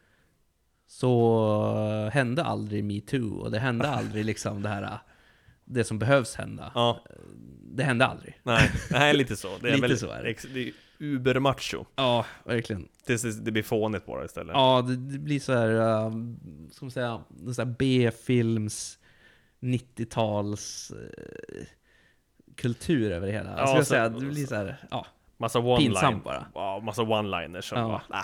[SPEAKER 3] så hände aldrig metoo och det hände aldrig liksom det här... Det som behövs hända.
[SPEAKER 2] Ja,
[SPEAKER 3] Det hände aldrig.
[SPEAKER 2] nej, nej lite så. Det är
[SPEAKER 3] Lite
[SPEAKER 2] väl,
[SPEAKER 3] så är det.
[SPEAKER 2] Ex, det är ubermacho.
[SPEAKER 3] Ja, verkligen.
[SPEAKER 2] Tills det, det blir fånigt bara istället.
[SPEAKER 3] Ja, det, det blir så här, eh, ska man säga, någon sån här B-films 90-tals eh, kultur över det hela.
[SPEAKER 2] Ja,
[SPEAKER 3] Ja, ska jag
[SPEAKER 2] så-
[SPEAKER 3] säga, det blir så här, ja.
[SPEAKER 2] Massa one-liners.
[SPEAKER 3] Pinsamt bara.
[SPEAKER 2] Ja, massa one-liners. som
[SPEAKER 3] Ja.
[SPEAKER 2] bara,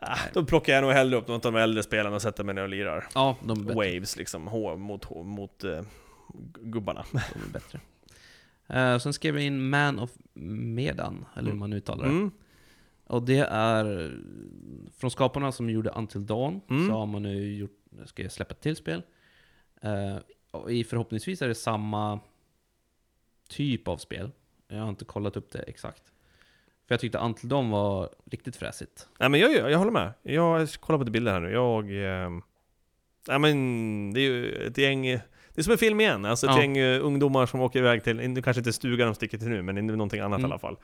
[SPEAKER 2] Ah. Ah, då plockar jag nog hellre upp något av de äldre spelarna och sätter mig ner och lirar.
[SPEAKER 3] Ja, de är bättre.
[SPEAKER 2] Waves liksom, H mot H mot eh, gu- gubbarna.
[SPEAKER 3] De är bättre. Eh, sen skrev jag in Man of Medan, eller hur man uttalar det.
[SPEAKER 2] Mm.
[SPEAKER 3] Och det är från skaparna som gjorde Until Dawn, så har man nu gjort, ska jag släppa ett till spel. Eh, och i förhoppningsvis är det samma typ av spel. Jag har inte kollat upp det exakt. För jag tyckte Until Dawn var riktigt fräsigt.
[SPEAKER 2] Nej men jag, jag, jag håller med. Jag kollar på lite bilder här nu. Jag... Eh, nej men det är ju ett gäng... Det är som en film igen. Alltså ett
[SPEAKER 3] Ja.
[SPEAKER 2] gäng eh, ungdomar som åker iväg till, inte- kanske inte stugan de sticker till nu, men inte någonting annat
[SPEAKER 3] Mm.
[SPEAKER 2] i alla fall. Eh,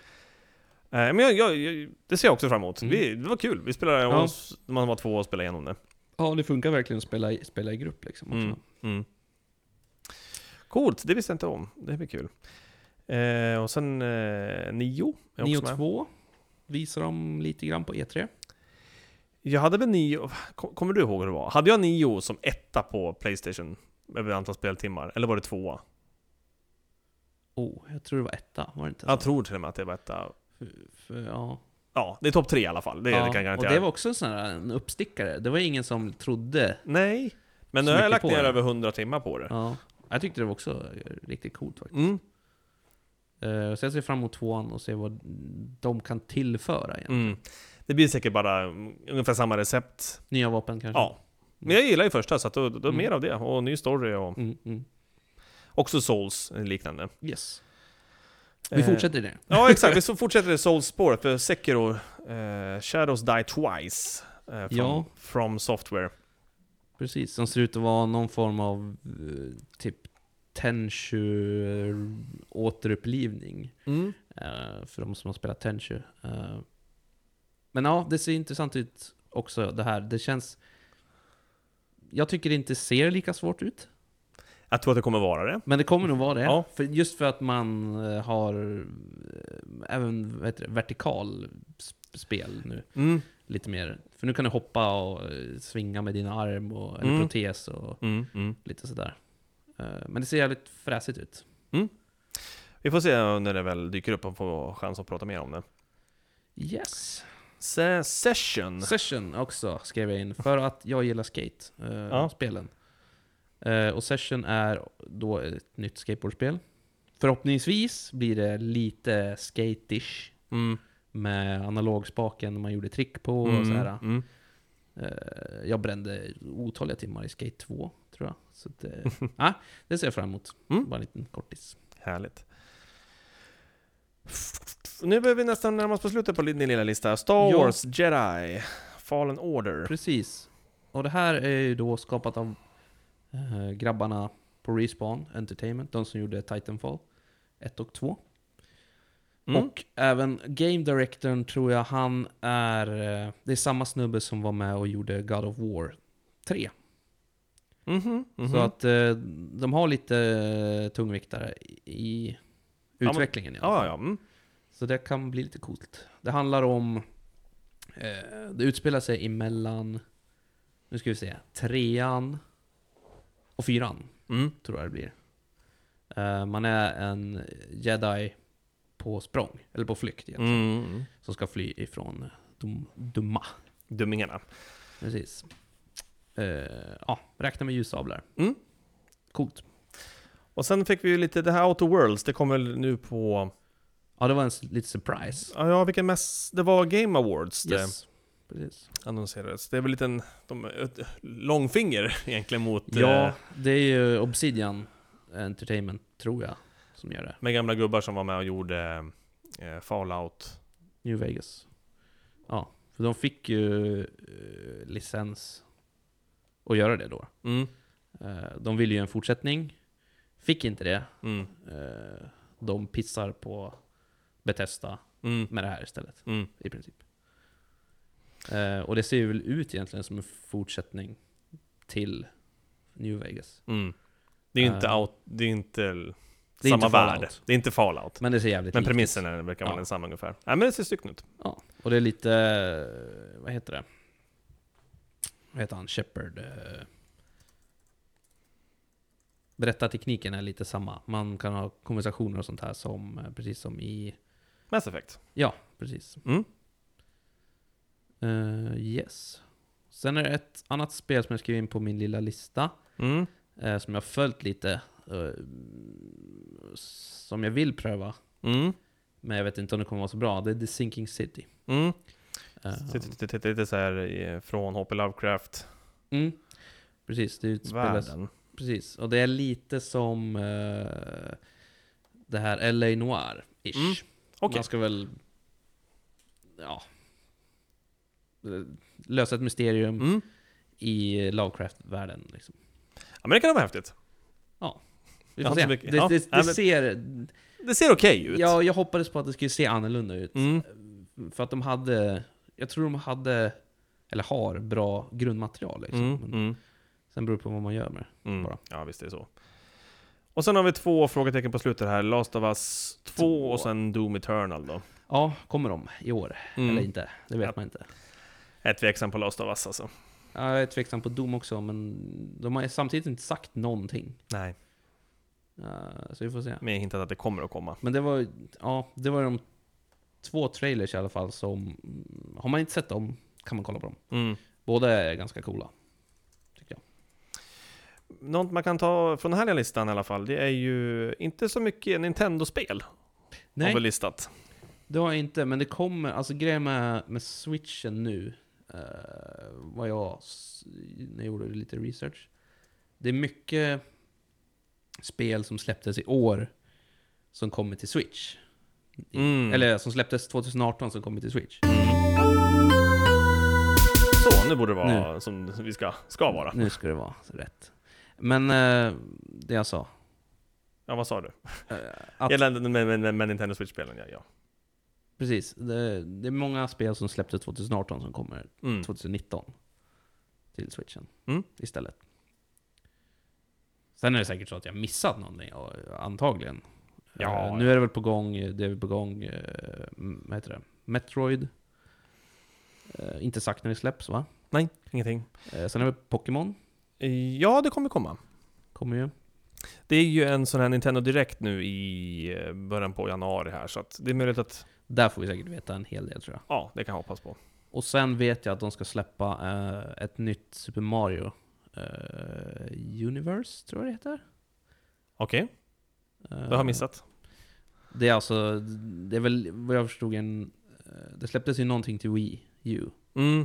[SPEAKER 2] men jag, jag, jag, det ser jag också fram emot.
[SPEAKER 3] Mm.
[SPEAKER 2] Vi, det var kul. Vi spelade,
[SPEAKER 3] Ja.
[SPEAKER 2] oss, man var två och spelade igenom det.
[SPEAKER 3] Ja, det funkar verkligen att spela i, spela i grupp liksom. också.
[SPEAKER 2] Mm. Mm. Coolt, det visste jag inte om. Det blir kul. Eh, och sen eh, Nio. är också
[SPEAKER 3] Neo
[SPEAKER 2] med.
[SPEAKER 3] 2 visar de lite grann på E E3.
[SPEAKER 2] Jag hade väl nio, kom- kommer du ihåg hur det var? Hade jag nio som etta på Playstation? Över antal speltimmar, eller var det tvåa?
[SPEAKER 3] Oh, jag tror det var etta, var det inte?
[SPEAKER 2] Jag tror till och med att det var etta.
[SPEAKER 3] För- för, ja.
[SPEAKER 2] Ja, det är topp tre i alla fall, det, det kan jag garantera.
[SPEAKER 3] Och det var också en sån här en uppstickare. Det var ingen som trodde.
[SPEAKER 2] Nej, men
[SPEAKER 3] Så
[SPEAKER 2] nu har jag
[SPEAKER 3] mycket
[SPEAKER 2] lagt
[SPEAKER 3] på
[SPEAKER 2] ner
[SPEAKER 3] det.
[SPEAKER 2] över 100 timmar på det.
[SPEAKER 3] Ja. Jag tyckte det var också riktigt coolt faktiskt.
[SPEAKER 2] Mm,
[SPEAKER 3] Eh, så jag ser fram emot tvåan och ser vad de kan tillföra. Igen.
[SPEAKER 2] mm. Det blir säkert bara mm, ungefär samma recept.
[SPEAKER 3] Nya vapen kanske?
[SPEAKER 2] Ja. Men jag gillar ju första, så att då, då
[SPEAKER 3] Mm.
[SPEAKER 2] mer av det. Och ny story och
[SPEAKER 3] Mm, mm.
[SPEAKER 2] också Souls eh, liknande.
[SPEAKER 3] Yes. Vi
[SPEAKER 2] Eh,
[SPEAKER 3] fortsätter det.
[SPEAKER 2] Ja, exakt. Vi så fortsätter det Souls-spåret, för Sekiro, eh, Shadows Die Twice, eh, from,
[SPEAKER 3] Ja.
[SPEAKER 2] from Software.
[SPEAKER 3] Precis. Som ser ut att vara någon form av eh, typ Tenshu eh, återupplivning. eh, för de som har spelat Tenshu. Eh, men ja, det ser intressant ut också det här. Det känns... Jag tycker det inte ser lika svårt ut.
[SPEAKER 2] Jag tror att det kommer vara det.
[SPEAKER 3] Men det kommer nog vara det.
[SPEAKER 2] Ja.
[SPEAKER 3] För, just för att man eh, har eh, även vad heter det, vertikal sp- spel nu.
[SPEAKER 2] Mm.
[SPEAKER 3] Lite mer. För nu kan du hoppa och eh, svinga med din arm och en
[SPEAKER 2] Mm.
[SPEAKER 3] protes och
[SPEAKER 2] Mm, mm.
[SPEAKER 3] lite sådär. Eh, Men det ser jävligt fräsigt ut.
[SPEAKER 2] Vi får se när det väl dyker upp och får chans att prata mer om det.
[SPEAKER 3] Yes!
[SPEAKER 2] Se session.
[SPEAKER 3] Session också skrev jag in, för att jag gillar
[SPEAKER 2] Ja.
[SPEAKER 3] skate-spelen. Eh, och Session är då ett nytt skateboardspel. Förhoppningsvis blir det lite skate-ish
[SPEAKER 2] Mm.
[SPEAKER 3] med analogspaken man gjorde trick på och
[SPEAKER 2] Mm,
[SPEAKER 3] så här.
[SPEAKER 2] mm.
[SPEAKER 3] Eh, Jag brände otaliga timmar i Skate 2, tror jag. Så att, eh, ah, det ser jag fram emot.
[SPEAKER 2] Mm.
[SPEAKER 3] Bara en liten kortis.
[SPEAKER 2] Härligt. Nu börjar vi nästan närma oss på slutet på din lilla lista. Star
[SPEAKER 3] Ja.
[SPEAKER 2] Wars Jedi Fallen Order.
[SPEAKER 3] Precis. Och det här är ju då skapat av eh, grabbarna på Respawn Entertainment, de som gjorde Titanfall 1 och 2.
[SPEAKER 2] Mm.
[SPEAKER 3] Och även Game Directorn tror jag han är... eh, Det är samma snubbe som var med och gjorde God of War 3.
[SPEAKER 2] Mhm, mhm.
[SPEAKER 3] Så att eh, de har lite eh, tungviktare i
[SPEAKER 2] men-
[SPEAKER 3] utvecklingen. i alla
[SPEAKER 2] ja,
[SPEAKER 3] fall.
[SPEAKER 2] ja. Mm.
[SPEAKER 3] Så det kan bli lite coolt. Det handlar om... Eh, det utspelar sig emellan... Nu ska vi se. Trean och fyran,
[SPEAKER 2] Mm.
[SPEAKER 3] tror jag det blir. Eh, man är en jedi på språng, eller på flykt egentligen,
[SPEAKER 2] Mm. mm.
[SPEAKER 3] som ska fly ifrån de dumma.
[SPEAKER 2] Dummingarna.
[SPEAKER 3] Precis. Eh, ja, räkna med ljussablar.
[SPEAKER 2] Mm.
[SPEAKER 3] Coolt.
[SPEAKER 2] Och sen fick vi ju lite, det här Outer Worlds, det kom väl nu på...
[SPEAKER 3] Ja, det var en s- lite surprise.
[SPEAKER 2] Ja, ja vilken mäss... Det var Game Awards det.
[SPEAKER 3] Yes. precis.
[SPEAKER 2] annonserades. Det är väl lite en de, ett långfinger egentligen mot eh,
[SPEAKER 3] Ja, det är ju Obsidian Entertainment, tror jag, som gör det.
[SPEAKER 2] med gamla gubbar som var med och gjorde eh, Fallout.
[SPEAKER 3] New Vegas. Ja, för de fick ju eh, licens att göra det då.
[SPEAKER 2] Mm.
[SPEAKER 3] Eh, de ville ju en fortsättning, fick inte det.
[SPEAKER 2] Mm.
[SPEAKER 3] Eh, de pissar på Bethesda
[SPEAKER 2] Mm.
[SPEAKER 3] med det här istället.
[SPEAKER 2] Mm.
[SPEAKER 3] i princip. Eh, och det ser ju väl ut egentligen som en fortsättning till New Vegas.
[SPEAKER 2] Mm. Det är ju inte,
[SPEAKER 3] Eh.
[SPEAKER 2] out, det är ju inte l-
[SPEAKER 3] Det är
[SPEAKER 2] samma
[SPEAKER 3] inte Fallout.
[SPEAKER 2] värld. Det är inte Fallout.
[SPEAKER 3] Men det ser jävligt
[SPEAKER 2] Men
[SPEAKER 3] likt
[SPEAKER 2] premissen
[SPEAKER 3] ut.
[SPEAKER 2] är, verkar
[SPEAKER 3] Ja.
[SPEAKER 2] vara densamma ungefär. Nej men det ser snyggt ut.
[SPEAKER 3] Ja. Och det är lite, eh, vad heter det? Vad heter han? Shepard? eh, Berättartekniken är lite samma. Man kan ha konversationer och sånt här som, eh, precis som i...
[SPEAKER 2] Mass Effect.
[SPEAKER 3] Ja, precis.
[SPEAKER 2] Mm.
[SPEAKER 3] Eh, yes. Sen är det ett annat spel som jag skrev in på min lilla lista.
[SPEAKER 2] Mm.
[SPEAKER 3] eh, som jag har följt lite, eh, som jag vill pröva,
[SPEAKER 2] Mm.
[SPEAKER 3] men jag vet inte om det kommer vara så bra. Det är The Sinking City.
[SPEAKER 2] Mm.
[SPEAKER 3] Eh,
[SPEAKER 2] Titta lite, lite så här eh, från HP Lovecraft.
[SPEAKER 3] mm. Precis, det utspelas...
[SPEAKER 2] Världen.
[SPEAKER 3] Precis, och det är lite som eh, det här LA Noir-ish.
[SPEAKER 2] Mm, okej.
[SPEAKER 3] Man ska väl... Ja. eh, Lösa ett mysterium
[SPEAKER 2] Mm.
[SPEAKER 3] i Lovecraft-världen. Liksom.
[SPEAKER 2] Ja men det kan vara häftigt.
[SPEAKER 3] Vi
[SPEAKER 2] Ja,
[SPEAKER 3] får
[SPEAKER 2] inte
[SPEAKER 3] se.
[SPEAKER 2] så mycket.
[SPEAKER 3] Det,
[SPEAKER 2] Ja,
[SPEAKER 3] det, det,
[SPEAKER 2] nej, men-
[SPEAKER 3] ser...
[SPEAKER 2] Det ser okej ut.
[SPEAKER 3] Ja, jag hoppades på att det skulle se annorlunda ut.
[SPEAKER 2] Mm.
[SPEAKER 3] För att de hade, jag tror de hade, eller har, bra grundmaterial liksom.
[SPEAKER 2] Mm.
[SPEAKER 3] Men
[SPEAKER 2] Mm.
[SPEAKER 3] Sen beror det på vad man gör med det.
[SPEAKER 2] Mm.
[SPEAKER 3] bara.
[SPEAKER 2] Ja, visst det är så. Och sen har vi två frågetecken på slutet här. Last of Us 2 och sen Doom Eternal då.
[SPEAKER 3] Ja, kommer de i år?
[SPEAKER 2] Mm.
[SPEAKER 3] Eller inte? Det vet
[SPEAKER 2] Ja.
[SPEAKER 3] man inte.
[SPEAKER 2] Jag är tveksam på Last of Us alltså.
[SPEAKER 3] Ja, Jag är tveksam på Doom också, men de har samtidigt inte sagt någonting.
[SPEAKER 2] Nej.
[SPEAKER 3] Eh, så vi får se.
[SPEAKER 2] Men jag har hintat att det kommer att komma.
[SPEAKER 3] Men det var, ja, det var de två trailers i alla fall som, mm, har man inte sett dem kan man kolla på dem.
[SPEAKER 2] Mm.
[SPEAKER 3] Båda är ganska coola. Tycker jag.
[SPEAKER 2] Något man kan ta från den här lilla listan i alla fall, det är ju inte så mycket Nintendo-spel. Har vi
[SPEAKER 3] Nej,
[SPEAKER 2] listat.
[SPEAKER 3] det har jag inte, men det kommer, alltså grejen med, med switchen nu, eh, vad jag, s- när jag gjorde lite research, det är mycket spel som släpptes i år som kommer till switch.
[SPEAKER 2] Mm.
[SPEAKER 3] Eller som släpptes 2018 som kommer till switch.
[SPEAKER 2] Så, nu borde det vara som vi ska, ska vara.
[SPEAKER 3] Nu ska det vara rätt. Men eh, det jag sa.
[SPEAKER 2] Ja, vad sa du?
[SPEAKER 3] eh, att,
[SPEAKER 2] Gällande med, med, med, med Nintendo Switch-spelen, ja. ja.
[SPEAKER 3] precis, det, det är många spel som släpptes 2018 som kommer
[SPEAKER 2] Mm.
[SPEAKER 3] 2019 till switchen
[SPEAKER 2] Mm.
[SPEAKER 3] istället. Sen är det säkert så att jag missat någonting, ja, antagligen.
[SPEAKER 2] Ja,
[SPEAKER 3] Eh, nu är det väl på gång, eh, det är väl på gång, eh, m- vad heter det? Metroid. Eh, inte sagt när det släpps va?
[SPEAKER 2] Nej, ingenting.
[SPEAKER 3] Eh, sen är det Pokémon,
[SPEAKER 2] Ja, det kommer komma.
[SPEAKER 3] kommer ju.
[SPEAKER 2] Det är ju en sån här Nintendo Direkt nu i eh, början på januari här, så att det är möjligt att...
[SPEAKER 3] Där får vi säkert veta en hel del tror jag.
[SPEAKER 2] Ja, det kan jag hoppas på.
[SPEAKER 3] Och sen vet jag att de ska släppa eh, ett nytt Super Mario eh, Universe, tror jag det heter.
[SPEAKER 2] Okej,
[SPEAKER 3] Eh,
[SPEAKER 2] det har jag missat.
[SPEAKER 3] Det är alltså, det är väl vad jag förstod en... eh, Det släpptes ju någonting till Wii U.
[SPEAKER 2] Mm.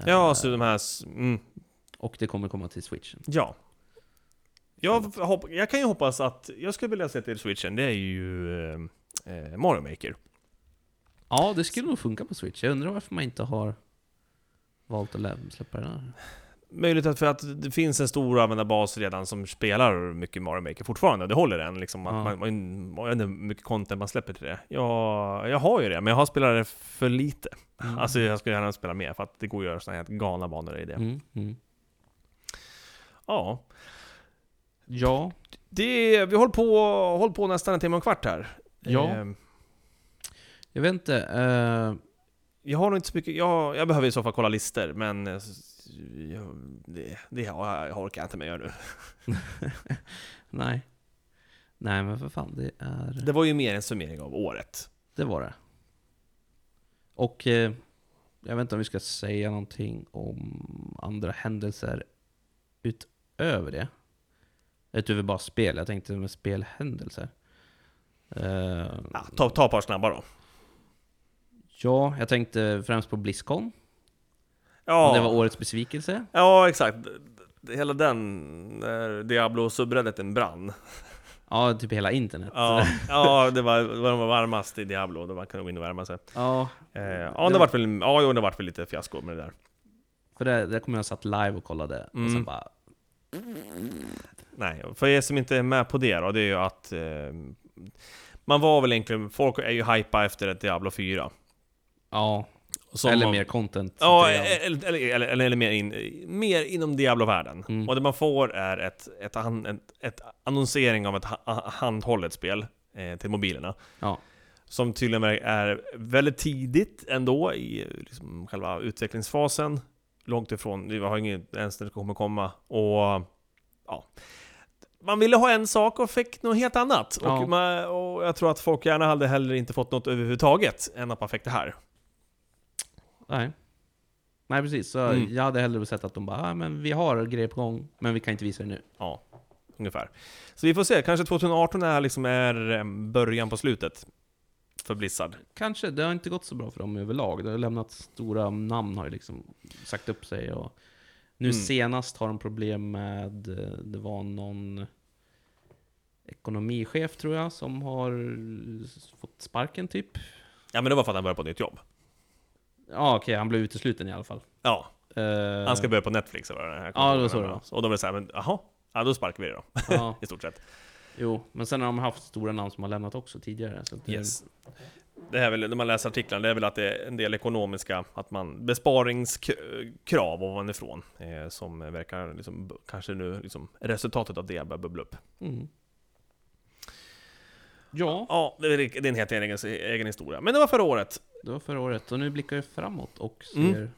[SPEAKER 3] Eh,
[SPEAKER 2] Ja, så de här... s- Mm.
[SPEAKER 3] Och det kommer komma till Switchen.
[SPEAKER 2] Ja. Jag,
[SPEAKER 3] Mm.
[SPEAKER 2] hopp, jag kan ju hoppas att... Jag skulle vilja se till switchen, det är ju... eh, Eh, Mario Maker.
[SPEAKER 3] Ja, det skulle nog funka på Switch. Jag undrar varför man inte har valt att lä- släppa den här.
[SPEAKER 2] Möjligt att för att det finns en stor användarbas redan som spelar mycket Mario Maker fortfarande, det håller än liksom. Att
[SPEAKER 3] Ja.
[SPEAKER 2] man, man, man, jag vet inte hur mycket content man släpper till det. Jag, jag har ju det, men jag har spelat det för lite.
[SPEAKER 3] Mm.
[SPEAKER 2] Alltså jag skulle gärna spela mer, för att det går att göra såna här galna banor i det.
[SPEAKER 3] Mm, mm.
[SPEAKER 2] Ja.
[SPEAKER 3] Ja,
[SPEAKER 2] Det, vi håller på, håller på nästan en timme och en kvart här.
[SPEAKER 3] Ja.
[SPEAKER 2] Eh,
[SPEAKER 3] jag vet inte. eh,
[SPEAKER 2] jag har nog inte så mycket, jag, jag behöver i så fall kolla listor, men eh, s- jag, det, det har jag orkar jag inte med att göra nu.
[SPEAKER 3] nej. Nej, men för fan, det är...
[SPEAKER 2] Det var ju mer en summering av året.
[SPEAKER 3] Det var det. Och eh, jag vet inte om vi ska säga någonting om andra händelser utöver det. Utöver bara spel. Jag tänkte med spelhändelser. Eh,
[SPEAKER 2] Ja, ta, ta ett par snabba då.
[SPEAKER 3] ja, jag tänkte främst på Blizzcon.
[SPEAKER 2] Ja.
[SPEAKER 3] Om det var årets besvikelse?
[SPEAKER 2] Ja, exakt. D- d- Hela den eh, Diablo subredditen brann.
[SPEAKER 3] Ja, typ hela internet.
[SPEAKER 2] Ja, ja det var, det var de var varmast i Diablo, då man kunde gå in och värma sig.
[SPEAKER 3] Ja,
[SPEAKER 2] Eh, ja, det vart väl, ja, jo, det vart väl lite fiasko med det där.
[SPEAKER 3] för det, det kommer jag satt live och kollade. Och
[SPEAKER 2] Mm.
[SPEAKER 3] sen bara,
[SPEAKER 2] Nej, för er som inte är med på det då, det är ju att eh, man var väl egentligen, folk är ju hypa efter ett Diablo 4.
[SPEAKER 3] ja.
[SPEAKER 2] Och som
[SPEAKER 3] eller
[SPEAKER 2] man-
[SPEAKER 3] mer content.
[SPEAKER 2] Ja, eh,
[SPEAKER 3] Det är-
[SPEAKER 2] eller, eller, eller, eller, eller mer, in, mer inom Diablo-världen.
[SPEAKER 3] Mm.
[SPEAKER 2] Och det man får är ett, ett, han- ett, ett annonsering av ett ha- handhållet spel eh, till mobilerna.
[SPEAKER 3] ja.
[SPEAKER 2] Som tydligen är- är väldigt tidigt ändå i eh, liksom själva utvecklingsfasen. Långt ifrån, vi har ingen ens när det kommer komma. Och ja. Man ville ha en sak och fick något helt annat.
[SPEAKER 3] Ja.
[SPEAKER 2] Och, man, och jag tror att folk gärna hade heller inte fått något överhuvudtaget än att man fick det här.
[SPEAKER 3] Nej. Nej, precis. Så
[SPEAKER 2] Mm.
[SPEAKER 3] jag hade hellre sett att de bara, ah, men vi har grejer på gång, men vi kan inte visa det nu.
[SPEAKER 2] Ja, ungefär. Så vi får se, kanske 2018 är, liksom är eh, början på slutet. För Blizzard.
[SPEAKER 3] Kanske, det har inte gått så bra för dem överlag. Det har lämnat stora namn, har ju liksom sagt upp sig. Och nu
[SPEAKER 2] Mm.
[SPEAKER 3] senast har de problem med, eh, det var någon ekonomichef tror jag, som har s- fått sparken typ.
[SPEAKER 2] Ja men det var för att han började på ett nytt jobb.
[SPEAKER 3] Ja okej, han blev utesluten i alla fall.
[SPEAKER 2] Ja,
[SPEAKER 3] Eh,
[SPEAKER 2] han ska börja på Netflix eller vad det här
[SPEAKER 3] Ja, det var så det var.
[SPEAKER 2] Och då blev det såhär, men jaha, ja, då sparkar vi det då.
[SPEAKER 3] ja,
[SPEAKER 2] I stort sett.
[SPEAKER 3] jo, men sen har de haft stora namn som har lämnat också tidigare. Så att eh, det-
[SPEAKER 2] Yes. Det här är väl, när man läser artiklarna, det är väl att det är en del ekonomiska, att man besparingskrav ovanifrån. Eh, som verkar liksom, b- kanske nu liksom, resultatet av det börjar bubbla upp.
[SPEAKER 3] Mm. Ja,
[SPEAKER 2] Ja, det är, det är en helt egen, egen historia. Men det var förra året.
[SPEAKER 3] det var förra året och nu blickar vi framåt och ser
[SPEAKER 2] Mm.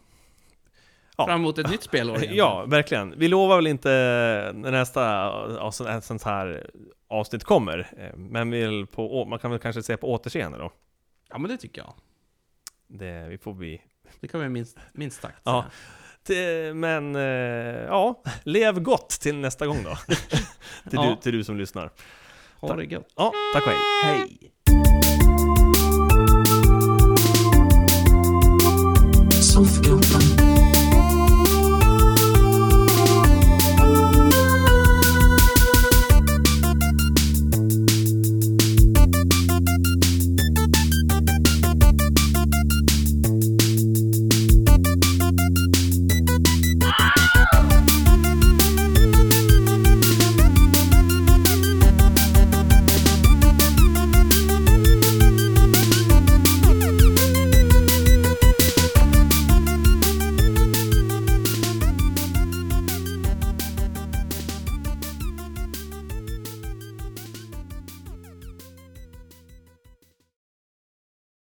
[SPEAKER 2] Ja.
[SPEAKER 3] fram emot ett nytt spelår igen.
[SPEAKER 2] Ja, verkligen. Vi lovar väl inte eh, när nästa avs- sånt här avsnitt kommer, eh, men vi vill på, å- man kan väl kanske säga på återseende då.
[SPEAKER 3] ja, men det tycker jag.
[SPEAKER 2] Det, vi får bli...
[SPEAKER 3] Det kan vi minst, minst sagt
[SPEAKER 2] Ja.
[SPEAKER 3] säga.
[SPEAKER 2] T- Men eh, ja, lev gott till nästa gång då. till,
[SPEAKER 3] Ja.
[SPEAKER 2] du, till du som lyssnar.
[SPEAKER 3] Ha det gött.
[SPEAKER 2] Ja, tack och hej.
[SPEAKER 3] Hej!